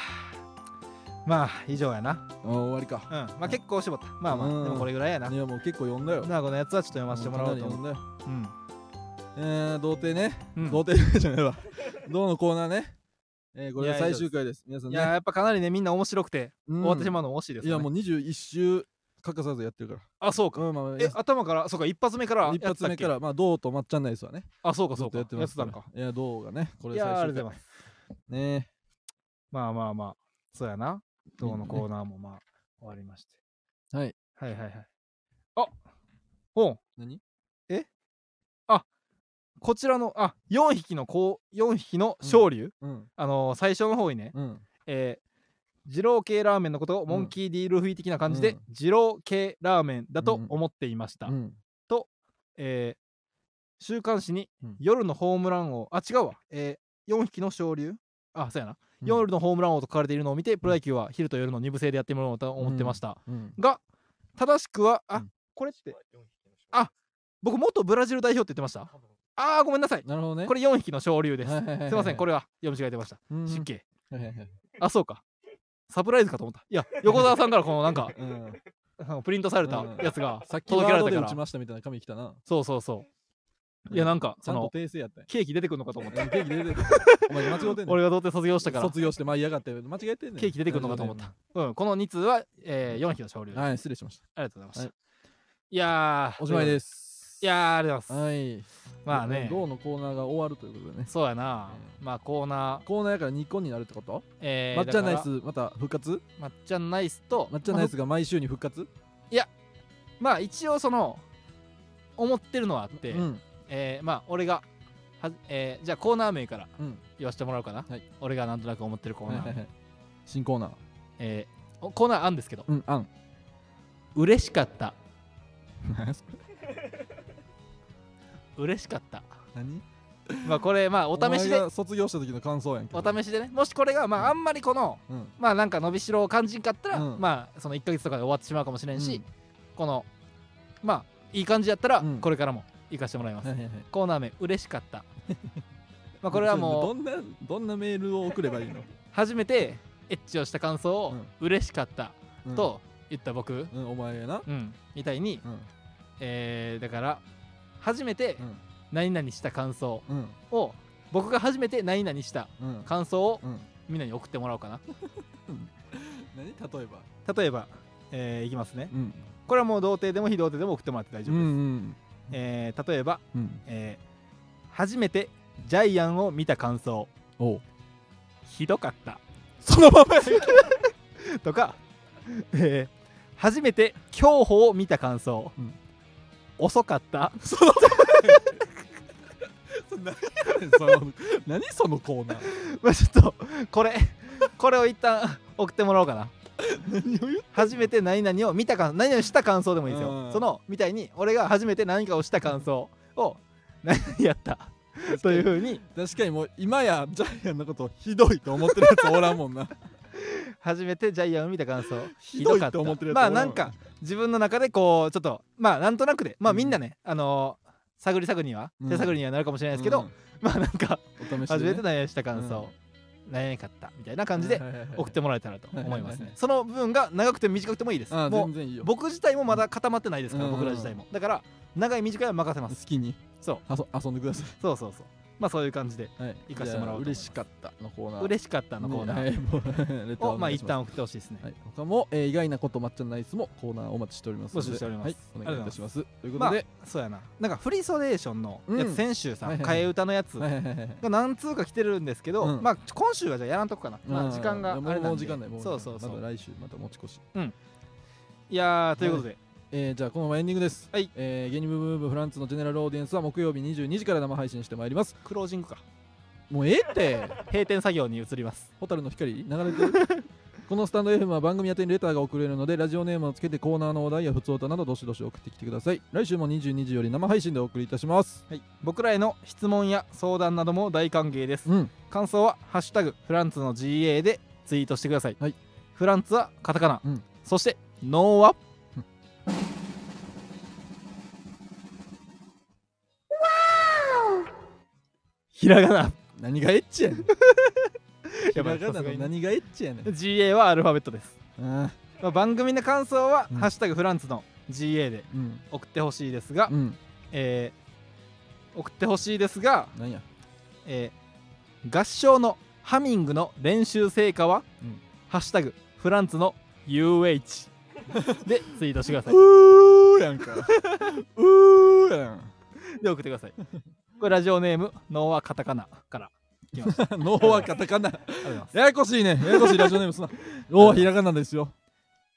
Speaker 1: ー、まあ、以上やな。
Speaker 2: あ終わりか
Speaker 1: うん。まあ、結構絞った。まあま
Speaker 2: う
Speaker 1: あ、
Speaker 2: ん
Speaker 1: でもこれぐらいやな。
Speaker 2: いやもう結構読んだよ
Speaker 1: なあ、このやつはちょっと読ませてもらおうと
Speaker 2: かなり
Speaker 1: 思う。
Speaker 2: 読んだよ
Speaker 1: うん。
Speaker 2: えー、童貞ね、
Speaker 1: うん
Speaker 2: 童貞じゃないわ童のコーナーねえー、これが
Speaker 1: いや
Speaker 2: 最終回です皆さん
Speaker 1: い
Speaker 2: ね
Speaker 1: やーやっぱかなりね、みんな面白くて、
Speaker 2: うん
Speaker 1: 終わってしまうのも惜しいです、
Speaker 2: い
Speaker 1: ね。
Speaker 2: やもう21週欠かさずやってるか
Speaker 1: あ、そうか。
Speaker 2: らうんまあまあ
Speaker 1: え、頭から、そうか、一発目からやって
Speaker 2: 一
Speaker 1: たっけ。
Speaker 2: 発目からまあ童とまっちゃんないですわね
Speaker 1: あ、そうか、
Speaker 2: ず
Speaker 1: そ
Speaker 2: っ
Speaker 1: う
Speaker 2: と
Speaker 1: か。
Speaker 2: や
Speaker 1: や
Speaker 2: っ
Speaker 1: って
Speaker 2: ます
Speaker 1: てたんか。
Speaker 2: いや童がねこれ
Speaker 1: い
Speaker 2: 最
Speaker 1: やー、ありが
Speaker 2: 終
Speaker 1: とうござい
Speaker 2: 回
Speaker 1: ます。
Speaker 2: ねえ
Speaker 1: まあまあまあ、そうやな。どうのコーナーもまあ、終わりまして。
Speaker 2: はい。
Speaker 1: はいはいはい。あ本
Speaker 2: 何
Speaker 1: えあこちらの、あ4匹のこう、4匹の昇竜、
Speaker 2: うん
Speaker 1: あのー最初の方にね、
Speaker 2: うん
Speaker 1: えー、二郎系ラーメンのことをモンキー・ディー・ルフィ的な感じで、
Speaker 2: うん
Speaker 1: 二郎系ラーメンだと
Speaker 2: うん
Speaker 1: 思っていました。
Speaker 2: うん
Speaker 1: えー週刊誌に
Speaker 2: うん
Speaker 1: 夜のホームラン王、あ、違うわ。えー、4匹の昇竜あ、そうやな。夜のホームラン王と書かれているのを見て、プロ野球は昼と夜の2部制でやってもらおうと思ってました。
Speaker 2: うん
Speaker 1: が、正しくは、あ、
Speaker 2: うん
Speaker 1: これって、あ僕、元ブラジル代表って言ってましたあー、ごめんなさい。
Speaker 2: なるほどね
Speaker 1: こ
Speaker 2: れ
Speaker 1: れ4匹の昇竜です。す
Speaker 2: す
Speaker 1: いません、こ
Speaker 2: れ
Speaker 1: れは読み違えてました。失敬。
Speaker 2: はいはいはい
Speaker 1: あ、そうか。サプライズかと思った。 いや、横澤さんからこのなんか、
Speaker 2: うん
Speaker 1: うんプリントされたやつが
Speaker 2: さっきワ
Speaker 1: 届けら
Speaker 2: ー
Speaker 1: れ
Speaker 2: ドで
Speaker 1: た
Speaker 2: 打
Speaker 1: か
Speaker 2: ち
Speaker 1: ら。
Speaker 2: ましたみたいな紙来たな
Speaker 1: そうそうそう。いや、なんか、
Speaker 2: ち
Speaker 1: そ
Speaker 2: ゃんと
Speaker 1: の、
Speaker 2: 訂正やったんや
Speaker 1: ケーキ出てくるのかと思っ
Speaker 2: うん
Speaker 1: た。
Speaker 2: ケーキ出てるお前間違ってんね ん
Speaker 1: 俺が童貞卒業したから、
Speaker 2: 卒業して舞い上がって間違えてんねん
Speaker 1: ケーキ出てくるのかと思った。うん、この2通は、えー、4匹の昇竜です。
Speaker 2: はい失礼しました
Speaker 1: ありがとうございました。
Speaker 2: はい
Speaker 1: い、やー、。
Speaker 2: おしまいですす
Speaker 1: いやー、ありがとうございます。
Speaker 2: はい
Speaker 1: まあね、
Speaker 2: 銅のコーナーが終わるということでね
Speaker 1: そうやな。まあ、コーナー、
Speaker 2: コーナーやから2個になるってこと
Speaker 1: えー、
Speaker 2: まっちゃんナイス
Speaker 1: だか
Speaker 2: また復活
Speaker 1: ら。まっちゃんナイスと、
Speaker 2: まっちゃんナイスが毎週に復活
Speaker 1: まあ、まあ一応その、思ってるのはあって、
Speaker 2: うん
Speaker 1: えー、まあ、俺が、はえー、じゃあコーナー名から
Speaker 2: うん
Speaker 1: 言わせてもらおうかな。
Speaker 2: はい
Speaker 1: 俺がなんとなく思ってるコーナー。
Speaker 2: はいはいはい新コーナー
Speaker 1: えーおコーナーあんですけど、
Speaker 2: うんあん
Speaker 1: 嬉しかった、嬉しかった。
Speaker 2: 何
Speaker 1: まあ、これ、まあ、お試し
Speaker 2: お前
Speaker 1: で、
Speaker 2: が卒業した時の感想やんけ
Speaker 1: お
Speaker 2: ど
Speaker 1: 試しでね、もしこれが、まあ、あんまりこの、
Speaker 2: うん
Speaker 1: まあなんか伸びしろを感じんかったら、
Speaker 2: うん
Speaker 1: まあその1ヶ月とかで終わってしまうかもしれんし、このまあいい感じやったら、
Speaker 2: うん
Speaker 1: これからも行かしてもらいます、
Speaker 2: はいはいはい
Speaker 1: コーナー名嬉しかった まあこれはもう
Speaker 2: どんなどんなメールを送ればいいの
Speaker 1: 初めてエッチをした感想を、
Speaker 2: うん
Speaker 1: 嬉しかった、
Speaker 2: うん
Speaker 1: と言った僕、うん
Speaker 2: うんお前やな
Speaker 1: みたいに、
Speaker 2: うん
Speaker 1: えーだから初めて
Speaker 2: うん
Speaker 1: 何々した感想
Speaker 2: うん
Speaker 1: を僕が初めて何々した
Speaker 2: うん
Speaker 1: 感想を
Speaker 2: うん
Speaker 1: みんなに送ってもらおうかな
Speaker 2: 何例えば
Speaker 1: 例えば、えーいきますね
Speaker 2: うん
Speaker 1: これはもう童貞でも非童貞でも送ってもらって大丈
Speaker 2: う
Speaker 1: 夫です、
Speaker 2: ん
Speaker 1: えー例えば
Speaker 2: うん
Speaker 1: えー初めてジャイアンを見た感想
Speaker 2: おう
Speaker 1: ひどかった
Speaker 2: そのま まや
Speaker 1: とか、えー初めて競歩を見た感想、
Speaker 2: うん
Speaker 1: 遅かった
Speaker 2: ねんその何そのコーナー
Speaker 1: まあちょっとこれこれを一旦送ってもらおうかな
Speaker 2: 何を言う
Speaker 1: 初めて何々を見た感何々した感想でもいいです
Speaker 2: う
Speaker 1: よ
Speaker 2: ん
Speaker 1: そのみたいに俺が初めて何かをした感想を何々やったというふうに
Speaker 2: 確かにもう今やジャイアンのことをひどいと思ってるやつおらんもんな
Speaker 1: 初めてジャイアンを見た感想
Speaker 2: ひどいって思ってるやつ
Speaker 1: まあ
Speaker 2: おら
Speaker 1: なんん
Speaker 2: わ
Speaker 1: か自分の中でこうちょっとまあなんとなくでまあ
Speaker 2: うん
Speaker 1: みんなね、あのー探り探りには
Speaker 2: うん
Speaker 1: 手探りにはなるかもしれないですけど、
Speaker 2: うん
Speaker 1: まあなんか
Speaker 2: お試し
Speaker 1: 初め
Speaker 2: で
Speaker 1: て
Speaker 2: ね
Speaker 1: 何々した感想、何々かったみたいな感じで
Speaker 2: はいはいはいはい
Speaker 1: 送ってもらえたらと思いま
Speaker 2: はいは
Speaker 1: す
Speaker 2: いはい
Speaker 1: ね
Speaker 2: はい
Speaker 1: その部分が長くても短くてもいいです
Speaker 2: ああ
Speaker 1: も
Speaker 2: 全
Speaker 1: う
Speaker 2: 然いいよ
Speaker 1: 僕自体もまだ固まってないですから、
Speaker 2: うん
Speaker 1: 僕ら自体もだから長い短いは任せま
Speaker 2: 好
Speaker 1: す
Speaker 2: きに
Speaker 1: そう
Speaker 2: あそ遊んでくださ
Speaker 1: そうそうそうまあそういう感じで
Speaker 2: いはい
Speaker 1: 行かせてもらおうと思います
Speaker 2: 嬉しかったのコーナー
Speaker 1: 嬉しかったのコーナー
Speaker 2: ねはいもうレター
Speaker 1: をま
Speaker 2: お
Speaker 1: あ
Speaker 2: 願い
Speaker 1: 一
Speaker 2: しす
Speaker 1: 旦送ってほしいですね
Speaker 2: はい、他も、えー意外なことまっちゃんナイスもコーナーお待ちしておりますので
Speaker 1: 募集しております
Speaker 2: はい、お願いいたしますというこ
Speaker 1: まあ
Speaker 2: とで、
Speaker 1: そうやななんかフリーソネーションのやつ、
Speaker 2: うん
Speaker 1: 先週さ
Speaker 2: はいはいはい
Speaker 1: 替え歌のやつ
Speaker 2: はいはいはいはい
Speaker 1: が何通か来てるんですけど、
Speaker 2: うん
Speaker 1: まあ今週はじゃあやらんとこかな、まあ時間があれ
Speaker 2: もう
Speaker 1: なんで
Speaker 2: もう時間ないもう
Speaker 1: そうそうそう、
Speaker 2: まだ来週また持ち越し
Speaker 1: いやーということで、
Speaker 2: えーじゃあこのままエンディングです、
Speaker 1: はい
Speaker 2: えー芸人ブームブームフランツのジェネラルオーディエンスは木曜日22時から生配信してまいります
Speaker 1: クロージングか
Speaker 2: もうええ って
Speaker 1: 閉店作業に移ります
Speaker 2: 蛍の光流れてるこのスタンド FM は番組宛てにレターが送れるのでラジオネームをつけてコーナーのお題や普通歌などどしどし送ってきてください来週も22時より生配信でお送りいたします
Speaker 1: はい、僕らへの質問や相談なども大歓迎です
Speaker 2: うん
Speaker 1: 感想は「ハッシュタグフランツの GA」でツイートしてください、
Speaker 2: はい
Speaker 1: フランツはカタカナ、
Speaker 2: うん
Speaker 1: そしてノーは ひらがな
Speaker 2: 何がエッチやねん
Speaker 1: やばい
Speaker 2: ひらがなの何がエッチやねん
Speaker 1: GA はアルファベットです、
Speaker 2: あ
Speaker 1: まあ、番組の感想は「
Speaker 2: うん
Speaker 1: ハッシュタグフランツの GA」で
Speaker 2: ーうん
Speaker 1: 送ってほしいですが、
Speaker 2: うん
Speaker 1: えー送ってほしいですが、
Speaker 2: なんや
Speaker 1: えー合唱のハミングの練習成果は、
Speaker 2: うん
Speaker 1: ハッシュタグフランツの UH でツイートしてくださいう
Speaker 2: ーやん かうー やん
Speaker 1: で送ってくださいこれラジオネームノーはカタカナから
Speaker 2: ノーはカタカナ
Speaker 1: あり がとうございます
Speaker 2: ややこしいねややこしいラジオネー ムすなおーひらがなですよ、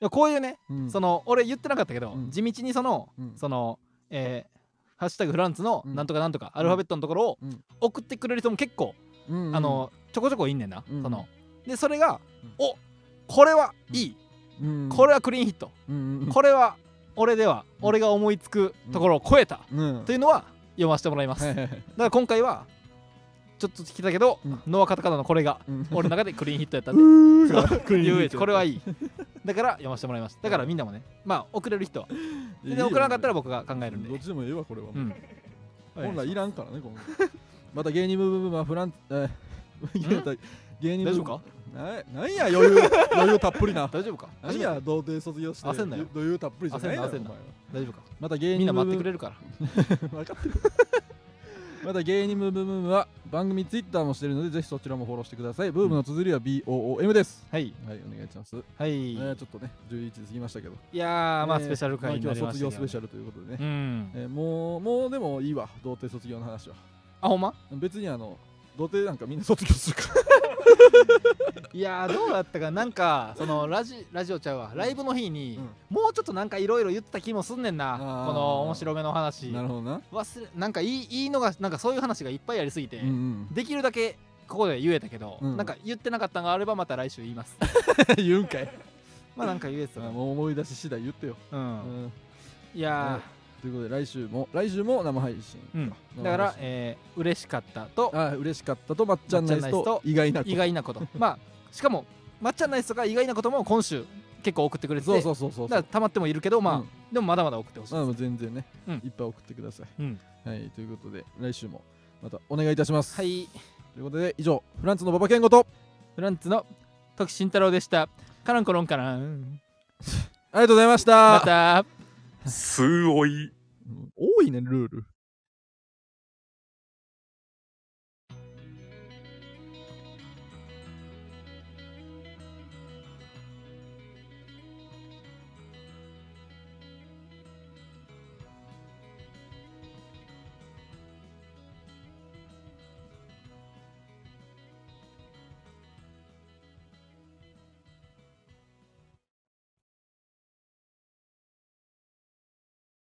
Speaker 1: でもこういうね、
Speaker 2: うん
Speaker 1: その俺言ってなかったけど、
Speaker 2: うん
Speaker 1: 地道にその、
Speaker 2: うん
Speaker 1: そのえーハッシュタグフランツの
Speaker 2: うん
Speaker 1: なんとかなんとか、アルファベットのところを
Speaker 2: うん
Speaker 1: 送ってくれる人も結構、
Speaker 2: うんうん
Speaker 1: あのちょこちょこいんねんな、
Speaker 2: うん
Speaker 1: そのでそれが、
Speaker 2: うん
Speaker 1: おこれはいい、
Speaker 2: うん
Speaker 1: これはクリーンヒット、
Speaker 2: うんうん
Speaker 1: これは俺では
Speaker 2: うん
Speaker 1: 俺が思いつくところを超えた
Speaker 2: うん
Speaker 1: というのは読ませてもらいます、
Speaker 2: は
Speaker 1: だか
Speaker 2: いはいはい
Speaker 1: ら今回はちょっと聞いたけど、
Speaker 2: うん
Speaker 1: ノアカタカナのこれが
Speaker 2: うん
Speaker 1: 俺の中でクリーンヒットやった んで
Speaker 2: う
Speaker 1: そう
Speaker 2: ー
Speaker 1: UH これはいいだから読ませてもらいましただからみんなもねまあ送れる人は全然送らなかったら僕が考えるんで
Speaker 2: どっちでもええわこれは、
Speaker 1: うん
Speaker 2: 本来いらんからねこのまた芸人ブームブームはフラン えーまた芸人ブ
Speaker 1: 大
Speaker 2: ー
Speaker 1: 丈夫
Speaker 2: ム
Speaker 1: か
Speaker 2: ななんや余裕余裕たっぷりな
Speaker 1: 大丈夫か
Speaker 2: 何や童貞卒業して
Speaker 1: 焦んなよ
Speaker 2: 余裕たっぷりじゃない
Speaker 1: 焦んな焦んな
Speaker 2: お前は
Speaker 1: 大丈夫か
Speaker 2: また芸
Speaker 1: みん
Speaker 2: 人
Speaker 1: な
Speaker 2: ブー
Speaker 1: 待
Speaker 2: ム
Speaker 1: ってくれるから
Speaker 2: 分かっ てるまた芸人ブームブームは番組ツイッターもしてるのでぜひそちらもフォローしてくださいブームの綴りは BOOM です
Speaker 1: はい
Speaker 2: はいお願いします、
Speaker 1: はい、
Speaker 2: えー、ちょっとね11時過ぎましたけど
Speaker 1: いやーまあ
Speaker 2: えー
Speaker 1: スペシャル回に
Speaker 2: ま
Speaker 1: な
Speaker 2: あ
Speaker 1: り
Speaker 2: 今日
Speaker 1: ました
Speaker 2: 卒業
Speaker 1: け
Speaker 2: ス
Speaker 1: ど、
Speaker 2: ペシャルということでね、
Speaker 1: うん
Speaker 2: えーもうもうでもいいわ童貞卒業の話は
Speaker 1: あほんま
Speaker 2: 別にあの童貞なんかみんな卒業す るから
Speaker 1: いやーどうだったかなんかそのラジラジオちゃうわライブの日に、
Speaker 2: う
Speaker 1: もうちょっとなんかいろいろ言ってた気もすんねんな
Speaker 2: あー
Speaker 1: この面白めの話
Speaker 2: なるほどな、
Speaker 1: 忘れなんかいいいいのがなんかそういう話がいっぱいありすぎて、
Speaker 2: うんうん、
Speaker 1: できるだけここで言えたけど、
Speaker 2: うん
Speaker 1: なんか言ってなかったのがあればまた来週 言い ます
Speaker 2: 言うんかい
Speaker 1: まあなんか言えてた
Speaker 2: あ
Speaker 1: な
Speaker 2: もう思い出し次第言ってよ、
Speaker 1: う
Speaker 2: うん
Speaker 1: ん、い
Speaker 2: は
Speaker 1: や
Speaker 2: いということで来週も来週も生配信、
Speaker 1: ー、うん、だ
Speaker 2: 生
Speaker 1: か
Speaker 2: 配
Speaker 1: ら
Speaker 2: 信、
Speaker 1: えー、嬉しかったと
Speaker 2: あー嬉しかったとまっちゃんナイス
Speaker 1: まっちゃんナ
Speaker 2: と
Speaker 1: イス
Speaker 2: 意外なこと
Speaker 1: 意外なこと まあしかもまっちゃんナイスとか意外なことも今週結構送ってくれてて
Speaker 2: そうそうそうそう
Speaker 1: だから溜まってもいるけどまあ、
Speaker 2: うん
Speaker 1: でもまだまだ送ってほしい
Speaker 2: まあ、全然ね、
Speaker 1: うん
Speaker 2: いっぱい送ってください、
Speaker 1: うん
Speaker 2: はいということで来週もまたお願いいたします、
Speaker 1: はい
Speaker 2: ということで以上フランスの馬場健吾と
Speaker 1: フランツの時慎太郎でした。カランコロンカラン。
Speaker 2: ありがとうございまし
Speaker 1: ま
Speaker 2: た
Speaker 1: た。
Speaker 3: すごい。
Speaker 2: うん多いねルール